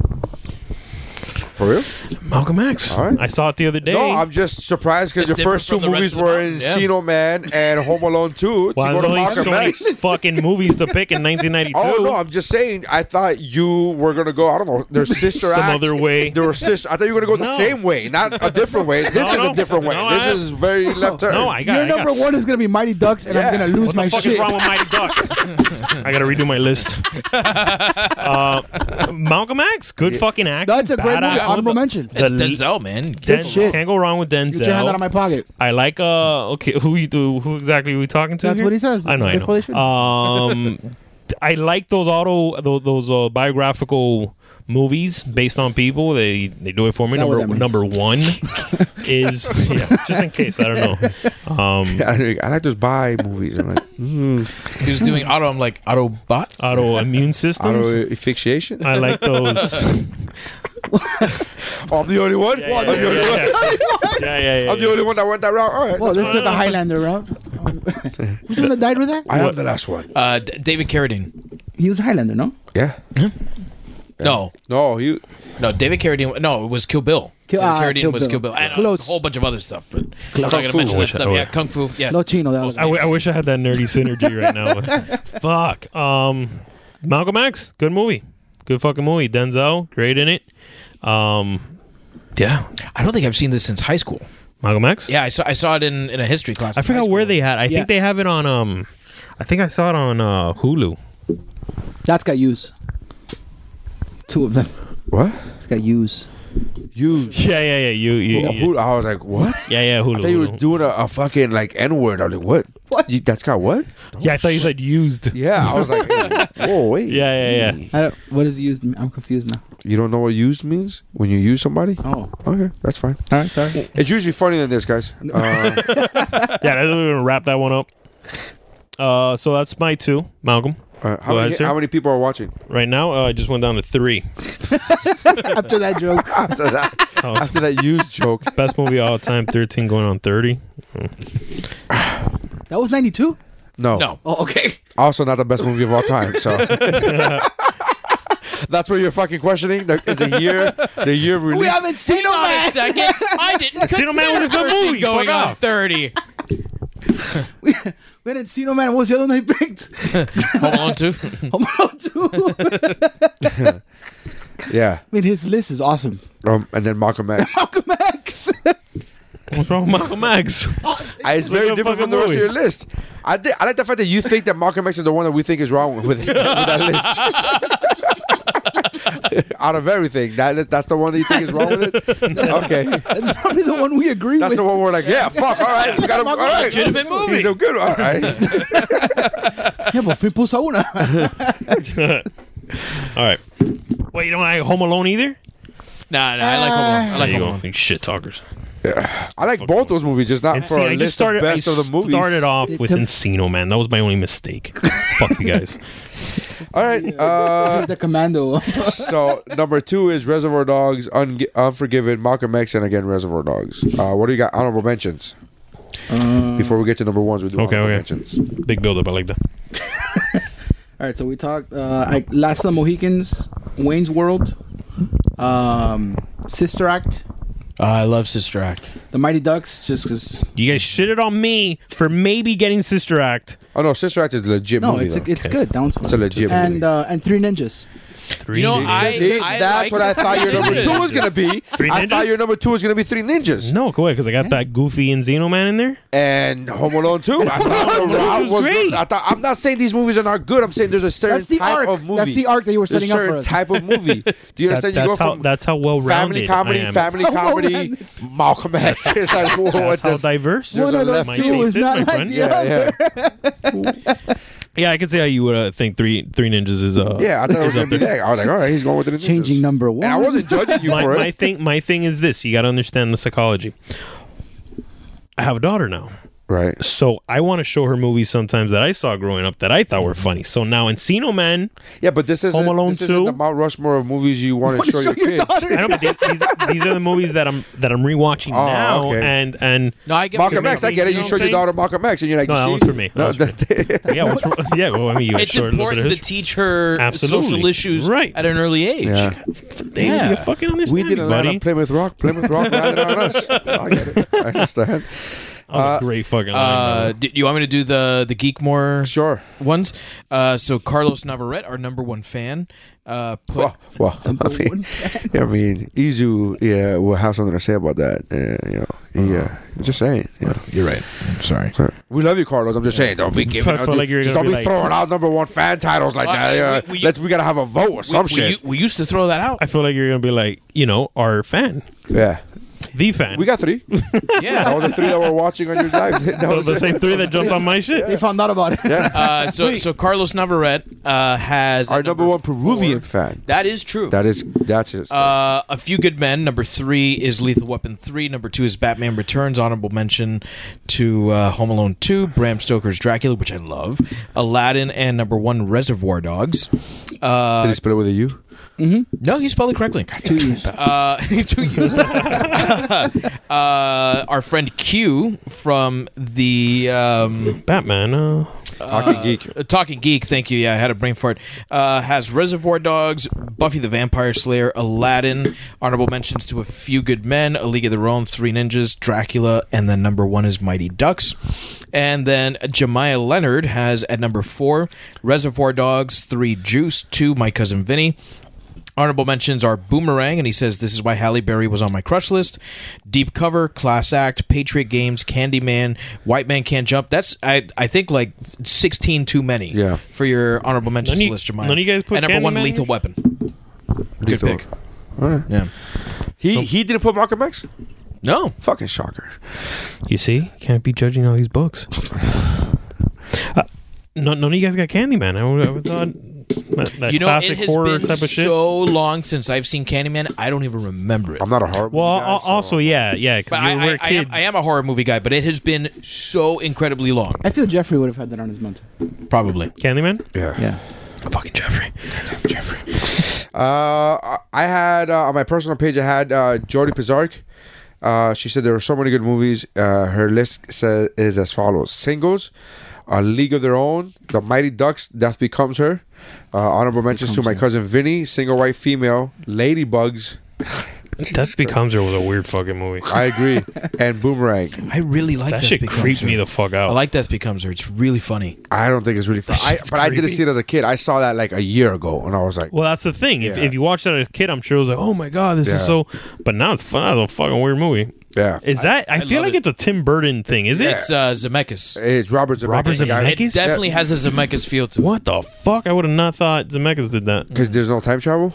S3: For real?
S4: Malcolm X.
S3: All right.
S4: I saw it the other day.
S3: No, I'm just surprised because your
S2: It's different
S3: first two
S2: from the rest
S3: movies
S2: of the
S3: were
S2: movies. Yeah.
S3: Encino Man and Home
S4: <laughs>
S3: Alone 2.
S4: Well,
S3: to
S4: there's
S3: go to
S4: only
S3: Malcolm
S4: so many
S3: X.
S4: <laughs> fucking movies to pick
S5: <laughs>
S4: in 1992.
S3: Oh no, I'm just saying. I thought you were gonna go. I don't know. Their
S4: <laughs>
S3: sister
S4: Some
S3: act.
S4: other way.
S3: They were sister. I thought you were gonna go the
S4: No.
S3: same way, not a different way. This
S4: <laughs>
S3: is
S4: no.
S3: a different way.
S4: No,
S3: this
S4: I-
S3: is very left
S4: <laughs>
S3: turn.
S4: no, I got
S5: Your
S4: I got-
S5: number one is gonna be Mighty Ducks, and I'm
S3: Yeah.
S5: gonna lose
S4: What
S5: my
S4: the fuck
S5: shit.
S4: is wrong with Mighty Ducks?
S5: <laughs>
S4: I gotta redo my list. Uh, Malcolm X, good fucking act.
S5: That's a great movie.
S6: <laughs>
S5: Honorable mention.
S2: It's
S4: The-
S2: Denzel, man.
S4: Den-
S5: shit.
S4: Can't go wrong with
S5: Get your hand out of
S4: Denzel.
S6: <laughs>
S5: my pocket. <laughs>
S4: I like uh okay <laughs> who you do who exactly are we talking to?
S5: That's
S4: here?
S5: what he says.
S4: I know. I
S5: Before they
S4: know.
S5: shoot him. <laughs>
S4: Um, I like those auto those, those uh, biographical movies based on people. They they do it for me.
S5: that
S4: Number
S5: what that means?
S4: number
S5: <laughs>
S4: one is yeah. Just in case I don't know.
S3: <laughs>
S4: Um,
S3: I like those bi movies.
S4: <laughs>
S3: I'm like
S2: He was doing auto. I'm like Autobots.
S4: autoimmune systems.
S3: auto asphyxiation.
S4: I like those.
S3: <laughs> Oh, I'm the only one.
S4: Yeah,
S3: I'm
S4: yeah,
S3: the only
S4: yeah,
S3: one.
S4: yeah. Yeah, yeah, yeah,
S3: I'm the
S4: yeah.
S3: only one that went that route. All right.
S5: Well,
S3: that's
S5: this
S3: fine.
S5: took a Highlander <laughs> route. Who's the one that died with that?
S3: I am the last one.
S2: Uh, D- David Carradine.
S5: He was Highlander, no?
S3: Yeah.
S2: No,
S3: No, you.
S2: no, David Carradine. No, it was Kill Bill.
S5: Kill-
S2: David
S5: ah,
S2: Carradine
S5: Kill
S2: was
S5: Bill.
S2: Kill Bill. And
S5: Close.
S2: a whole bunch of other stuff, but
S5: Close.
S2: I'm not gonna mention
S4: I
S2: that
S4: wish I
S2: stuff.
S4: would.
S2: Yeah, Kung Fu. Yeah,
S5: No Chino, that was
S4: I, w- I wish I had that nerdy synergy right now.
S3: <laughs>
S4: but- Fuck. Um, Malcolm X, good movie, good fucking movie. Denzel, great in it. Um, yeah,
S2: I don't think I've seen this since high school.
S4: Malcolm X.
S2: Yeah, I saw I saw it in, in a history class.
S4: I
S2: in high
S4: forgot where
S2: school.
S4: they had. I
S5: Yeah.
S4: think they have it on. Um, I think I saw it on uh, Hulu.
S5: That's got use. Two of them.
S3: What?
S5: It's got use.
S3: You.
S4: Yeah, yeah, yeah. You, you,
S3: Who-
S4: you-
S3: who- I was like, what?
S4: yeah, yeah. Hulu.
S3: Oh, I thought you were
S4: Hulu.
S3: doing a, a fucking like N word. I'm like, what? What? You, that's got what?
S4: yeah, I thought you said used. Yeah,
S3: Yeah, I was like, whoa, wait.
S4: yeah, yeah.
S5: I don't, what is used? I'm confused now.
S3: You don't know what used means when you use somebody?
S5: Oh,
S3: Okay, that's fine.
S5: all right, sorry.
S3: It's usually funnier than this, guys. Uh,
S4: Yeah, that's, we're gonna wrap that one up. Uh, so that's my two, Malcolm.
S3: Uh, how,
S4: Go
S3: many,
S4: ahead, sir.
S3: how many people are watching?
S4: Right now, uh, I just went down to three.
S5: After that <laughs> joke,
S3: After that,
S4: Oh,
S3: <laughs> after that used joke,
S4: best movie of all time, 13 going on 30.
S5: that was ninety two.
S3: no,
S2: No.
S5: Oh, okay.
S3: also not the best movie of all time. So that's what you're fucking questioning. The, is the year, the year of release.
S5: We haven't seen him, man. <laughs>
S2: second. I didn't.
S4: Casino Man was a good
S2: consider
S4: movie.
S2: Going
S4: Fuck
S2: on
S4: off.
S2: thirty.
S5: We, we haven't seen him, man. What was the other one they <laughs> picked?
S2: Hold on to.
S5: <laughs> Home Alone two. I
S3: yeah,
S5: mean, his list is awesome.
S3: um, and then Malcolm X.
S5: Malcolm X. <laughs>
S4: What's wrong with Malcolm X? <laughs>
S3: I- it's very
S4: Look at
S3: different
S4: fucking
S3: from the rest of
S4: movie.
S3: your list. I thi- I like the fact that you think that Malcolm X is the one that we think is wrong with, <laughs> with that list. <laughs> Out of everything, that is, that's the one that you think is wrong with
S4: <laughs>
S3: it. Okay,
S5: That's probably the one we agree
S3: that's
S5: with.
S3: the one we're like, yeah, fuck, all right, we got him, all right,
S2: Legitimate movie.
S3: He's a good, all right.
S4: <laughs>
S5: Yeah, but Fin Pulsa Una.
S4: All right. Wait, you don't like Home Alone either?
S2: Nah, nah. I like Home Alone. I
S4: There
S2: like
S4: you
S2: Home
S4: go.
S2: Alone.
S4: You shit talkers.
S3: I like both those movies, just not
S4: See,
S3: for a
S4: I
S3: list
S4: just started.
S3: of best
S4: I
S3: of the movies.
S4: started off with
S5: took-
S4: Encino Man. That was my only <laughs> mistake. Fuck you guys.
S3: All right, uh,
S5: <laughs> the <laughs> commando.
S3: so number two is Reservoir Dogs, Un- Unforgiven, Malcolm X, and again Reservoir Dogs. Uh, what do you got? Honorable mentions. Before we get to number ones, we do
S4: Okay,
S3: honorable
S4: okay.
S3: mentions.
S4: Big build up. I like that.
S5: All right, so we talked uh, I, Last of the Mohicans, Wayne's World, um, Sister Act,
S9: I love Sister Act.
S5: The Mighty Ducks, just because.
S4: You guys shitted on me for maybe getting Sister Act.
S3: Oh no, Sister Act is a legit
S5: No,
S3: movie.
S5: it's
S3: though.
S5: it's good. That one's fun.
S3: It's a legit
S5: and
S3: movie.
S5: uh, and Three Ninjas.
S4: Three
S2: You know, I,
S3: See,
S2: I
S3: that's
S2: like
S3: what I thought your number two was gonna be.
S4: Three
S3: I thought
S4: Ninjas?
S3: your number two was gonna be Three Ninjas
S4: no, go ahead, because I got that goofy Encino Man in there.
S3: and Home Alone Two. I
S4: Alone
S3: thought
S4: 2
S3: Rob
S4: was
S3: was
S4: great.
S3: I thought I'm not saying these movies are not good. I'm saying there's a certain
S5: That's the
S3: type
S5: arc.
S3: of movie.
S5: That's the arc that you were
S3: There's
S5: setting up for
S3: certain
S5: us.
S3: type of movie. Do
S4: <laughs>
S3: you
S4: That-
S3: understand? you go
S4: that's, how,
S3: from
S4: that's how well
S3: family
S4: rounded I
S3: comedy,
S4: am. <laughs>
S3: family
S5: It's how
S3: comedy,
S5: well-rounded.
S3: Malcolm X. <laughs> It's like what
S4: um, That's how
S3: does-
S4: diverse.
S3: There's
S5: One
S3: a
S5: of those
S3: left
S5: two
S4: field.
S5: is not
S4: My
S5: like
S4: friend.
S3: <laughs>
S5: the
S3: yeah,
S5: other.
S3: yeah,
S4: Yeah, I can see how you would uh, think three three ninjas is uh
S3: yeah. I thought it was
S4: is
S3: gonna
S4: up
S3: be
S4: there.
S3: that. I was like, all right, he's going with the ninjas.
S5: Changing number one.
S3: And I
S5: <laughs>
S3: wasn't judging you
S4: my,
S3: for
S4: my
S3: it.
S4: thing my thing is this you got to understand the psychology i have a daughter now
S3: Right.
S4: so i want to show her movies sometimes that i saw growing up that i thought were funny so now encino man
S3: Yeah, but this is
S4: Home Alone
S3: this isn't
S4: 2?
S3: the Mount Rushmore of movies you want to show, your, kids.
S4: i don't know but they- these, these are the movies that i'm that i'm rewatching
S3: Oh,
S4: now
S3: okay.
S4: and and
S2: No, I get what
S3: Malcolm
S2: you mean.
S3: X, I get it.
S4: You
S3: You
S4: know
S3: showed
S4: what I'm
S3: your daughter Malcolm X, and you're like,
S4: No,
S3: you
S4: that
S3: see?
S4: was for me. That was for me.
S3: <laughs> that-
S4: yeah what's, wrong- <laughs> yeah well, i mean you
S2: It's
S4: sure
S2: important to teach her
S4: Absolutely.
S2: social issues
S4: Right.
S2: at an early age.
S3: Yeah.
S4: yeah. you fucking understand
S3: we didn't
S4: me,
S3: land on
S4: buddy.
S3: Plymouth Rock. Plymouth <laughs> Rock landed on us. I get it. I understand.
S4: I'm a great fucking
S2: Uh,
S4: line,
S2: do you want me to do the the Geekmore
S3: Sure.
S2: ones? Uh, so Carlos Navarrete, our number one fan, uh, put
S3: Well, well <laughs> I mean, I mean, Izu, yeah, will have something to say about that. Uh, you know, yeah, just saying. Yeah.
S9: You're right. I'm sorry.
S3: We love you, Carlos. I'm just saying, don't be giving
S4: I
S3: out,
S4: felt like you were
S3: just
S4: gonna
S3: don't
S4: be like-
S3: be, throwing out number one fan titles like
S2: Well,
S3: that.
S2: I-
S3: Yeah,
S2: we- we-
S3: let's we gotta have a vote or some
S2: we,
S3: shit.
S2: We, we used to throw
S3: <laughs>
S2: that out.
S4: i feel like you're gonna be like you know our fan
S3: yeah,
S4: the fan
S3: we got three.
S2: yeah.
S3: <laughs> All the three that were watching on your live. <laughs> That
S4: the,
S3: was
S4: the
S3: it.
S4: same three that jumped on my shit
S5: They found out about it.
S2: Uh, so so Carlos Navarrete uh, has
S3: Our
S2: at
S3: number one Peruvian
S2: four-
S3: fan.
S2: That is true.
S3: That is that's it.
S2: Uh, a Few Good Men. Number three is Lethal Weapon three. Number two is Batman Returns. Honorable mention to uh, Home Alone two, Bram Stoker's Dracula, which I love, Aladdin, and number one Reservoir Dogs. Uh,
S3: Did he spell it with a U?
S2: no, you spelled it correctly. Uh, <laughs> two years. uh, our friend Q from the um,
S4: batman uh
S3: Talking geek.
S2: uh, Talking Geek, thank you. Yeah, I had a brain fart. Uh, has Reservoir Dogs, Buffy the Vampire Slayer, Aladdin, honorable mentions to A Few Good Men, A League of Their Own, Three Ninjas, Dracula, and then number one is Mighty Ducks. And then Jemiah Leonard has at number four Reservoir Dogs, Three Juice, Two My Cousin Vinny. Honorable mentions are Boomerang, and he says this is why Halle Berry was on my crush list. Deep Cover, Class Act, Patriot Games, Candyman, White Man Can't Jump. That's I I think like sixteen too many.
S3: Yeah.
S2: For your honorable mentions
S4: None you-
S2: list, Jemiah.
S4: none you guys put
S2: and number one,
S4: Candyman in?
S2: Lethal Weapon. Good
S3: Lethal.
S2: pick. Yeah.
S3: He he didn't put Malcolm X.
S2: No.
S3: Fucking shocker.
S4: You see, can't be judging all these books. Uh, no, none of you guys got Candyman. I would, I would thought That, that
S2: you know,
S4: classic
S2: it has
S4: horror
S2: been
S4: type of shit.
S2: so long since I've seen Candyman, I don't even remember it.
S3: I'm not a horror.
S4: well,
S3: movie guy,
S4: al-
S3: so-
S4: also, yeah, yeah,
S2: but
S4: because
S2: I,
S4: we were
S2: I, I, am,
S4: kids.
S2: I am a horror movie guy, but it has been so incredibly long.
S5: I feel Jeffrey would have had that on his mind.
S2: Probably.
S4: Candyman?
S3: yeah.
S5: Yeah.
S2: Fucking Jeffrey.
S3: Jeffrey. Uh, I- I had uh, on my personal page. I had uh, Jody Pizark. Uh, she said there were so many good movies. Uh, her list says is as follows: Singles, A League of Their Own, The Mighty Ducks, Death Becomes Her. Uh, honorable mentions to my cousin Vinny, Single White Female, Ladybugs.
S4: Death Becomes Her was a weird fucking movie.
S3: I agree. and Boomerang.
S2: I really like
S4: That
S2: Death
S4: shit
S2: Becomes
S4: creeped
S2: Her.
S4: me the fuck out.
S2: I like Death Becomes Her. It's really funny.
S3: I don't think it's really. Fun. I,
S4: shit's
S3: but I didn't
S4: creepy.
S3: see it as a kid. I saw that like a year ago, and I was like,
S4: Well, that's the thing. If,
S3: Yeah.
S4: if you watch that as a kid, I'm sure it was like, oh my god, this
S3: Yeah.
S4: is so. But now it's fun. That's a fucking weird movie.
S3: Yeah.
S4: Is that? I, feel
S2: love
S4: like it's
S2: it.
S4: a Tim Burton thing. Is it?
S2: It's uh, Zemeckis.
S3: It's Robert Zemeckis.
S4: Robert Zemeckis?
S2: It definitely has a Zemeckis feel to it.
S4: What the fuck? I would have not thought Zemeckis did that.
S3: Because there's no time travel.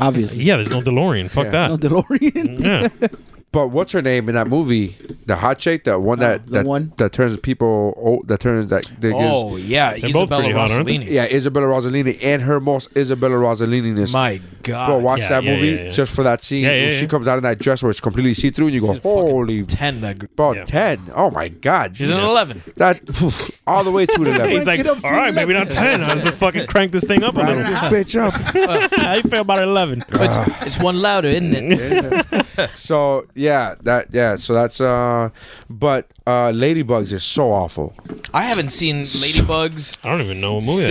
S5: Obviously.
S4: Yeah, there's no DeLorean. Fuck
S5: <laughs> No
S4: that.
S3: Mm.
S5: DeLorean.
S4: <laughs> yeah.
S3: But what's her name in that movie? The hot chick, that one that
S5: the
S3: that,
S5: one?
S3: that turns people oh, that turns that, that
S2: Oh,
S3: gives
S2: yeah.
S4: both
S2: Isabella
S4: pretty hot, aren't they?
S2: Rossellini.
S3: yeah Isabella Rossellini and her most Isabella Rossellini-ness.
S2: My
S3: Go
S2: God.
S3: watch
S4: Yeah,
S3: that
S4: yeah,
S3: movie
S4: yeah, yeah.
S3: just for that scene.
S4: Yeah, yeah,
S3: when
S4: yeah.
S3: She comes out in that dress where it's completely see through, and you go, "Holy
S2: 10 that gr-
S3: bro,
S4: Yeah.
S3: ten! Oh my god!"
S2: She's an 11.
S3: That poof, all the way to
S4: <laughs>
S3: the
S4: He's
S3: eleven.
S4: like, all right, maybe not ten. Let's just fucking crank this thing up a
S3: Rattle
S4: little.
S3: this bitch
S4: <laughs>
S3: up.
S4: I feel about eleven.
S2: It's,
S4: Ah.
S2: it's one louder,
S4: <laughs>
S2: isn't it?
S3: So yeah, that yeah. So that's uh, but uh, Ladybugs is so awful.
S2: I haven't seen Ladybugs
S4: I don't even know what movie that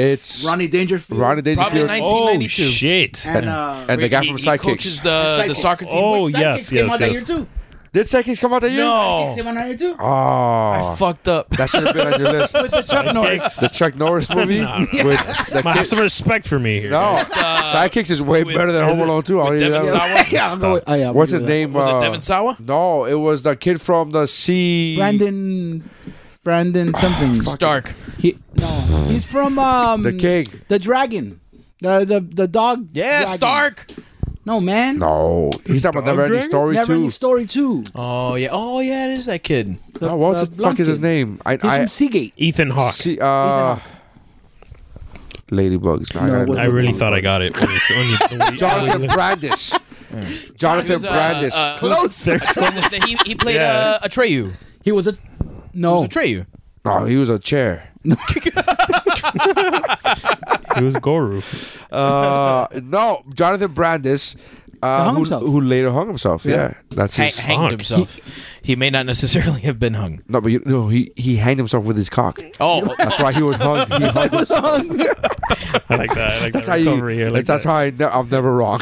S4: is.
S2: since.
S3: It's Ronnie,
S5: Ronnie Dangerfield.
S3: Ronnie
S2: Probably
S3: Dangerfield
S2: 19.
S4: Oh
S2: 1992.
S4: shit!
S5: And, uh,
S3: and the guy
S2: he,
S3: from
S2: he
S3: Sidekicks.
S2: coaches the, the
S5: Sidekicks.
S2: soccer team.
S4: Oh
S5: Sidekicks
S4: yes,
S5: came
S4: yes,
S5: out that year
S4: yes.
S5: too.
S3: Did Sidekicks come out that year?
S2: No.
S5: Sidekicks came out that year too.
S3: Oh,
S2: I fucked up.
S3: that should have been on your
S5: <laughs>
S3: list.
S5: Chuck Norris.
S3: the Chuck Norris movie
S4: No, no.
S3: with the
S4: Man, have some
S3: kid.
S4: respect for me here.
S3: <laughs> No, Sidekicks is way
S2: with-
S3: better than Home Alone 2. I'll
S2: with
S3: give you
S2: Devin
S3: that one.
S2: Sawa?
S5: yeah, I'm going, oh, yeah, I'm
S3: What's
S5: gonna
S3: his
S5: do that.
S3: name?
S2: Was
S3: uh,
S2: it Devin Sawa?
S3: No, it was the kid from the sea.
S5: Brandon. Brandon something.
S2: Stark.
S5: He, no, he's from um
S3: The King.
S5: the dragon, the the the dog.
S2: Yeah,
S5: dragon.
S2: Stark.
S5: No man.
S3: No, he's talking about Never Ending
S4: Dragon?
S3: Story
S5: Never
S3: too.
S5: ending story two.
S2: Oh yeah. Oh yeah. It is that kid.
S3: No, what's his, fuck is his name? I,
S5: He's
S3: I
S5: from Seagate.
S4: Ethan Hawke.
S3: see. Uh, Ladybugs.
S5: No, it
S3: gotta-
S5: wasn't
S4: I really thought I got it. When you- when you- when you-
S3: Jonathan Brandis. Jonathan
S2: Who's, uh,
S3: Brandis.
S2: uh,
S5: Close.
S2: who's- he, he played
S4: <laughs> Yeah.
S2: uh, Atreyu.
S5: He was a
S2: It
S5: no.
S2: was Atreyu.
S3: no, he was a chair.
S4: It was Goru.
S3: Uh, no, Jonathan Brandis,
S5: Who
S3: uh,
S5: hung
S3: who,
S5: himself.
S3: who later hung himself. Yeah, that's
S2: Ha-
S3: his.
S2: hanged
S4: Fuck.
S2: himself. He may not necessarily have been hung.
S3: no, but you no, he he hanged himself with his cock.
S2: Oh, <laughs>
S3: That's why he was hung.
S5: <laughs>
S3: He hung
S5: It was on-
S4: I like that. I like
S3: that's
S4: that
S3: how you.
S4: recovery. I like
S3: that's
S4: that.
S3: how I ne- I'm never
S5: <laughs>
S3: wrong.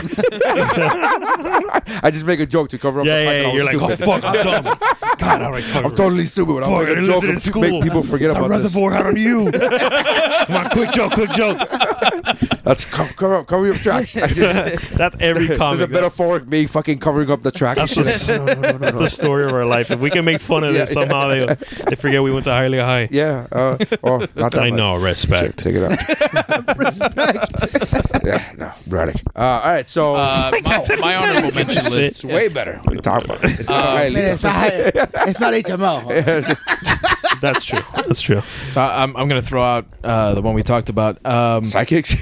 S3: I just make a joke to cover up.
S4: yeah,
S3: the
S4: yeah,
S3: fact that I
S4: yeah. You're
S3: was
S4: like, oh
S3: stupid.
S4: fuck, I'm dumb.
S3: <laughs>
S4: God, all right, fuck.
S3: I'm totally stupid. but
S4: Fuck,
S3: I'm
S4: I
S3: making a
S4: didn't
S3: joke
S4: listen in
S3: to
S4: school.
S3: make people forget
S4: that
S3: about this.
S4: reservoir had on
S3: <laughs>
S4: you. Come on, quick joke, quick joke.
S3: That's co- cover up,
S5: <laughs>
S3: cover up tracks. I just,
S4: <laughs> That's every comic.
S3: <laughs> there's a metaphoric me fucking covering up the tracks.
S4: That's
S3: No, no, no, no,
S4: That's the story of our life. If we can make fun of this somehow, they, they forget we went to Highly High.
S3: <laughs> Yeah, uh, oh, not that
S4: I
S3: much.
S4: know,
S3: Check,
S4: respect.
S3: take it out.
S2: <laughs>
S3: <laughs> yeah, no, Braddock. Uh, all right, so
S2: uh, my, my honorable mention
S3: it's
S2: list.
S3: way better. What are you talking about? It's
S2: Oh,
S3: not highly-
S5: Man, <laughs> it's, not, it's not HMO.
S4: That's true. That's true.
S2: So I- I'm, I'm gonna throw out uh, the one we talked about.
S4: <laughs>
S2: Um,
S3: Psychics?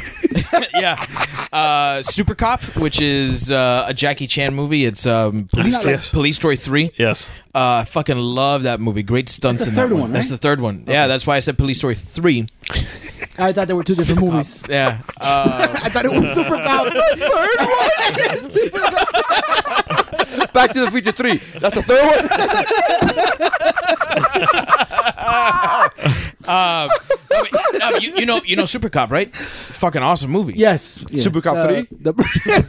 S2: <laughs> yeah, uh, Super Cop, which is uh, a Jackie Chan movie. It's um, Police,
S5: not
S2: Story,
S5: like-
S2: Police Story Three.
S4: Yes.
S2: Uh, I fucking love that movie. Great stunts
S5: That's
S2: in
S5: the
S2: that
S5: third
S2: one.
S5: one,
S2: That's
S5: right?
S2: the third one. Yeah, that's why I said Police Story Three.
S5: I thought there were two different movies.
S2: <laughs> Yeah, uh,
S5: I thought it was Super Cop.
S3: Back to the Future 3. That's the third one?
S4: <laughs>
S2: uh, no, wait, no, you, you know, you know, Super Cop, right? Fucking awesome movie.
S5: <laughs> Yes. Yeah.
S3: Super Cop
S5: The-
S3: three?
S5: The, <laughs>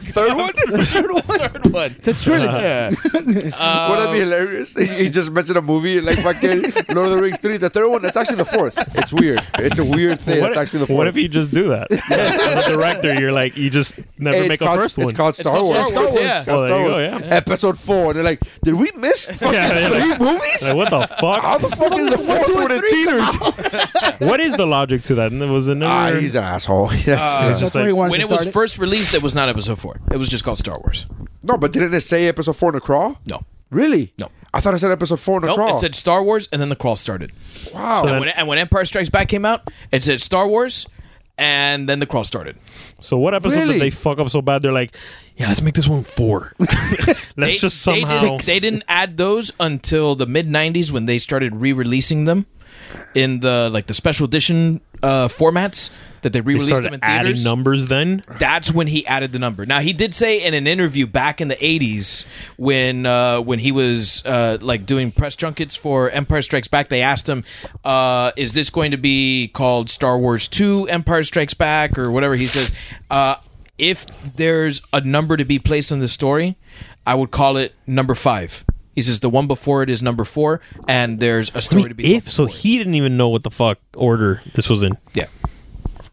S3: <laughs> Third one? <laughs>
S2: Third <laughs> one.
S5: the trilogy.
S3: Uh-huh. Wouldn't that be
S4: Um,
S3: hilarious? He, he just mentioned a movie like fucking Lord of the Rings 3. The third one, that's actually the fourth. It's weird. It's a weird thing.
S4: What,
S3: it's actually the fourth.
S4: what if you just do
S3: <laughs>
S4: that? As a director, you're like, you just never
S3: Hey, it's
S4: make a
S3: called,
S4: first
S3: it's
S4: one.
S3: called Star
S2: called
S3: Wars.
S2: Star Wars, yeah.
S3: It's
S4: Well,
S3: called Star
S4: there you
S3: Wars.
S4: go,
S3: Episode 4. They're like, did we miss
S4: <laughs>
S3: fucking
S4: Yeah, they're
S3: three
S4: like-
S3: movies?
S4: Like, what the
S3: How the <laughs>
S4: fuck?
S3: fuck is the fourth one in theaters?
S4: what is the logic to that? And there was another.
S3: Ah, he's an asshole. Yes.
S4: it's
S5: That's
S4: just
S5: where he
S4: like,
S5: wanted
S2: When
S5: to
S2: it was
S5: start it.
S2: first released, it was not episode four. It was just called Star Wars.
S3: no, but didn't it say episode 4 in the crawl?
S2: No.
S3: Really?
S2: No.
S3: I thought I said episode 4 in the
S2: Nope,
S3: crawl.
S2: it said Star Wars, and then the crawl started.
S3: wow.
S2: And when, and when Empire Strikes Back came out, it said Star Wars, and then the crawl started.
S4: So what episode
S3: Really?
S4: did they fuck up so bad? They're like, yeah, let's make this one four. let's
S2: They-
S4: just
S2: they
S4: somehow.
S2: didn't- They, didn't add those until the mid '90s when they started re-releasing them in the like the special edition uh, formats that they
S4: They
S2: re-released
S4: started
S2: them in
S4: adding
S2: theaters.
S4: numbers then.
S2: That's when he added the number. Now he did say in an interview back in the '80s when uh, when he was uh, like doing press junkets for Empire Strikes Back, they asked him, uh, "Is this going to be called Star Wars Two: Empire Strikes Back or whatever?" He says, uh, "If there's a number to be placed in the story, I would call it number five. He says the one before it is number four, and there's a story to be told
S4: If so,
S2: before it.
S4: he didn't even know what the fuck order this was in.
S2: yeah."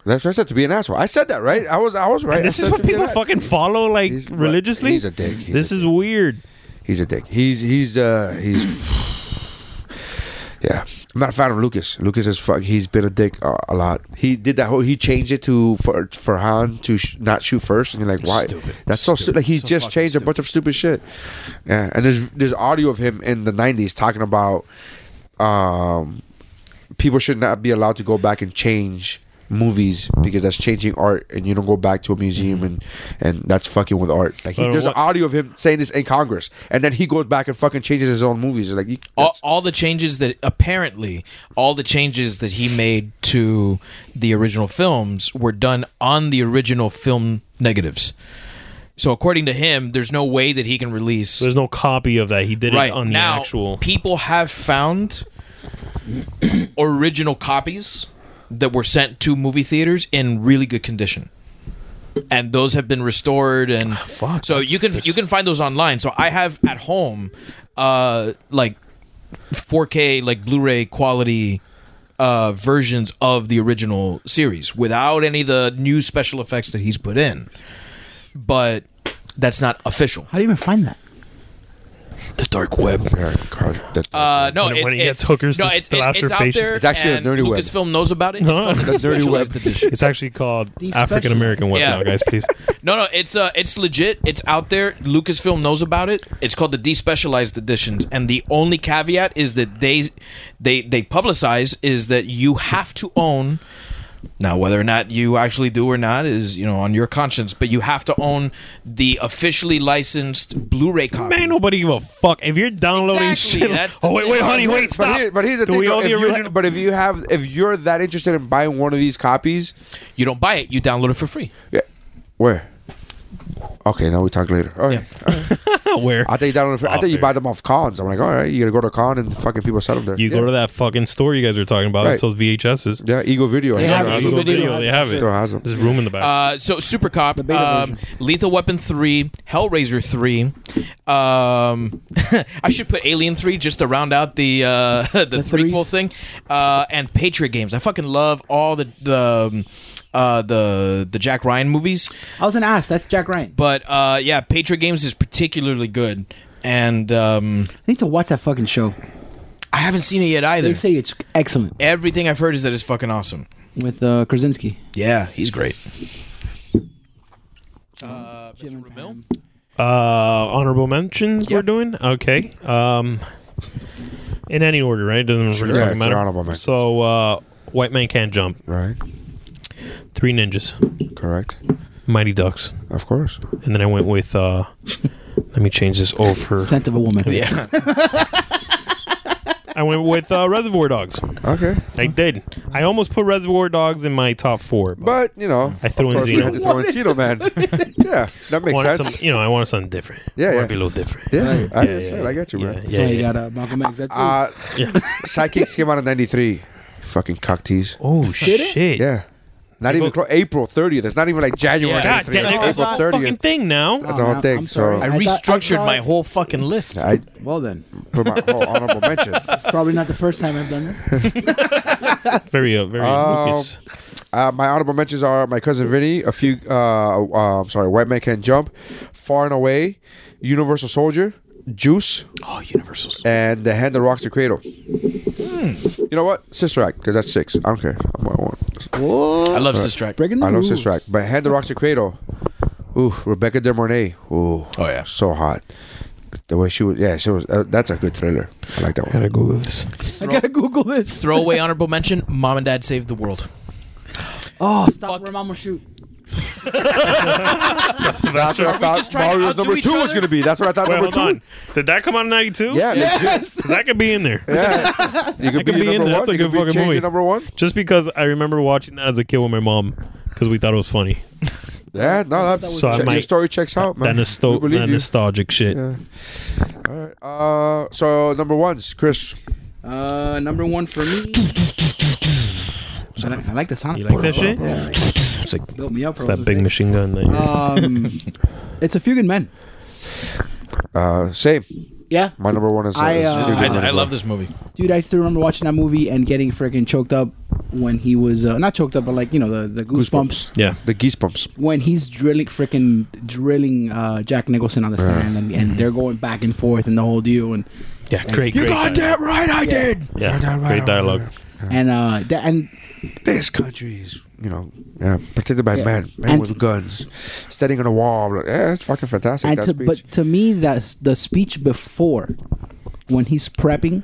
S3: That's what I said to be an asshole. I said that right. I was I was right. I
S4: This is
S3: said
S4: what
S3: to be an
S4: people
S3: ass-
S4: fucking follow like
S3: He's-
S4: religiously.
S3: he's a dick. He's
S4: this
S3: a
S4: is weird.
S3: He's a dick. He's he's uh he's yeah. I'm not a fan of Lucas. Lucas is fuck. He's been a dick a, a lot. He did that whole. He changed it to for for Han to sh- not shoot first, and you're like, why?
S2: Stupid.
S3: That's so stupid. Like he's
S2: So
S3: just
S2: fucking
S3: changed a bunch of stupid shit. Yeah, and there's there's audio of him in the '90s talking about um people should not be allowed to go back and change movies because that's changing art and you don't go back to a museum and and that's fucking with art like he,
S4: But
S3: there's
S4: what-
S3: audio of him saying this in Congress, and then he goes back and fucking changes his own movies. It's Like, you,
S4: Uh,
S2: all,
S3: that's-
S2: all the changes that apparently all the changes that he made to the original films were done on the original film negatives. So according to him, there's no way that he can release
S4: There's no copy of that. He did
S2: right
S4: it on the
S2: now.
S4: actual. <laughs>
S2: People have found original copies that were sent to movie theaters in really good condition. And those have been restored, and
S4: Ah, fuck,
S2: so you
S4: that's-
S2: can
S4: that's-
S2: you can find those online. So I have at home, uh, like 4K like Blu-ray quality uh, versions of the original series without any of the new special effects that he's put in. But that's not official.
S5: How do you even find that?
S2: The dark web.
S3: Yeah, God, that-
S2: Uh, no,
S4: When-
S2: it's,
S4: when he
S2: it's-
S4: gets hookers
S2: no,
S4: to
S2: it's,
S4: slap
S2: it's-
S4: their
S2: it's out
S4: faces.
S2: there
S3: It's actually a
S2: and
S3: dirty web.
S2: Lucasfilm knows about it. It's
S4: <laughs> Huh?
S2: called
S3: The dirty web.
S2: specialized edition.
S4: It's actually called
S5: These
S4: African American Web
S2: Yeah.
S4: now, guys. Please.
S2: <laughs> No, no, it's uh, it's legit. It's out there. Lucasfilm knows about it. It's called the despecialized editions, and the only caveat is that they they they publicize is that you have to own. Now, whether or not you actually do or not is you know on your conscience, but you have to own the officially licensed Blu-ray copy.
S4: Man, nobody give a fuck if you're downloading
S2: Exactly,
S4: shit.
S2: that's the
S4: oh wait,
S2: thing.
S4: wait, honey, wait,
S3: but,
S4: stop.
S3: here, but here's the
S4: Do
S3: thing.
S4: we
S3: though,
S4: own
S3: if
S4: the
S3: you ha-
S4: original?
S3: but if you have, if you're that interested in buying one of these copies,
S2: You don't buy it; you download it for free.
S3: yeah, where? Okay, now we talk later. All right.
S4: Where
S3: I think you download. I
S4: Off
S3: think you
S4: air.
S3: buy them off cons. I'm like, all right, you gotta go to a con and fucking people sell them there.
S4: you
S3: Yeah.
S4: go to that fucking store you guys were talking about. It's
S3: Right.
S4: those VHSs.
S3: Yeah, Eagle Video.
S5: They
S3: has
S5: have
S3: it.
S5: it.
S4: Eagle
S5: Eagle
S4: video,
S5: Video
S4: they have it.
S3: Still has 'em.
S4: There's room in the back.
S2: Uh, so Super Cop,
S5: beta
S2: um, Lethal Weapon three, Hellraiser three. Um, <laughs> I should put Alien three just to round out the uh, <laughs> the, threequel
S5: threes.
S2: thing, uh, and Patriot games. I fucking love all the the um, uh, the the Jack Ryan movies,
S5: I was an ass. That's Jack Ryan.
S2: but uh, yeah, Patriot games is particularly good, and um,
S5: I need to watch that fucking show.
S2: I haven't seen it yet either.
S5: They say it's excellent
S2: Everything I've heard is that it's fucking awesome.
S5: with uh, Krasinski.
S2: Yeah, he's great. Uh, Mr. Ramil?
S4: Uh, honorable mentions we're doing. Okay. Um, in any order, right? Doesn't really
S3: Yeah,
S4: fucking
S3: it's
S4: matter.
S3: honorable mentions.
S4: So, uh, White Man Can't Jump,
S3: Right.
S4: Three Ninjas,
S3: Correct.
S4: Mighty Ducks,
S3: Of course.
S4: and then I went with. Uh, let me change this over.
S5: Scent of a woman.
S2: Yeah,
S4: I went with uh, Reservoir Dogs.
S3: Okay.
S4: I did. I almost put Reservoir Dogs in my top four, but,
S3: But you know,
S4: I threw
S3: of
S4: in
S3: course we
S4: Zeno.
S3: had to throw in
S4: <laughs>
S3: Zeno, man. yeah, that
S4: I
S3: makes
S4: wanted
S3: sense.
S4: some, you know, I wanted something different. I
S3: Yeah,
S4: wanted
S3: yeah.
S4: to be a little different.
S3: Yeah, I
S4: Yeah,
S3: understand.
S4: yeah,
S3: I get you,
S4: yeah,
S3: man.
S4: yeah,
S5: So
S4: yeah.
S5: you got uh, Malcolm X. That's uh,
S3: Uh, Sidekicks came out in '93. Fucking cuck tease.
S4: Oh shit!
S3: Yeah. Not even close. April 30th. It's not even like January
S2: Yeah.
S4: God
S3: 93.
S4: damn!
S3: It's
S4: I
S3: April
S4: got the fucking
S3: 30th.
S4: thing now.
S3: That's the whole
S5: I'm
S3: thing. So
S5: sorry.
S2: I
S3: I
S5: I thought- I
S2: restructured
S5: thought-
S2: my whole fucking list.
S5: Well then,
S3: put my whole honorable mentions.
S5: it's probably not the first time I've done
S4: <laughs>
S5: this.
S4: Very, uh, very
S3: Um,
S4: Lucas.
S3: Uh, my honorable mentions are my cousin Vinny, a few. Uh, uh, I'm sorry, White Man Can't Jump, Far and Away, Universal Soldier, Juice,
S2: Oh, Universal.
S3: and The Hand That Rocks the Cradle. You know what? Sister Act, because that's six. I don't care. I'm, I want.
S2: I love Sister Act.
S5: Breaking the
S3: I know
S5: rules.
S3: Sister Act, but Hand That Rocks the Cradle. Ooh, Rebecca De Mornay. Ooh, oh
S2: yeah.
S3: so hot. The way she was, yeah, she was. Uh, that's a good thriller. I like that one.
S4: Google this.
S5: I gotta Google this.
S2: Throwaway honorable mention: Mom and Dad saved the world.
S5: Oh, stop where mama shoot.
S3: That's what I thought
S6: trying to
S3: Mario's
S6: outdo
S3: number
S6: each
S3: two was
S6: other?
S3: going to be. That's what I thought
S4: Wait,
S3: number
S4: hold
S3: two.
S4: on. Did that come out in '92?
S3: Yeah, legit.
S4: that could be in there.
S3: Yeah. You
S4: could
S3: could be
S4: be in
S3: number
S4: there.
S3: one.
S4: That's a
S3: You
S4: good
S3: could be
S4: fucking
S3: changed
S4: movie.
S3: to number one.
S4: Just because I remember watching that as a kid with my mom because we thought it was funny.
S3: Yeah, no, that
S4: So I
S3: check- your
S4: might-
S3: story checks out,
S4: That,
S3: man.
S4: nosto-
S3: We believe
S4: that
S3: you.
S4: nostalgic shit.
S3: All right. Uh, so number one's Chris.
S5: Uh, number one for me. I, like, I like the sound.
S4: You like that shit?
S5: Yeah,
S4: It's, like-
S5: built me up.
S4: it's
S5: bro.
S4: that big machine gun. That
S5: Um,
S4: <laughs>
S5: it's a few good men.
S3: Uh, same.
S5: Yeah,
S3: My number one is. Uh,
S5: I,
S3: is
S5: uh,
S3: Feel Good
S6: I,
S3: Man as
S6: I
S3: well.
S6: love this movie.
S5: dude, I still remember watching that movie and getting freaking choked up when he was uh, not choked up, but like you know the the goosebumps,
S4: yeah.
S3: the Goosebumps.
S5: when he's drilling freaking drilling uh, Jack Nicholson on the stand, and, and they're going back and forth and the whole deal, and
S4: Yeah, great,
S3: You
S4: great.
S3: got
S4: dialogue.
S3: that right. I did.
S4: Yeah,
S3: Goddamn right,
S4: great
S3: I
S4: dialogue.
S3: remember.
S5: and uh, that, and
S3: This country is, you know, yeah, protected by
S5: Yeah.
S3: men, men
S5: And-
S3: with guns, standing on a wall. Like, yeah, it's fucking fantastic.
S5: and
S3: that
S5: to,
S3: speech.
S5: but to me that's the speech before when he's prepping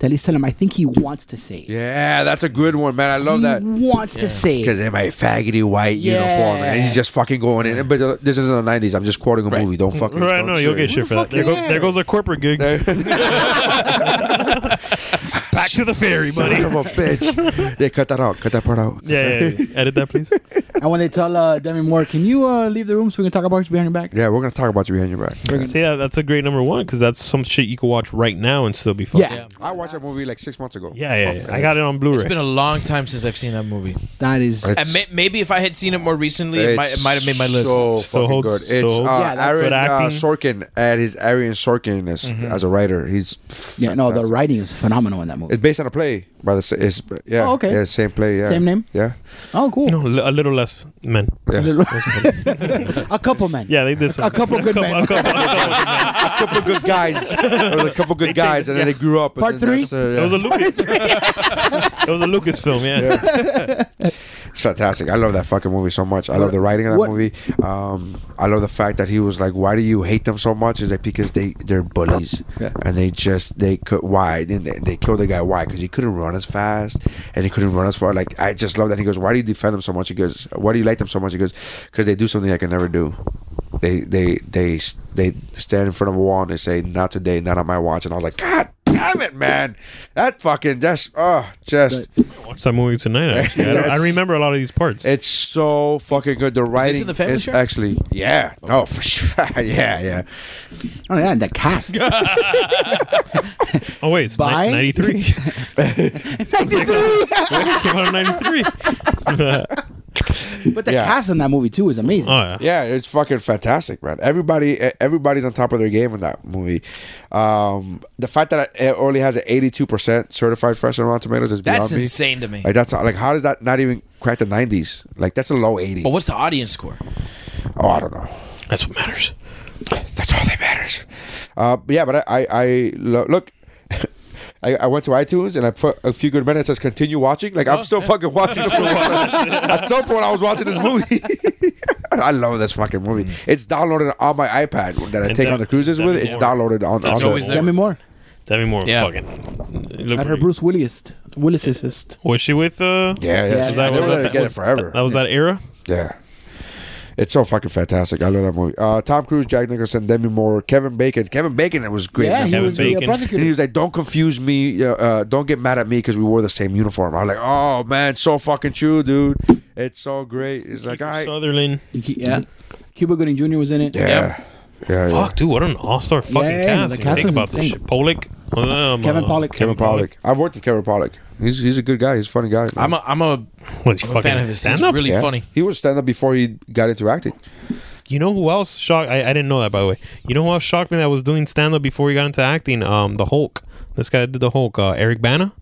S5: that he's telling him I think he wants to say it.
S3: yeah, that's a good one, man. I love
S5: he
S3: that.
S5: wants to say it.
S3: Because in my faggoty white uniform,
S5: Mm-hmm. Yeah.
S3: and he's just fucking going in. But uh, this is in the '90s. I'm just quoting a movie. Don't fucking.
S4: Right,
S3: don't
S4: no, you'll
S3: sue
S4: get
S3: me.
S4: shit for that. There, go, there goes a corporate gig. <laughs> Back to the ferry, buddy.
S3: Son of a
S4: <laughs>
S3: bitch. yeah, cut that out. Cut that part out.
S4: Yeah, yeah, yeah.
S3: <laughs>
S4: edit that, please.
S5: and when they tell uh, Demi Moore, can you uh, leave the room so we can talk about you behind your back?
S3: Yeah, we're gonna talk about you behind your back.
S4: See, yeah, that's a great number one because that's some shit you could watch right now and still be fun.
S5: Yeah,
S3: I watched that movie like six months ago.
S4: yeah, yeah. yeah. I got it on Blu-ray.
S6: It's been a long time since I've seen that movie.
S5: that is.
S3: It's-
S6: And may, maybe if I had seen it more recently, it
S3: it's
S6: might, it might have made my list.
S3: So
S4: Still
S3: fucking
S4: holds-
S3: good.
S4: still
S3: it's uh,
S4: holds.
S5: Yeah, that's-
S3: Aaron
S4: Good
S3: uh,
S4: acting.
S3: Sorkin at his Arian Sorkin as,
S6: Mm-hmm.
S3: as a writer. He's
S5: Yeah, no, the
S3: fantastic.
S5: writing is phenomenal in that movie.
S3: It's based on a play by the s- it's, yeah
S5: Oh, okay.
S3: yeah same play yeah
S5: Same name?
S6: <laughs>
S3: yeah
S5: oh,
S4: <laughs>
S5: cool. <laughs>
S4: no, li- a little less men.
S5: a couple men.
S4: Yeah, they did some.
S5: A couple good
S4: <laughs>
S5: men.
S4: A couple, a couple good men.
S3: a couple good guys there was a couple good guys and then they grew up and
S5: Part
S3: then
S5: three?
S3: that's, uh, yeah.
S4: It was a Lucas. it was a Lucas film. Yeah.
S3: It's fantastic. I love that fucking movie so much. I love the writing of that
S5: What-
S3: movie. Um, I love the fact that he was like, "Why do you hate them so much?" Is like because they they're bullies, and they just they could why then they, they killed the guy why because he couldn't run as fast and he couldn't run as far. Like I just love that he goes, "Why do you defend them so much?" He goes, "Why do you like them so much?" He goes, "Because they do something I can never do." They they they s- they stand in front of a wall and they say, "Not today, not on my watch." And I was like, "God damn it, man! That fucking just oh just
S4: Watch that movie
S5: <laughs>
S4: tonight. Actually, I, don't- I
S3: Yes.
S4: remember a lot of these parts.
S3: it's so fucking good. The writing
S6: this in the Family
S3: is
S6: Share?
S3: actually yeah, no, <laughs> for sure. yeah, yeah.
S5: <laughs> Oh, yeah, and the
S4: <laughs>
S5: cast.
S4: oh wait, it's
S5: Bye.
S4: '93.
S5: <laughs>
S4: Came out in '93.
S5: but the
S3: Yeah.
S5: cast in that movie, too, is
S4: <laughs>
S5: amazing.
S4: Oh yeah.
S3: Yeah, it's fucking fantastic, man. Everybody, e, everybody's on top of their game in that movie. Um, the fact that it only has an eighty-two percent certified fresh on Rotten Tomatoes is beyond
S6: That's
S3: me.
S6: insane to me.
S3: Like that's not- like how does that not even crack the nineties? Like that's a low eighty.
S6: But what's the audience score?
S3: Oh, I don't know.
S4: That's what matters.
S3: That's all that matters. Uh, but yeah, but I, I, I lo- look. <laughs> I, I went to iTunes and I put a few good minutes. Says continue watching. Like
S4: Oh,
S3: I'm still fucking watching. This movie.
S4: <laughs>
S3: At some point, I was watching this movie. <laughs> I love this fucking movie. It's downloaded on my iPad that
S4: Mm.
S3: I
S4: And
S3: take
S4: that-
S3: on the cruises
S4: that
S3: with.
S4: is
S3: It's
S4: more-
S3: downloaded on. on
S6: That's
S3: the,
S6: always there.
S5: Demi Moore.
S4: Demi Moore.
S6: Yeah.
S4: Fucking.
S5: And her Bruce Willis. Willisist.
S4: Was she with? Uh,
S3: Yeah, yeah.
S5: Yeah,
S3: yeah.
S5: that
S3: They were
S5: was-
S3: gonna
S4: that
S3: get
S4: was-
S3: it forever.
S4: That was that era.
S3: Yeah. It's so fucking fantastic. I love that movie. Uh, Tom Cruise, Jack Nicholson, Demi Moore, Kevin Bacon. Kevin Bacon, it was great.
S5: Yeah, he
S4: Kevin
S5: was the uh,
S4: Bacon.
S3: And he
S5: prosecutor.
S3: was like, "Don't confuse me. Uh, uh, don't get mad at me because we wore the same uniform." I'm like, "Oh man, so fucking true, dude. It's so great." It's like,
S4: Kiefer
S3: "I
S4: Sutherland.
S5: yeah. Cuba Gooding Jr. was in it.
S3: yeah, yeah, yeah."
S4: Fuck, dude, what an all-star fucking
S5: Yeah, yeah, yeah,
S4: cast.
S5: the
S4: You
S5: cast
S4: think
S5: was
S4: about this
S5: insane.
S4: shit. Pollock. Um,
S5: Kevin
S4: uh,
S5: Pollak.
S3: Kevin Pollock. I've worked with Kevin Pollock. He's he's a good guy. He's a funny guy.
S6: I'm a, I'm a,
S4: What, he's
S6: I'm a fan of
S4: fucking
S6: his. He's
S4: stand-up?
S6: really
S3: Yeah.
S6: funny.
S3: He was stand up before he got into acting.
S4: You know who else shocked? I, I didn't know that, by the way. You know who else shocked me that was doing stand-up before he got into acting? Um, The Hulk. This guy that did The Hulk. Uh, Eric Bana.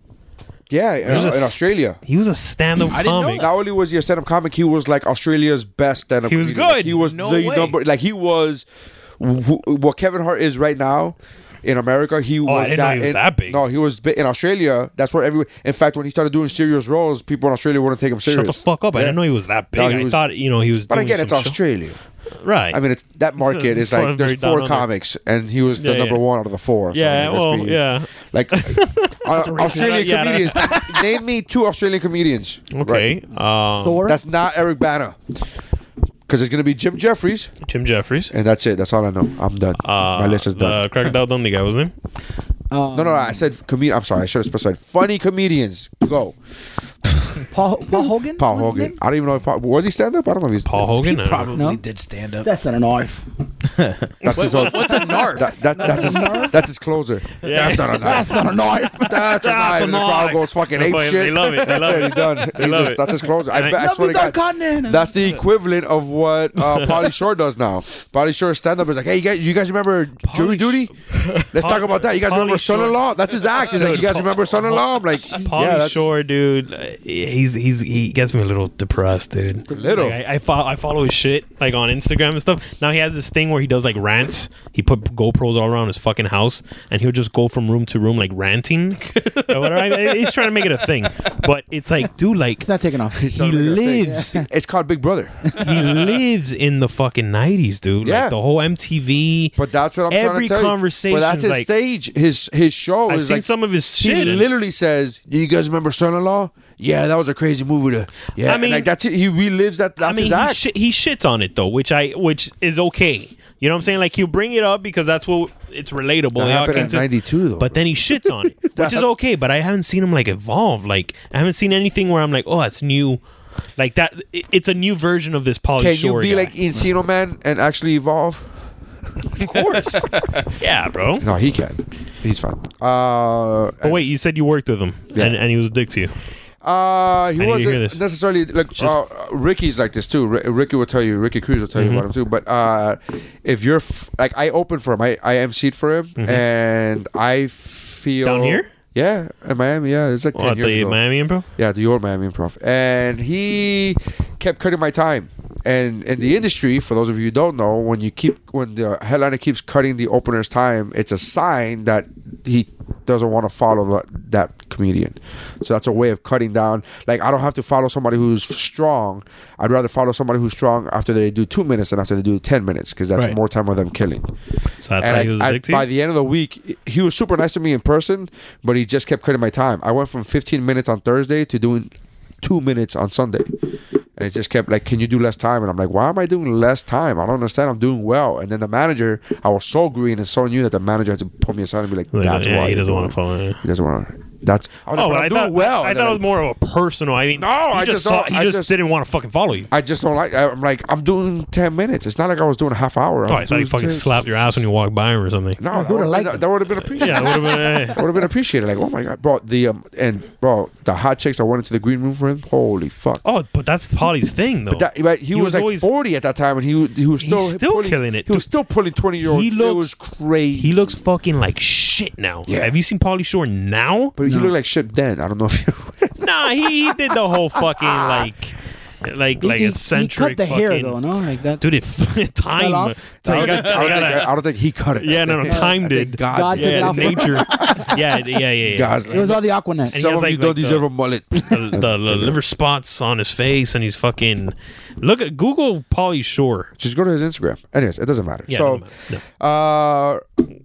S3: Yeah, in,
S4: was a
S3: in
S4: s-
S3: Australia.
S4: He was a stand-up
S6: didn't know
S4: comic.
S3: Not only was he a stand up comic, he was like Australia's best stand up.
S4: He was good.
S3: he was
S6: No
S3: the
S6: way.
S3: number. Like he was wh- what Kevin Hart is right now. In America, he was,
S4: Oh, didn't know
S3: that,
S4: he was
S3: in-
S4: that big.
S3: No, he was bi- in Australia. That's where everyone. In fact, when he started doing serious roles, people in Australia wouldn't take him
S4: Shut
S3: serious.
S4: the fuck up! I didn't know he was that big.
S3: No, he
S4: I
S3: was-
S4: thought you know he was.
S3: But
S4: doing
S3: again,
S4: some
S3: it's
S4: show-
S3: Australia.
S4: Right.
S3: I mean, it's that market
S4: it's
S3: is
S4: sort
S3: like
S4: of
S3: there's
S4: very down
S3: four
S4: under.
S3: comics, and he was the
S4: Yeah,
S3: number
S4: yeah.
S3: one out of the four. so, I
S4: yeah.
S3: mean, let's
S4: well,
S3: be-
S4: yeah. <laughs>
S3: Like uh, Australian
S4: Yeah,
S3: comedians. Name me two Australian comedians. Right.
S4: Okay. Um,
S5: Thor.
S3: That's not Eric Bana. Because it's gonna be Jim Jeffries,
S4: Jim Jeffries.
S3: and that's it. That's all I know. I'm done.
S4: Uh,
S3: My list is done.
S4: The Crocodile Dundee guy was his name.
S5: um,
S3: no, no, I said comedian. I'm sorry. I should have specified funny comedians. Go,
S5: Paul, Paul Hogan.
S3: Paul
S5: was his
S3: Hogan.
S5: name?
S3: I don't even know if Paul, was he stand up. I don't know if he's
S4: Paul Hogan. I don't know.
S2: Probably
S5: No.
S2: did stand up.
S5: That's not an arf.
S3: That's his own. What's a narf? That, that, that's his. That's his closer.
S4: Yeah.
S3: That's not a narf. That's not a narf. <laughs> That's a narf. And the crowd goes fucking
S4: That's
S3: ape
S4: why <laughs>
S3: shit.
S4: They love it. They
S3: <laughs>
S4: love
S3: That's it.
S4: it.
S3: He's done. He's
S4: love
S3: just,
S4: it.
S3: that's his closer. I,
S4: And
S3: bet- I
S4: I-
S3: swear to
S5: Dark
S3: God,
S5: Continent.
S4: <laughs>
S3: that's the equivalent of what uh, Polly Shore does now. Polly Shore stand up is like, hey, you guys, you guys remember jury duty? <laughs> Let's talk about that. You guys
S4: Pauly
S3: remember
S4: Shore-
S3: son-in-law? That's his act. He's like, you guys remember son-in-law? I'm like,
S4: Pauly
S3: yeah, that's
S4: Shore, dude, uh, he's he's he gets me a little depressed, dude.
S3: Little?
S4: Like, I I follow, I follow his shit like on Instagram and stuff. Now he has this thing where he does like rants. He put GoPros all around his fucking house, and he'll just go from room to room like ranting. or whatever. I- He's trying to make it a thing, but it's like, dude, like
S5: It's not
S3: <laughs>
S5: taking off.
S4: he lives
S3: It's called Big Brother.
S4: he lives in the fucking nineties, dude.
S3: Yeah.
S4: Like the whole MTV.
S3: But that's what I'm trying to
S4: Every
S3: tell you. But
S4: conversation's
S3: that's his
S4: like-
S3: stage, his his show.
S4: I've
S3: is
S4: seen
S3: like,
S4: some of his
S3: He
S4: shit. and-
S3: literally says, "Do you guys remember Son-in-Law? Yeah, that was a crazy movie. To yeah,
S4: I
S3: I mean,
S4: mean-
S3: like that's it. he relives that.
S4: I
S3: That's
S4: mean,
S3: his
S4: he,
S3: act.
S4: shi he shits on it though, which I which is okay. You know what I'm saying? Like you bring it up because that's what it's relatable.
S3: That
S4: Y'all
S3: happened
S4: can
S3: in
S4: just-
S3: 92 though,
S4: But then he shits
S3: <laughs>
S4: on it, which is okay. But I haven't seen him like evolve. Like I haven't seen anything where I'm like, oh, that's new. Like that, it- it's a new version of this Polly
S3: Can you
S4: Shore
S3: be
S4: guy.
S3: like Encino Man and actually evolve?
S4: of course, <laughs> yeah, bro.
S3: <laughs> No, he can. He's fine. Uh,
S4: But wait, you said you worked with him,
S3: Yeah.
S4: and, and he was a dick to you.
S3: uh, he
S4: I need to
S3: wasn't
S4: hear this.
S3: necessarily like
S4: Just-
S3: uh, Ricky's like this too. Ri Ricky will tell you. Ricky Cruz will tell you about
S4: Mm-hmm.
S3: him too. But uh, if you're f- like, I opened for him. I I emceed for him, and I feel
S4: Mm-hmm. Down here?
S3: Yeah, in Miami. Yeah, it's like
S4: What,
S3: 10 years
S4: the
S3: ago.
S4: Miami Improv?
S3: Yeah, the old Miami Improv. And he kept cutting my time. And in the industry, for those of you who don't know, when you keep when the headliner keeps cutting the opener's time, it's a sign that he doesn't want to follow that, that comedian. So that's a way of cutting down. Like I don't have to follow somebody who's strong. I'd rather follow somebody who's strong after they do two minutes than after they do ten minutes because that's
S4: Right.
S3: more time of them killing
S4: So that's
S3: and
S4: why
S3: I-
S4: he was
S3: I-
S4: a dick to
S3: by
S4: you.
S3: the end of the week, he was super nice to me in person, but he just kept cutting my time. I went from 15 minutes on Thursday to doing two minutes on Sunday. And it just kept like, can you do less time? And I'm like, why am I doing less time? I don't understand. I'm doing well. And then the manager, I was so green and so new that the manager had to pull me aside and be like,
S4: Like,
S3: that's
S4: yeah,
S3: why
S4: he doesn't
S3: you're
S4: want to
S3: doing
S4: follow. Yeah.
S3: it." He doesn't want to. That's. I was like,
S4: Oh,
S3: "But
S4: I
S3: I'm
S4: thought,
S3: doing well.
S4: I
S3: And
S4: thought it was
S3: then
S4: more of a personal. I mean,
S3: No,
S4: he
S3: I
S4: just
S3: just
S4: saw,
S3: don't-
S4: he
S3: I
S4: just,
S3: just-
S4: didn't want to fucking follow you.
S3: I just don't like. I'm like, I'm doing 10 minutes. It's not like I was doing a half hour.
S4: Oh, I thought he fucking slapped your ass when you walked by him or something.
S3: No, that
S5: would've
S3: would have
S5: liked
S3: been,
S5: it.
S3: that would've been appreciated.
S4: <laughs> Yeah, that would have been. eh.
S3: would have been appreciated. Like, oh my god, bro, the um and bro, the hot chicks that went into the green room for him. Holy fuck!
S4: Oh, but that's Polly's thing, though.
S3: That, but he, was, like
S4: Oh. always-
S3: forty at that time, and he he was
S4: He's
S3: still
S4: still
S3: pulling-
S4: killing it.
S3: He was
S4: Dude,
S3: still pulling twenty year olds.
S4: he
S3: it
S4: looks-
S3: was crazy.
S4: He looks fucking like shit now.
S3: Yeah.
S4: Have you seen Polly Shore now?
S3: but he looked like shit then. I don't know if you. <laughs>
S4: nah, he, he did the whole
S5: <laughs>
S4: fucking like, like,
S5: He-
S4: like
S5: he,
S4: eccentric.
S5: He cut the
S4: fucking,
S5: hair though, no, like that.
S4: Dude, it f- <laughs>
S5: Fell
S4: time.
S5: off?
S4: So you
S3: I, don't
S4: got-
S3: think, I,
S4: you
S3: don't think,
S4: gotta-
S3: I don't think he cut it.
S4: Yeah, no, no,
S3: I think-
S4: time
S3: I think
S4: did.
S3: God,
S5: God
S3: did.
S5: took it
S4: Yeah,
S5: off.
S4: nature.
S5: <laughs>
S4: yeah, yeah, yeah, yeah.
S3: God's
S5: it
S3: like,
S5: was all the Aquanet.
S4: And-
S3: some
S4: has,
S3: of you
S4: like, like
S3: don't
S4: the-
S3: deserve a mullet. <laughs>
S4: the,
S5: <laughs>
S4: the liver spots on his face, and he's fucking. Look at Google Polly Shore.
S3: Just go to his Instagram. Anyways, it doesn't matter.
S4: Yeah,
S3: so,
S4: no, no. <laughs>
S3: uh,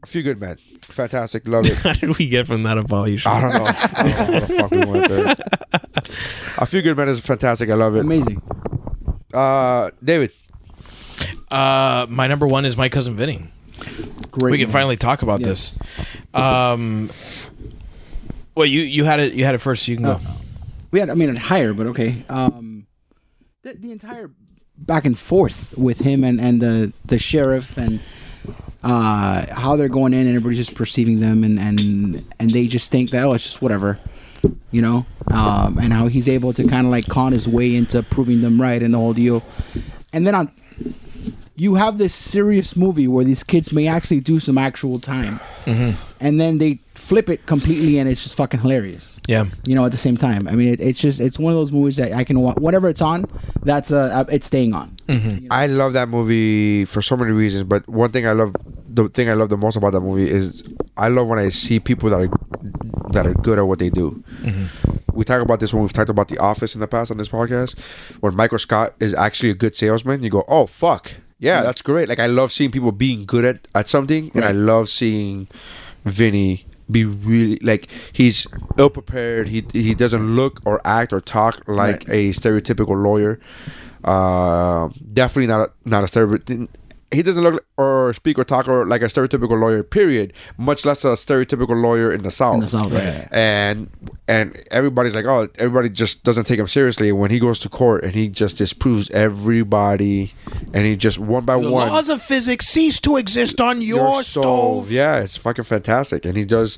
S3: a few good men, fantastic,
S4: <laughs>
S3: love it.
S4: how did we get from that to Polly Shore?
S3: I don't know. I don't know how the fuck we went there. A few good men is fantastic. I love it.
S5: Amazing.
S3: Uh, David,
S2: Uh, my number one is my cousin Vinny.
S5: Great.
S2: We can
S5: man.
S2: finally talk about
S5: Yes.
S2: this. Um, well, you you had it you had it first. So you can go.
S5: We had, I mean, higher, but okay. Um, the, the entire back and forth with him and and the the sheriff and uh how they're going in and everybody's just perceiving them and and and they just think that oh it's just whatever you know um and how he's able to kind of like con his way into proving them right and the whole deal and then on you have this serious movie where these kids may actually do some actual time and then they flip it completely and it's just fucking hilarious
S2: Yeah.
S5: you know at the same time i mean it, it's just it's one of those movies that i can watch whenever it's on that's uh it's staying on
S3: I love that movie for so many reasons, but one thing I love, the thing I love the most about that movie is I love when I see people that are that are good at what they do. We talk about this when we've talked about The Office in the past on this podcast. When Michael Scott is actually a good salesman, you go, "Oh fuck, Yeah, that's great. Like I love seeing people being good at, at something, and I love seeing Vinny be really like he's ill prepared. He he doesn't look or act or talk like a stereotypical lawyer. Uh, definitely not a, not a stereotypical. He doesn't look or speak or talk or like a stereotypical lawyer. Period. Much less a stereotypical lawyer in the South.
S5: In
S4: Oh,
S5: the South, right.
S3: And and everybody's like, oh, everybody just doesn't take him seriously. When he goes to court and he just disproves everybody, and he just one by
S2: The
S3: one
S2: laws of physics cease to exist on your, stove.
S3: yeah, it's fucking fantastic, and he does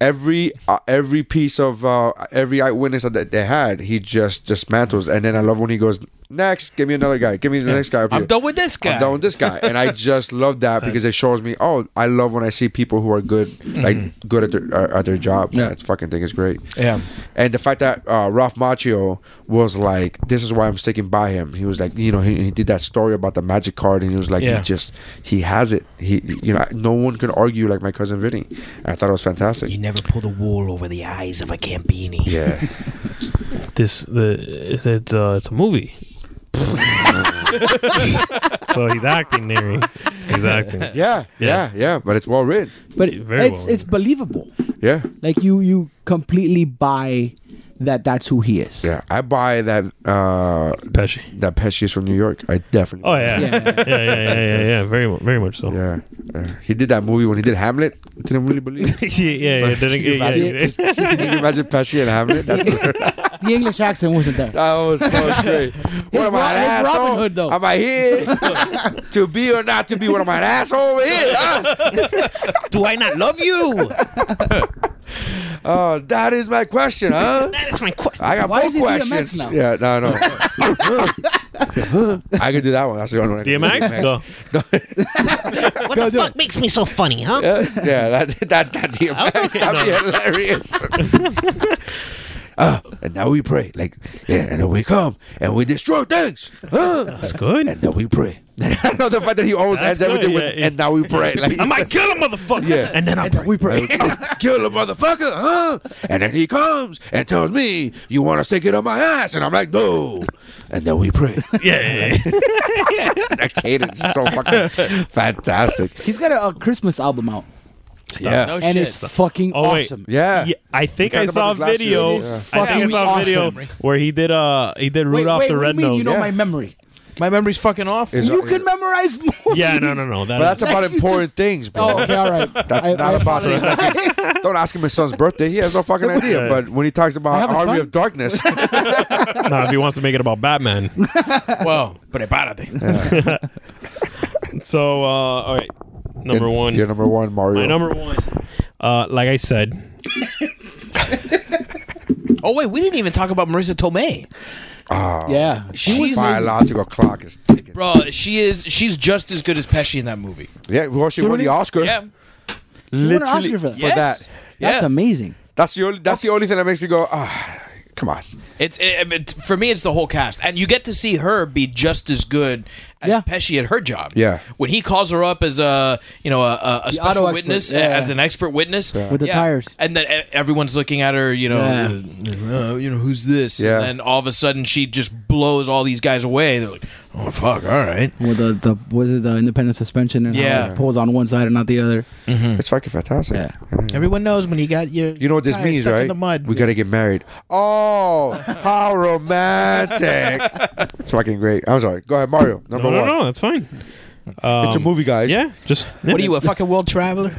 S3: every uh, every piece of uh, every eyewitness that they had. He just dismantles, and then I love when he goes next. Give me another guy. Give me the next guy. Up
S2: I'm
S3: here.
S2: done with this guy.
S3: I'm done with this guy, and
S2: <laughs>
S3: I just love that because it shows me. Oh, I love when I see people who are good,
S2: Mm-hmm.
S3: like good at their uh, at their job. Yeah, it's fucking thing is great.
S2: Yeah.
S3: and the fact that uh, Ralph Macchio was like, "This is why I'm sticking by him." He was like, you know, he, he did that story about the magic card, and he was like,
S2: Yeah.
S3: he just he has it. He, you know, no one can argue like my cousin Vinny. And I thought it was fantastic.
S2: You never pull the wool over the eyes of a Campini.
S3: <laughs> Yeah,
S4: This the it's it's, uh, it's a movie. so he's acting, Neri. He's acting.
S3: yeah, yeah, yeah. But it's well written.
S5: But
S4: Very
S5: it's
S4: well.
S5: it's believable.
S3: Yeah,
S5: Like you you completely buy that that's who he is.
S3: yeah. I buy that. uh
S4: Pesci.
S3: That Pesci is from New York. I definitely.
S4: Oh yeah. Yeah,
S5: Yeah.
S4: yeah, yeah, yeah, yeah, yeah. Very, mu- very much so. Yeah,
S3: Yeah, yeah. He did that movie when he did Hamlet. I didn't really believe. <laughs>
S4: <laughs>
S3: it.
S4: yeah, yeah. yeah,
S3: Can
S4: <laughs>
S3: you
S4: yeah,
S3: imagine,
S4: yeah.
S3: can you imagine Pesci and Hamlet? That's
S5: The English accent wasn't
S3: <laughs>
S5: there.
S3: That was
S5: <laughs>
S3: so great. What am
S5: Ro-
S3: I, an
S5: it's
S3: asshole?
S5: Robin Hood, though.
S3: Am I
S5: <laughs>
S3: here to be or not to be? What am I, an asshole here? huh?
S5: <laughs>
S4: Do I not love you?
S3: <laughs> Oh, that is my question, huh?
S4: That is my question.
S3: I got
S5: Why
S3: more
S5: is he DMX
S3: questions.
S5: now?
S3: Yeah, no, no. <laughs> I could do that one. That's the only one. I could do.
S4: DMX? Go.
S10: What the fuck makes me so funny, huh?
S3: Yeah, yeah, that, that's not DMX.
S4: That was okay,
S3: That'd be
S4: no.
S3: hilarious. <laughs> Uh, and now we pray, like, yeah, and then we come and we destroy things. Huh?
S4: That's good.
S3: And then we pray. <laughs> I know the fact that he always
S4: That's
S3: ends everything
S4: good,
S3: with,
S4: yeah,
S3: and now we pray.
S4: <laughs>
S3: Like,
S4: I
S3: <laughs>
S4: might kill a motherfucker.
S3: Yeah.
S4: And then I pray.
S5: We pray.
S3: kill a motherfucker, huh? And then he comes and tells me, you want to stick it on my ass? And I'm like, no. And then we pray. <laughs>
S4: Yeah, yeah, yeah.
S3: that cadence is
S4: <laughs>
S3: so fucking fantastic.
S5: He's got a, a Christmas album out,
S3: Yeah.
S2: No
S5: and
S2: shit.
S5: it's fucking
S4: Oh, wait.
S5: awesome.
S3: Yeah.
S4: Yeah, I think
S3: We
S4: I
S3: talked
S4: saw a
S3: about this last
S4: video.
S3: year. It
S4: I
S3: is
S4: think I
S5: fucking
S4: saw a video
S5: awesome.
S4: where he did uh he did
S5: Wait,
S4: Rudolph
S5: wait,
S4: the
S5: what
S4: Red
S5: do you mean you
S4: Nose.
S5: know
S3: Yeah.
S5: my memory?
S2: My memory's fucking off.
S3: Is-
S5: You can memorize movies.
S4: Yeah, no, no, no. That
S3: But
S4: is-
S3: that's about important things, bro.
S5: <laughs> Oh, okay, all right.
S3: That's
S5: I-
S3: not
S5: I
S3: about things.
S5: apologize. <laughs>
S3: Like <laughs> his, don't ask him his son's birthday. He has no fucking idea.
S4: Yeah.
S3: But when he talks about
S5: have a
S3: Army
S5: son.
S3: of Darkness,
S4: Nah, if he wants to make it about Batman.
S3: <laughs>
S2: Whoa, prepárate.
S4: So, uh, all right. <laughs> Number one.
S3: you're number one, Mario.
S4: My number one. Uh, like I said,
S2: Oh wait, we didn't even talk about Marissa Tomei.
S5: Yeah,
S3: Oh.
S5: she was.
S2: She's
S3: biological clock is ticking.
S2: Bro, she is she's just as good as Pesci in that movie.
S3: Yeah, well, she won the
S5: Really?
S3: Oscar.
S2: Yeah.
S3: literally
S5: an Oscar for that. Yes.
S3: that.
S5: That's
S2: yeah.
S5: amazing.
S3: That's the only. That's the only thing that makes me go. Ah, come on.
S2: It's it, I mean, t- for me. It's the whole cast, and you get to see her be just as good as
S5: Yeah.
S2: Pesci at her job.
S3: Yeah.
S2: when he calls her up as a you know a, a, a special
S5: auto
S2: witness,
S5: expert, yeah.
S2: as an expert witness
S5: With the
S2: Yeah.
S5: tires.
S2: and then e- everyone's looking at her. You know, uh, you know who's this?
S3: Yeah.
S2: and then all of a sudden she just blows all these guys away. They're like, oh fuck, all right.
S5: With the, the was it the independent suspension and
S2: Yeah.
S5: how it pulls on one side and not the other.
S2: Hmm.
S3: It's fucking fantastic.
S5: Yeah.
S2: Everyone knows when you got your
S3: Hmm. You know what this
S2: tires
S3: means,
S2: stuck
S3: right?
S2: In the mud.
S3: We gotta get married. Oh, how romantic! <laughs> it's fucking great. I'm sorry. Go ahead, Mario.
S4: no,
S3: Number
S4: no,
S3: one.
S4: no, that's fine.
S3: It's a
S4: Um,
S3: movie, guys.
S4: Yeah, just
S2: What are you, a fucking world traveler?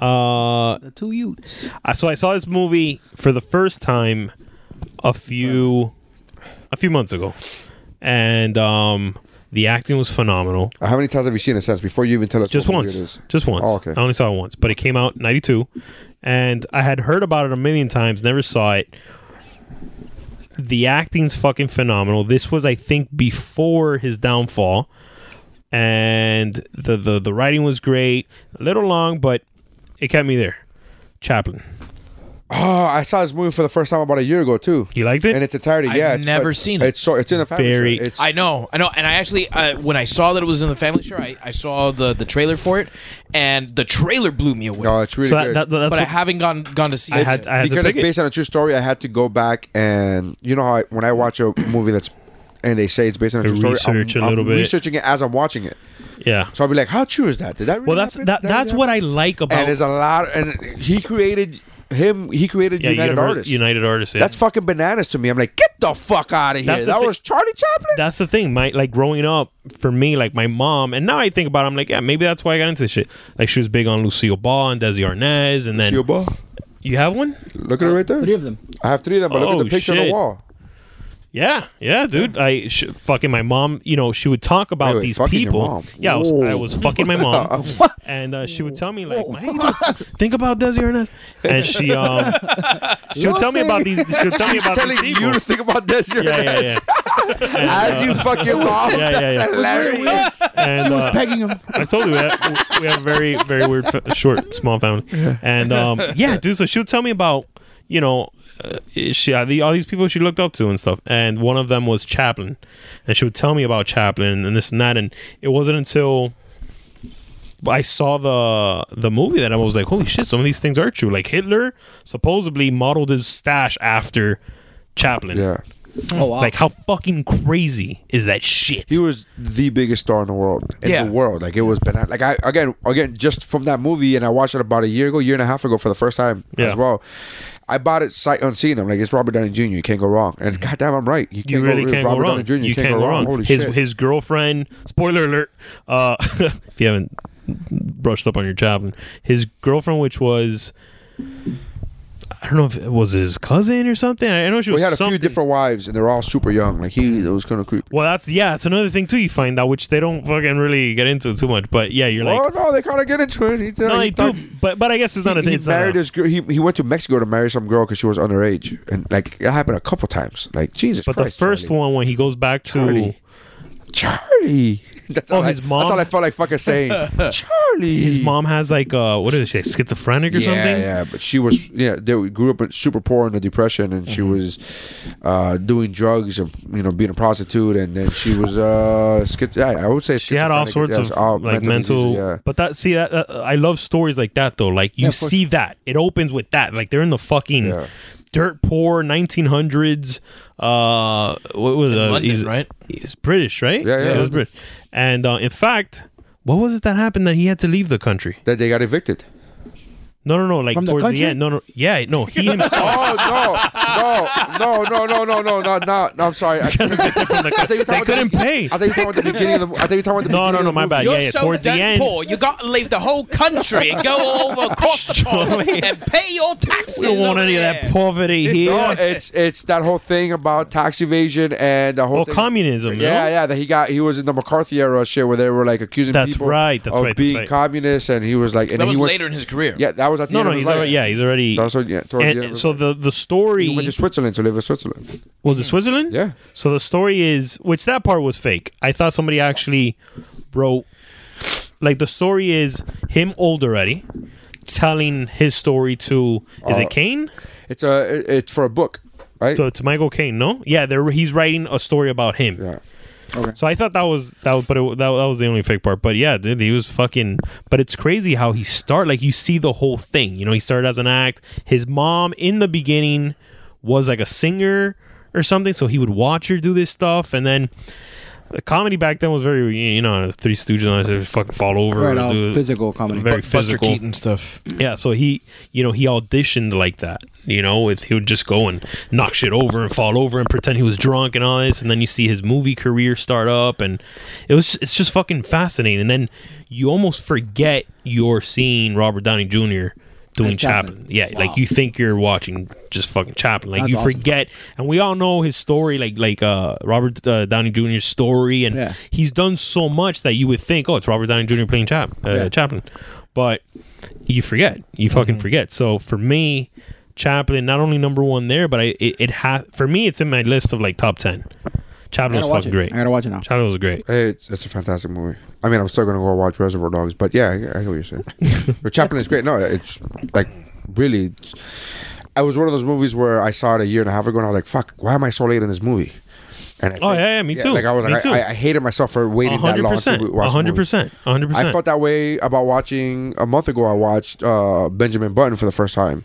S4: Uh,
S5: The two Utes.
S4: I- so I saw this movie for the first time a few a few months ago, and um, the acting was phenomenal.
S3: How many times have you seen it since? Before you even tell us.
S4: Just
S3: what movie
S4: once,
S3: It is.
S4: just once.
S3: Oh, okay.
S4: I only saw it once, but it came out in '92, and I had heard about it a million times, never saw it. The acting's fucking phenomenal. This was, I think, before his downfall, and the the the writing was great. A little long, but it kept me there. Chaplin,
S3: Oh, I saw this movie for the first time about a year ago too.
S4: you liked it?
S3: In its entirety,
S2: I've
S3: yeah. It's
S2: never
S3: fu-
S2: seen it.
S3: It's so it's in the family.
S4: Very-
S3: show. It's,
S2: I know, I know, and I actually uh, when I saw that it was in the family show, I, I saw the the trailer for it, and the trailer blew me away.
S3: No, Oh, it's really
S4: so
S3: good.
S4: that, that, that's
S2: but I
S4: what,
S2: haven't gone gone to see
S4: I
S2: it.
S4: had I had to
S3: because
S4: pick
S3: it's
S4: it.
S3: based on a true story, I had to go back and you know how I, when I watch a movie that's and they say it's based on a
S4: To
S3: true story,
S4: research a little bit.
S3: researching it as I'm watching it.
S4: Yeah.
S3: So I'll be like, how true is that? Did that really
S4: Well, that's
S3: happen?
S4: that,
S3: Did really
S4: that's what I like
S3: happen?
S4: about
S3: And there's a lot. And he created him. He created
S4: yeah,
S3: United
S4: Univer-
S3: Artists.
S4: United Artists. yeah.
S3: That's fucking bananas to me. I'm like, get the fuck out of
S4: That's
S3: here.
S4: the
S3: That
S4: thi-
S3: was Charlie Chaplin.
S4: that's the thing. My like growing up for me, like my mom, and now I think about, it, I'm like, yeah, maybe that's why I got into this shit. Like she was big on Lucille Ball and Desi Arnaz, and then
S3: Lucille Ball.
S4: you have one.
S3: Look at it right there.
S5: Three of them.
S3: I have three of them, but look
S4: Oh,
S3: at the picture on
S4: shit.
S3: the wall.
S4: Yeah, yeah, dude. I sh- fucking my mom. You know, she would talk about
S3: Wait, wait,
S4: these
S3: fucking your
S4: people.
S3: mom.
S4: Yeah, I was, I
S3: Whoa.
S4: was fucking my
S3: <laughs>
S4: mom, and uh, she would tell me like, "My angel, think about Desi Arnaz," and she um, she would tell me about these. She would tell me about
S3: telling
S4: these people.
S3: you to think about this. You're
S4: yeah, yeah, yeah.
S3: <laughs> As you fucking mom.
S4: yeah, yeah.
S3: that's hilarious.
S4: And,
S5: She was
S4: uh,
S5: pegging him.
S4: I told you we have, we have a very very weird fa- short small family, and
S3: <laughs>
S4: um, yeah, dude. So she would tell me about you know uh, she all the- all these people she looked up to and stuff, and one of them was Chaplin, and she would tell me about Chaplin and this and that, and it wasn't until I saw the the movie that I was like, holy shit, some of these things are true. Like Hitler supposedly modeled his stash after Chaplin.
S3: yeah.
S5: Oh wow.
S4: Like how fucking crazy is that shit?
S3: He was the biggest star in the world. In
S2: Yeah.
S3: the world. Like it was banana like I again again just from that movie and I watched it about a year ago, year and a half ago for the first time
S4: Yeah.
S3: as well. I bought it sight unseen. I'm like, it's Robert Downey Jr. You can't go wrong. And goddamn, I'm right. You,
S4: Mm-hmm. you
S3: can't
S4: really
S3: go,
S4: can't
S3: Robert
S4: go wrong.
S3: Downey Jr. You, can't, go wrong. Holy
S4: his
S3: shit.
S4: his girlfriend. Spoiler alert. Uh, <laughs> if you haven't brushed up on your Chaplin, his girlfriend, which was. I don't know if it was his cousin or something. I I know she was.
S3: we had a few
S4: something. Mm-hmm.
S3: different wives, and they're all super young. Like he, it was kind of creepy.
S4: Well, that's yeah. It's another thing too. You find out which they don't fucking really get into too much. But yeah, you're
S3: oh
S4: like,
S3: no, they kind of get into it. He,
S4: no, they
S3: he
S4: do.
S3: talked-
S4: But but I guess it's not a
S3: he,
S4: thing.
S3: he
S4: It's uh, not
S3: married
S4: a-
S3: his girl. He, he went to Mexico to marry some girl because she was underage, and like it happened a couple times. Like Jesus,
S4: But
S3: Christ,
S4: the first
S3: Charlie.
S4: one when he goes back to
S3: Charlie. Charlie. <laughs> That's
S4: Oh,
S3: all I-
S4: his mom?
S3: That's all I felt like
S4: <laughs>
S3: fucking saying. Charlie.
S4: his mom has like uh what is she schizophrenic or
S3: yeah,
S4: something?
S3: yeah, but she was yeah. They were- grew up in- super poor in the depression, and
S4: Mm-hmm.
S3: she was uh, doing drugs and you know being a prostitute, and then she was uh, schiz- yeah, I would say
S4: she had all sorts of like mental, but that see that, that i love stories like that though like you
S5: Yeah, of course.
S4: see that it opens with that like they're in the fucking
S3: Yeah.
S4: dirt poor 1900s uh what was that
S6: London,
S4: he's,
S6: right?
S4: he's british right
S3: Yeah, yeah.
S4: he was british and uh, in fact what was it that happened that he had to leave the country
S3: that they got
S4: <laughs>
S3: evicted.
S4: no no no like
S5: From the
S4: towards the
S5: country?
S4: end no no yeah no
S3: <laughs>
S4: he himself
S3: Oh no, no, no, no, no, no, no, no, no! I'm
S4: <laughs>
S3: sorry. I,
S4: they couldn't pay
S3: I thought you were talking about the beginning of the. I thought you were talking about the
S4: no
S3: beginning
S4: no
S3: of
S4: no
S3: the
S4: my
S3: movie.
S4: bad yeah yeah
S6: so
S4: towards the
S6: damn
S4: end
S6: poor. You got to leave the whole country and
S4: <laughs>
S6: go over across the pond
S4: Surely.
S6: and pay your taxes.
S4: we don't want
S6: over
S4: any of
S6: there.
S4: that poverty here
S3: No, it's it's that whole thing about tax evasion and the whole
S4: well
S3: thing-
S4: communism no?
S3: Yeah, yeah, that he got he was in the McCarthy era shit where they were like accusing
S4: That's
S3: people
S4: right, that's
S3: of
S4: right, that's
S3: being
S4: right.
S3: communists, and he was like, and
S6: That
S3: he
S6: was
S3: went,
S6: later in his career.
S3: Yeah, that was at the
S4: No,
S3: end
S4: no,
S3: of his
S4: he's
S3: life.
S4: already. Yeah, he's already.
S3: That's what- yeah, towards the end
S4: and,
S3: of his
S4: so
S3: life.
S4: the the
S3: he
S4: story
S3: went to Switzerland to live in Switzerland.
S4: was it Switzerland.
S3: Yeah,
S4: So the story is, which that part was fake. I thought somebody actually wrote. Like the story is him old already, telling his story to is it Kane
S3: it's a it- it's for a book, right?
S4: to, to Michael Kane? No, yeah, they're, he's writing a story about him.
S3: yeah,
S4: So I thought that was that, was, but it, that, that was the only fake part. But yeah, dude, he was fucking. But it's crazy how he started. Like you see the whole thing. You know, he started as an act. His mom in the beginning was like a singer or something, so he would watch her do this stuff, and then. The comedy back then was very, you know, Three Stooges, and all that, they would fucking fall over,
S5: right,
S4: and
S5: all
S4: do-
S5: physical comedy.
S4: very
S2: Buster
S4: physical.
S2: Keaton stuff.
S4: Yeah, so he, you know, he auditioned like that. You know, with he would just go and knock shit over and fall over and pretend he was drunk and all this, and then you see his movie career start up, and it was it's just fucking fascinating. And then you almost forget you're seeing Robert Downey Jr. doing
S5: As Chaplin.
S4: Chaplin. Yeah, like you think you're watching just fucking Chaplin. Like
S5: That's
S4: you
S5: awesome.
S4: forget, and we all know his story, like like uh Robert uh, Downey Jr.'s story, and
S5: Yeah.
S4: he's done so much that you would think, oh, it's Robert Downey Jr. playing Chap- uh,
S5: Yeah.
S4: Chaplin, but you forget. You fucking forget. So for me, Chaplin not only number one there, but I it, it ha- for me it's in my list of like top ten.
S5: I
S4: Chaplin
S5: gotta
S4: was
S5: watch
S4: fucking
S5: it.
S4: great.
S5: I gotta watch it now.
S4: Chaplin was great.
S3: it's it's a fantastic movie. I mean, I'm still gonna go watch Reservoir Dogs, but yeah, I, I get what
S4: <laughs>
S3: you're saying. but Chaplin is great. No, it's like really. It's, it was one of those movies where I saw it a year and a half ago, and I was like, "Fuck, why am I so late in this movie?" And I
S4: Oh, yeah, yeah, me too.
S3: Like I was
S4: Me
S3: like,
S4: too.
S3: I, I hated myself for waiting that long to
S4: 100%.
S3: watch. the movie.
S4: 100%. 100%.
S3: I felt that way about watching a month ago. I watched uh, Benjamin Button for the first time,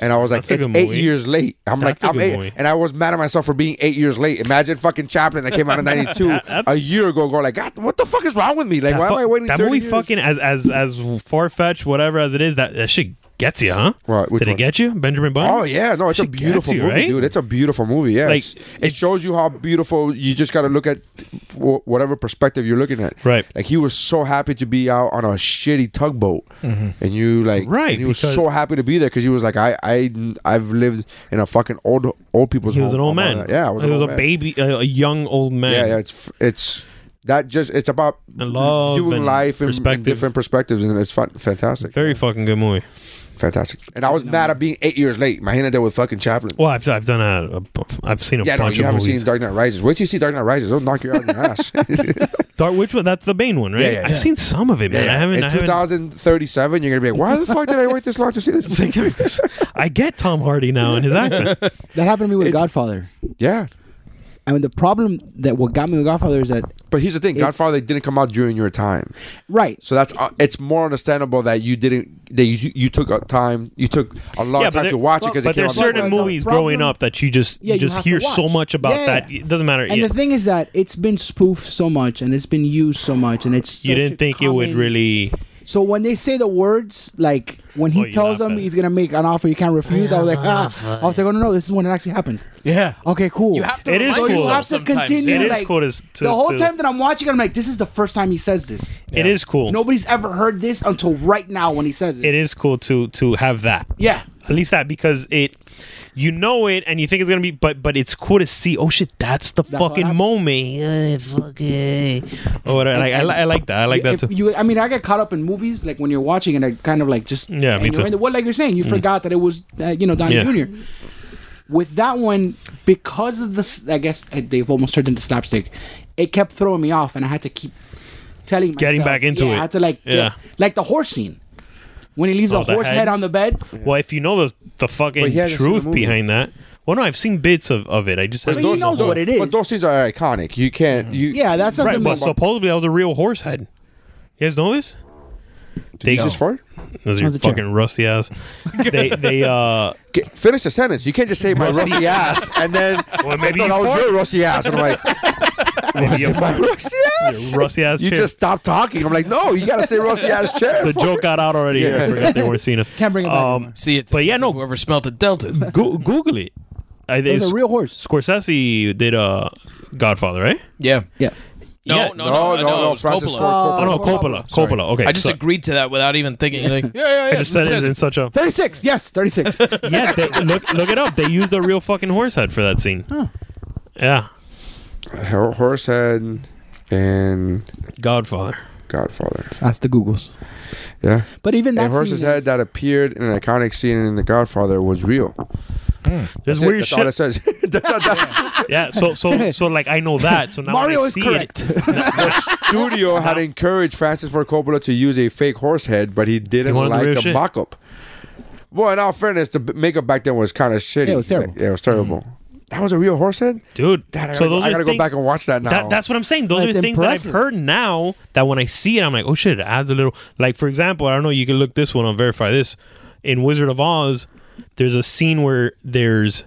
S3: and I was like,
S4: that's a
S3: "It's
S4: good
S3: eight
S4: movie.
S3: years late." I'm
S4: That's a
S3: like, "I'm
S4: good
S3: eight.
S4: movie.
S3: and I was mad at myself for being eight years late. Imagine fucking Chaplin that came out
S4: <laughs>
S3: in '92 a year ago, going like, "God, what the fuck is wrong with me? Like,
S4: That
S3: why
S4: fu-
S3: am I waiting?"
S4: That
S3: 30
S4: movie
S3: years?
S4: fucking as as as far fetched, whatever as it is, that that shit gets you, huh?
S3: Right, which
S4: Did
S3: one?
S4: it get you, Benjamin Button?
S3: Oh yeah, no, it's a
S4: Shit gets
S3: beautiful
S4: you,
S3: movie,
S4: right?
S3: dude. It's a beautiful movie. Yeah,
S4: Like,
S3: It's- it shows you how beautiful. You just got to look at wh- whatever perspective you're looking at.
S4: Right.
S3: Like he was so happy to be out on a shitty tugboat, and you like,
S4: Mm-hmm. Right,
S3: And he was
S4: because-
S3: so happy to be there because he was like, I, I, I've lived in a fucking old old people's.
S4: He was
S3: home.
S4: an old
S3: I'm on
S4: man.
S3: a- Yeah, I was
S4: he
S3: an
S4: was
S3: old
S4: a
S3: man.
S4: baby, a, a young old man.
S3: Yeah, yeah. It's it's that just it's about
S4: And love
S3: viewing
S4: and
S3: life and, and
S4: perspective.
S3: different perspectives, and it's fun, fantastic,
S4: Very fucking good movie.
S3: fantastic. And I was mad at being eight years late. My hand dealt with fucking Chaplin.
S4: Well, I've, I've done a, a bu- I've seen a
S3: Yeah, no,
S4: bunch
S3: you
S4: of
S3: haven't
S4: movies.
S3: seen Dark Knight Rises. Wait till you see Dark Knight Rises. It'll knock you out in your
S4: <laughs>
S3: ass.
S4: Dark, which one? That's the Bane one, right?
S3: Yeah, yeah, yeah.
S4: I've seen some of it, man. I haven't.
S3: In
S4: I, haven't <laughs>
S3: 2037, you're gonna be like, why the fuck did I wait this long to see this? movie?"
S4: I get Tom Hardy now and his
S3: <laughs>
S4: accent.
S5: That happened to me with Godfather.
S3: yeah,
S5: I mean, the problem that what got me with Godfather is that
S3: but here's the thing:
S5: It's-
S3: Godfather didn't come out during your time,
S5: right.
S3: so that's uh, it's more understandable that you didn't that you you took a time you took a long
S4: Yeah, but
S3: time
S4: there-
S3: to watch it because
S4: But
S3: it came
S4: there's
S3: out.
S4: certain
S5: the
S4: movies
S5: problem-
S4: growing up that you just you
S5: Yeah, you
S4: just
S5: have to
S4: hear
S5: watch.
S4: so much about
S5: Yeah,
S4: that.
S5: yeah.
S4: It doesn't matter.
S5: And
S4: yeah.
S5: the thing is that it's been spoofed so much and it's been used so much and it's
S4: you
S5: such a
S4: didn't think it would
S5: common-
S4: really.
S5: So when they say the words, like when
S4: Oh,
S5: he
S4: you
S5: tells
S4: laugh
S5: them
S4: at it.
S5: he's gonna make an offer you can't refuse, I was like, ah. I was like, oh no, no, this is when it actually happened.
S2: Yeah.
S5: Okay, cool.
S6: You have to.
S4: It
S6: remind
S4: is cool.
S6: yourself
S5: You have to
S6: sometimes,
S5: continue,
S6: yeah.
S4: It is
S5: like,
S4: cool to, to-
S5: the whole
S4: to-
S5: time that I'm watching, it, I'm like, this is the first time he says this.
S4: It is cool.
S5: Nobody's ever heard this until right now when he says it.
S4: It is cool to to have that.
S5: Yeah.
S4: At least that because it you know it and you think it's gonna be but but it's cool to see oh shit that's the
S5: what
S4: fucking
S5: happened.
S4: moment uh, fuck eh. or whatever like, I, li- I like that I like that
S5: If
S4: too
S5: you, I mean, I get caught up in movies like when you're watching and I kind of like just
S4: Yeah,
S5: and
S4: me
S5: you're
S4: too. Mm.
S5: in the- What like you're saying, you forgot that it was uh, you know Donnie
S4: Yeah.
S5: Jr. With that one, because of this, I guess uh, they've almost turned into slapstick. It kept throwing me off, and I had to keep telling myself,
S4: Getting back into
S5: yeah,
S4: it.
S5: I had to like, get-
S4: Yeah.
S5: like the horse scene when he leaves
S4: Oh,
S5: a
S4: the
S5: horse
S4: head?
S5: head? on the bed.
S4: well if you know the the
S3: But
S4: fucking
S3: he hasn't seen the
S4: truth
S3: movie.
S4: behind that well no I've seen bits of, of it I just haven't
S5: he
S4: seen the
S5: knows
S4: whole-
S5: what it is.
S3: But those scenes are iconic. You can't. You
S5: Yeah, that's not
S4: right
S5: something.
S4: but supposedly that was a real horse head you guys know this
S3: Did you just fart?
S4: those are your
S5: How's the chair?
S4: fucking rusty
S5: <laughs>
S4: ass they they uh
S3: Get- Finish the sentence. You can't just say
S4: <laughs>
S3: my rusty ass and then
S4: Well, maybe
S3: no,
S4: you
S3: that was
S4: fart.
S3: your rusty ass. And I'm like,
S4: maybe a <laughs>
S3: my
S4: fucking-
S3: rusty ass.
S4: Your rusty ass
S3: You
S4: chair.
S3: just stopped talking. I'm like, no, you gotta say rusty ass
S4: <laughs>
S3: chair.
S4: the joke got out already I forgot they weren't seeing us
S5: <laughs> Can't bring it back anymore.
S2: See it.
S4: But yeah, no.
S2: Whoever smelled it dealt it.
S4: Go- Google it. I,
S5: it was a real horse.
S4: Scorsese did uh, Godfather, right?
S2: Yeah.
S5: Yeah.
S6: No,
S4: Yeah.
S6: no,
S3: No,
S6: no,
S3: no, no,
S6: it was
S3: Francis
S6: Coppola.
S3: Ford Coppola.
S4: Oh no, Coppola.
S2: Sorry.
S4: Coppola. Okay,
S6: I just
S4: so-
S6: agreed to that without even thinking.
S4: <laughs>
S6: You're like, yeah, yeah, yeah.
S4: I just said it in such a
S5: Thirty-six. Yes, <laughs> thirty-six.
S4: yeah. They, look, look it up. They used a real fucking horse head for that scene. Yeah,
S3: Hor- Horsehead and
S4: Godfather.
S3: Godfather.
S5: That's the Googles.
S3: Yeah.
S5: But even that
S3: a horse's
S5: scene
S3: head
S5: is-
S3: that appeared in an iconic scene in The Godfather was real.
S4: There's
S3: That's, it.
S4: weird
S3: That's all it
S4: shit.
S3: says. <laughs> That's all- that's-
S4: Yeah. So so so like I know that.
S3: <laughs>
S4: So now when
S5: Mario
S4: I
S5: is
S4: see
S5: correct.
S4: It,
S3: the
S4: <laughs>
S3: studio had encouraged Francis Ford Coppola to use a fake horse head, but he didn't
S4: wanted the
S3: like
S4: real
S3: the
S4: shit.
S3: mock up. Well, in all fairness, the b- makeup back then was kind of shitty.
S5: Yeah, it was terrible.
S3: Like, yeah, it was terrible. That was a real horse head?
S4: dude.
S3: Dad, I
S4: Mm-hmm. so
S3: gotta, go,
S4: those
S3: I
S4: are
S3: gotta go
S4: thing-
S3: back and watch that now.
S4: That, that's what I'm saying. Those
S5: Well,
S4: are
S5: it's
S4: things that
S5: impressive.
S4: I've heard now that when I see it, I'm like, oh shit, it adds a little. Like, for example, I don't know, you can look this one on Verify This. In Wizard of Oz, there's a scene where there's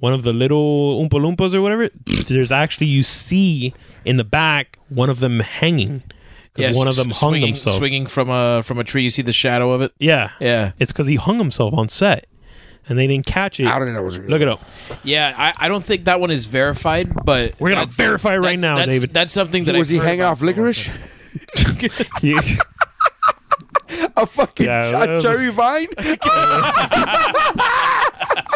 S4: one of the little Oompa Loompas or whatever. <clears throat> There's actually, you see in the back one of them hanging. 'Cause one of them hung
S2: swinging,
S4: themselves.
S2: Swinging from a from a tree, you see the shadow of it.
S4: Yeah.
S2: Yeah.
S4: It's because he hung himself on set and they didn't catch it.
S3: I don't think that was real.
S4: Look it up.
S2: Yeah, I, I don't think that one is verified, but
S4: We're gonna
S2: that's-
S4: verify right
S2: that's-
S4: now,
S2: that's,
S4: David.
S2: That's something that
S3: was
S2: I've
S3: he
S2: heard
S3: hanging
S2: about
S3: off
S2: for a long
S3: licorice?
S2: time. <laughs>
S4: You-
S3: <laughs> a fucking
S4: Yeah,
S3: ch-
S4: that
S3: a
S4: was-
S3: cherry
S4: <laughs>
S3: vine?
S4: <laughs>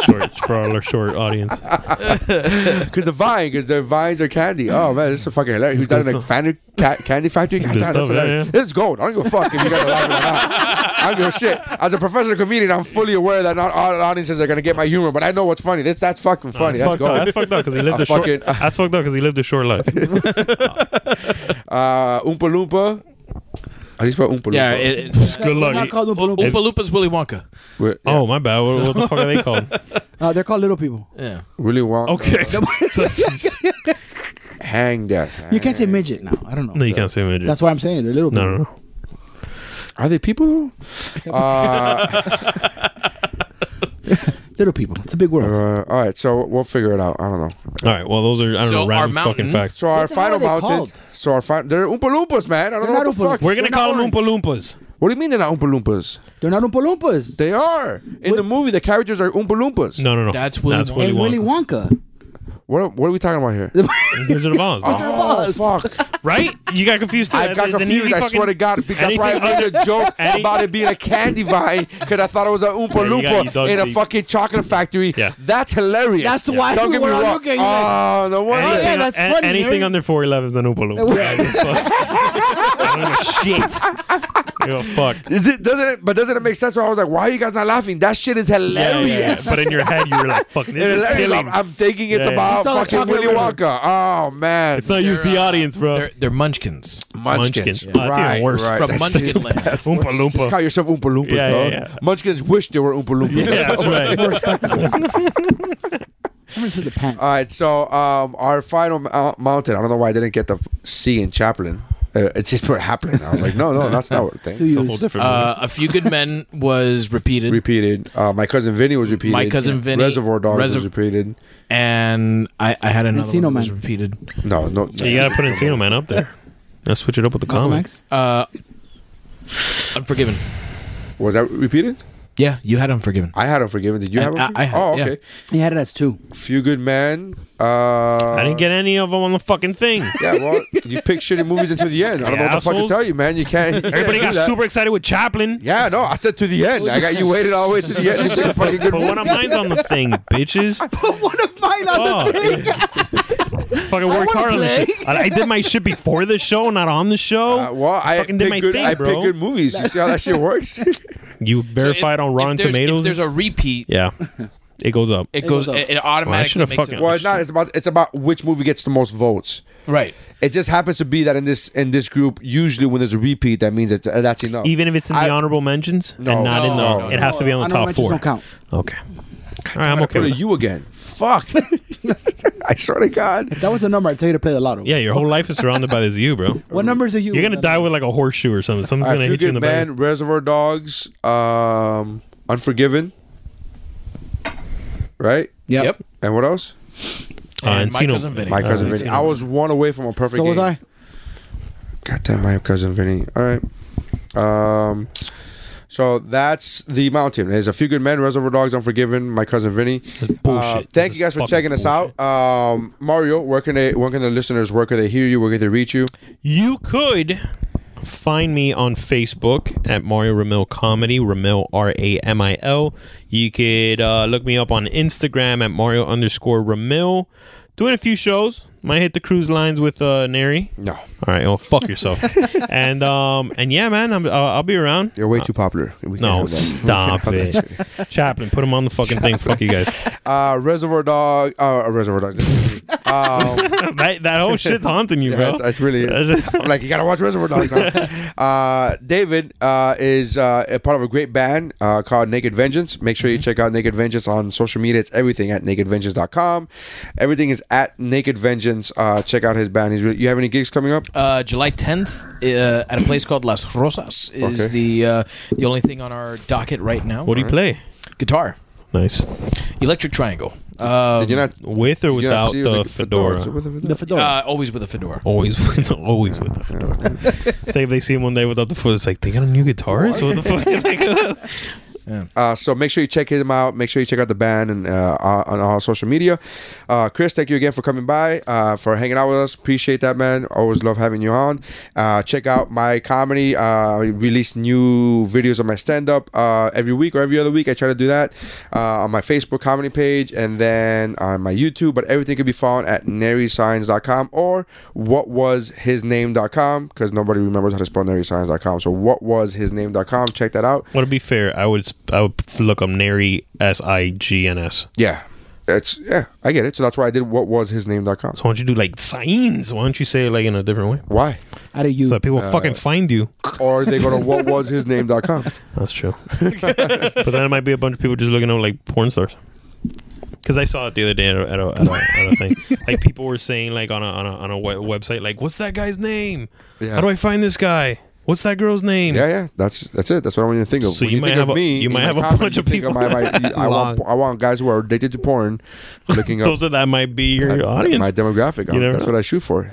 S4: short, for our short audience.
S3: Because the vine, because the vines are candy. Oh man, this is fucking hilarious. Who's
S4: Good
S3: that in a
S4: stuff.
S3: candy, ca- candy factory? God
S4: Good
S3: damn, that's
S4: stuff, yeah,
S3: hilarious.
S4: yeah.
S3: This is gold. I don't give a fuck if you guys are laughing or not. I don't give a shit. As a professional comedian, I'm fully aware that not all audiences are gonna get my humor, but I know what's funny. This that's fucking funny.
S4: That's fucked
S3: that's
S4: up. That's
S3: gold.
S4: fucked up
S3: <laughs>
S4: because he lived
S3: I
S4: a short.
S3: fucking-
S4: That's
S3: <laughs>
S4: fucked up because he lived a short life.
S3: Uh, Oompa Loompa. How do you spell Oompa Loompa?
S2: Yeah, it,
S4: Good luck.
S5: Not called Oompa Loompa.
S2: Oompa Loompa's Willy Wonka.
S3: Wait, yeah.
S4: <laughs> Oh my bad. What, what the fuck are they
S3: <laughs>
S4: called? oh.
S5: Uh, they're called little people.
S2: Yeah.
S3: Willy Wonka.
S4: Okay. So that's-
S3: Hang that.
S5: You can't say midget now. I don't know.
S4: <laughs> no, you can't say midget.
S5: That's why I'm saying it. They're little
S4: no,
S5: people.
S4: no, no.
S3: Are they people
S4: <laughs>
S3: though? uh,
S5: Little people. It's a big world.
S3: uh, all right, so we'll figure it out. I don't know.
S4: All right. Well, those are I don't
S2: So
S4: know
S2: our
S4: random fucking
S2: mountain-
S4: facts.
S3: So our
S5: the hell
S3: final
S5: are they
S3: mountain.
S5: called?
S3: So our final. They're Oompa Loompas, man. I don't
S5: They're
S3: know
S5: not
S3: what the
S5: Oompa
S3: fuck.
S5: Loompas.
S4: We're gonna
S5: They're
S4: call
S5: not
S4: them Oompa Loompas.
S3: What do you mean they're not Oompa Loompas?
S5: They're not Oompa Loompas.
S3: They are in the movie. The characters are Oompa Loompas.
S4: No, no, no.
S2: That's Willy
S4: That's
S2: Wonka.
S4: Willy
S5: They're Willy
S4: Wonka.
S5: Wonka.
S3: What, what are we talking about here?
S4: Wizard of Oz. man.
S3: Oh fuck!
S4: Right? You got confused. Too.
S3: <laughs> I got
S4: It's an
S3: confused.
S4: easy
S3: I
S4: fucking-
S3: swear to God, be- that's why I <laughs>
S4: anything
S3: made a joke
S4: <laughs> Any-
S3: about it being a candy vine because I thought it was an Oompa
S4: Yeah, you got- you
S3: Loompa
S4: dug
S3: in a
S4: deep.
S3: fucking chocolate factory.
S4: Yeah.
S3: That's hilarious.
S5: That's why
S3: Don't
S5: we
S3: get me
S5: were all
S3: wrong.
S5: looking, you're
S3: oh no wonder.
S4: Anything,
S5: yeah, that's
S4: a-
S5: funny,
S4: anything
S5: Harry.
S4: under 411 is an Oompa Loompa. I don't give a fuck. I don't give a shit. I don't give a fuck.
S3: Is it doesn't it? But doesn't it make sense? Where I was like, why are you guys not laughing? That shit is
S4: Yeah, yeah, yeah.
S3: hilarious.
S4: But in your head, you were like,
S3: <laughs>
S4: fuck, this
S3: It's
S4: is
S3: hilarious.
S4: killing.
S3: I'm, I'm thinking it's
S4: Yeah, yeah.
S3: about
S5: It's all like
S3: fucking
S5: chocolate
S3: Willy
S5: ribbon.
S3: Wonka. Oh man,
S4: Let's not use the audience, bro.
S2: uh, They're, they're munchkins.
S4: Munchkins. Oh, that's even worse.
S2: From
S3: That's-
S2: Munchkinland.
S3: that's-
S4: Oompa
S3: Just
S4: Loompa.
S3: call yourself Oompa Loompas,
S4: Yeah,
S3: bro.
S4: yeah, yeah.
S3: Munchkins wish they were Oompa Loompas.
S4: <laughs> Yeah, that's right.
S5: I'm into the pants.
S3: <laughs> All right, so um, our final mou- mountain. I don't know why I didn't get the C in Chaplin. Uh, it's just put Haplin. I was like,
S4: <laughs>
S3: no, no, that's not what the
S5: Two
S3: thing.
S4: It's a whole
S5: years.
S4: different
S2: Uh, a few good men was repeated,
S3: Repeated. Uh, my cousin Vinny was repeated.
S2: My Cousin Vinny.
S3: Reservoir Dogs
S2: Reser-
S3: was repeated.
S2: and I, I had another
S5: Encino
S2: one that was
S5: Man.
S2: repeated.
S3: No, no.
S2: Uh,
S4: movie. you gotta put Encino Man up there. Now switch it up with the
S5: Malcolm
S4: comics.
S5: X.
S2: Uh, Unforgiven.
S3: Was that repeated?
S2: Yeah, you had Unforgiven.
S3: I had Unforgiven. Did you
S2: I-
S3: have?
S2: I-
S3: Unforgiven?
S2: I had,
S3: Oh,
S2: yeah.
S3: okay.
S5: He had it as two. <laughs>
S3: Few Good Men. Uh, I
S4: I didn't get any of them on the fucking thing.
S3: <laughs> Yeah, well, you pick shitty movies until the end. I don't know what the fuck to
S4: Assholes.
S3: tell you, man. You can't. you can't
S4: <laughs> Everybody
S3: do
S4: got
S3: <laughs> that.
S4: super excited with Chaplin.
S3: Yeah, no, I said to the end. I got you waited all the way to the end. to pick a fucking good
S4: But one
S3: movie.
S4: of mine's on the thing,
S3: <laughs>
S4: bitches.
S5: But one of mine on
S4: Fuck.
S5: the thing.
S4: Fucking worked hard on this shit. I, I did my shit before the show, not on the show.
S3: Uh, well, I
S4: fucking did
S3: pick
S4: my
S3: good.
S4: thing,
S3: I
S4: bro.
S3: pick good movies. You see how that shit
S4: <laughs>
S3: works?
S4: you
S2: So
S4: verified
S2: if-
S4: on Rotten
S2: if there's,
S4: Tomatoes.
S2: If there's a repeat,
S4: yeah, it goes up.
S2: it goes.
S5: goes up.
S2: It, it
S4: Well, I
S2: automatically
S4: should've
S2: makes
S4: fucking-
S3: <laughs>
S2: it
S3: well, it's not. It's about. It's about which movie gets the most votes.
S2: right.
S3: It just happens to be that in this in this group, usually when there's a repeat, that means it's, uh, that's enough.
S4: Even if it's in
S3: I-
S4: the honorable mentions
S3: No.
S4: and not in the,
S3: No, no,
S4: it has to be on the
S5: Honorable
S4: top
S5: mentions
S4: four.
S5: Don't count.
S4: Okay. All right, I'm
S3: I
S4: okay.
S3: put a
S4: With that.
S3: you again. <laughs> Fuck. I swear to God.
S5: That was the number I tell you to play the
S4: <laughs>
S5: lotto.
S4: Yeah, your whole life is surrounded by this you, bro.
S5: What numbers are you?
S4: You're gonna die with like a horseshoe or something. Something's
S3: I
S4: gonna
S3: feel
S4: hit you in
S3: good,
S4: the back.
S3: man. Reservoir Dogs. Um, Unforgiven. Right.
S5: Yep.
S2: Yep.
S3: And what else?
S4: Uh,
S2: And my
S4: Encino- Uh,
S2: cousin Vinny.
S3: My cousin Vinny. I was one away from a perfect.
S5: So was
S3: game.
S5: I.
S3: God damn, my cousin Vinny. All right. Um, so that's the mountain. There's a few good men, Reservoir Dogs, Unforgiven, my cousin Vinny. Uh,
S4: bullshit.
S3: thank you
S4: This is
S3: guys for
S4: fucking
S3: checking us out. Um, Mario, where can they? Where can the listeners? Where can they hear you? Where can they reach you?
S4: You could find me on Facebook at Mario Ramil Comedy, Ramil R A M I L. You could uh, look me up on Instagram at Mario underscore Ramil. Doing a few shows. Might hit the cruise lines with uh, Neri.
S3: No,
S4: All right, well, fuck yourself. and um, and yeah, man, I'm, uh, I'll be around.
S3: you're way too popular. We can't
S4: Uh, No,
S3: have that. We can't
S4: stop
S3: have that
S4: it.
S3: shit.
S4: Chaplin, put him on the fucking thing. Fuck you guys.
S3: Uh, Reservoir Dog. Uh, Reservoir Dogs. um,
S4: that, that whole
S3: <laughs>
S4: shit's haunting you,
S3: yeah,
S4: bro.
S3: it's, it's really. Is. I'm like, you gotta watch Reservoir Dogs. now. Uh, David uh, is uh, a part of a great band uh, called Naked Vengeance. Make sure you check out Naked Vengeance on social media. It's everything at nakedvengeance.com. Everything is at Naked Vengeance. Uh, check out his band. He's really, you have any gigs coming up?
S4: Um,
S2: Uh, July 10th uh, at a place called Las Rosas is
S3: Okay.
S2: the uh, the only thing on our docket right now.
S4: what do you play?
S2: Guitar,
S4: Nice.
S2: Electric Triangle. Um,
S3: Did you not?
S4: With or
S3: did you not
S4: without
S3: see
S4: the
S3: like,
S4: fedora?
S3: With the fedora.
S5: The fedora.
S2: Uh, always with a fedora.
S4: Always with, always with the fedora. Say if they see him one day without the foot, it's like they got a new guitarist. What the
S3: <laughs>
S4: fuck? <laughs> Like,
S3: Uh, so make sure you check him out. Make sure you check out the band and uh, on all social media. Uh, Chris, thank you again for coming by, uh, for hanging out with us. Appreciate that, man. Always love having you on. Uh, check out my comedy. Uh, I release new videos of my stand up uh, every week or every other week. I try to do that uh, on my Facebook comedy page and then on my YouTube. But everything can be found at narysigns.com or whatwashisname.com because nobody remembers how to spell naryscience.com. So whatwashisname.com. Check that out.
S4: well, to be fair, I would sp- I would look up Nary S I G N S.
S3: Yeah. It's yeah, I get it. So that's why I did what was his name.com.
S4: So why don't you do like signs? Why don't you say it like in a different way?
S3: Why?
S5: How do you?
S4: So that people
S3: Uh,
S4: fucking find you.
S3: Or they go to what was his name.com.
S4: That's true. but then it might be a bunch of people just looking up like porn stars. Because I saw it the other day at a, at a, at a, at a thing.
S3: <laughs>
S4: Like people were saying like on a on a, on a we- website like, "What's that guy's name?
S3: <laughs> Yeah.
S4: How do I find this guy? What's that girl's name?"
S3: Yeah, yeah. That's that's it. That's what I want you to think of.
S4: So
S3: When
S4: you might
S3: think
S4: have a-
S3: of me,
S4: you
S3: in
S4: might
S3: my
S4: have a
S3: comedy,
S4: bunch
S3: you
S4: of
S3: think of
S4: people.
S3: my-
S4: <laughs>
S3: my- I want I want guys who are addicted to porn looking up
S4: Those are that might be your audience.
S3: my demographic.
S4: You never
S3: that's
S4: know.
S3: what I
S4: <laughs>
S3: shoot for.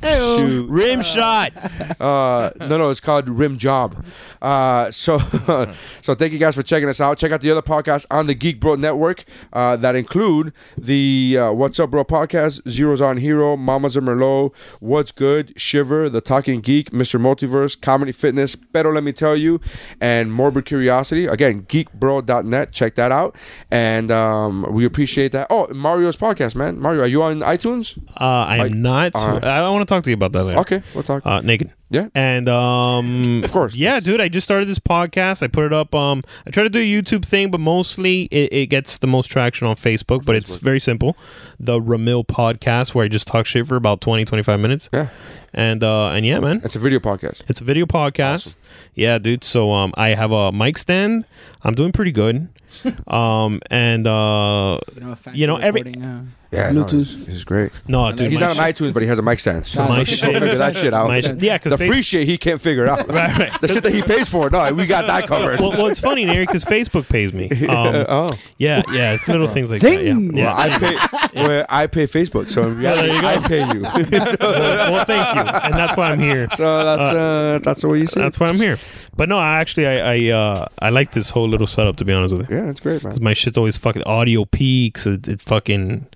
S3: Shoot.
S4: Rim shot.
S3: Uh, no, no, it's called Rim Job. Uh, so, <laughs> so thank you guys for checking us out. Check out the other podcasts on the Geek Bro Network uh, that include the uh, What's Up Bro podcast, Zeros on Hero, Mamas and Merlot, What's Good, Shiver, The Talking Geek, Mr. Multiverse, Comedy Fitness, Pero Let Me Tell You, and Morbid Curiosity. Again, geekbro.net. Check that out. And um, we appreciate that. Oh, Mario's podcast, man. Mario, are you on iTunes?
S4: Uh, I am
S3: Like,
S4: not.
S3: alright.
S4: I want to talk to you about that later.
S3: Okay, we'll talk.
S4: Uh, naked.
S3: Yeah.
S4: And um
S3: Of course.
S4: Yeah, dude, I just started this podcast. I put it up um I try to do a YouTube thing, but mostly it, it gets the most traction on Facebook, but it's very simple. The Ramil podcast where I just talk shit for about 20 25 minutes.
S3: Yeah.
S4: And uh and yeah, man.
S3: It's a video podcast.
S4: It's a video podcast. Yeah, dude. So um, I have a mic stand. I'm doing pretty good.
S3: <laughs>
S4: um, and uh,
S5: You know, a fax
S4: you know, every-
S5: recording, uh,
S3: Yeah, no,
S5: Bluetooth.
S3: this is great.
S4: no, dude,
S3: uh, He's
S4: my
S3: not on iTunes, but he has a mic stand. So
S4: My
S3: he'll
S4: shit-
S3: figure that shit out.
S4: my sh- yeah, 'cause
S3: the
S4: they-
S3: free shit he can't figure out.
S4: <laughs> Right, right.
S3: The shit that he pays for. No, we got that covered.
S4: well,
S3: <laughs>
S4: well, it's funny, Nary, because Facebook pays me. Um,
S3: oh,
S4: yeah, yeah, it's little things like that. Yeah, <laughs>
S5: Zing!
S4: yeah.
S3: well, I pay. well, I pay Facebook, so in reality,
S4: there you go.
S3: I pay you. <laughs>
S4: well, well, thank you, and that's why I'm here.
S3: so that's uh, that's what you see.
S4: That's why I'm here. But no, I actually I I, uh, I like this whole little setup to be honest with you.
S3: yeah, that's great, man.
S4: 'Cause My shit's always fucking audio peaks. It, it fucking,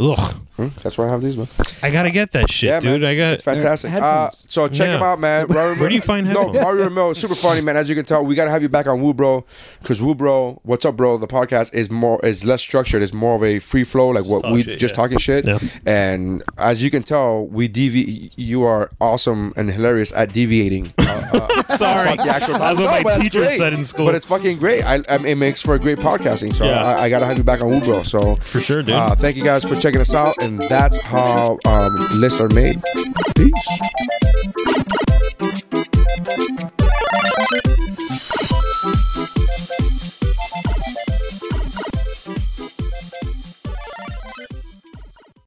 S4: ugh.
S3: Hmm, That's why I have these, man.
S4: I gotta get that shit,
S3: Yeah,
S4: dude.
S3: man.
S4: I got
S3: It's fantastic. Uh,
S5: Headphones.
S3: so check
S4: Yeah.
S3: him out, man.
S4: Where do you find
S3: No,
S4: headphones?
S3: Mario Ramil, is super funny, man. As you can tell, we gotta have you back on Woo Bro because Woo Bro, what's up, bro? The podcast is more is less structured. It's more of a free flow, like what
S4: talk
S3: we
S4: shit,
S3: just
S4: yeah.
S3: talking shit.
S4: Yeah.
S3: And as you can tell, we devi. You are awesome and hilarious at deviating. Uh, uh,
S4: Sorry,
S3: about the actual
S4: that's
S3: topic. <laughs> No,
S4: what
S3: but
S4: my
S3: that's
S4: teacher
S3: great.
S4: said in school.
S3: But it's fucking great. I, I it makes for a great podcasting. So
S4: Yeah.
S3: I, I gotta have you back on Woo Bro. So
S4: For sure, dude.
S3: Uh, thank you guys for checking us out, and that's how um, lists are made. Peace.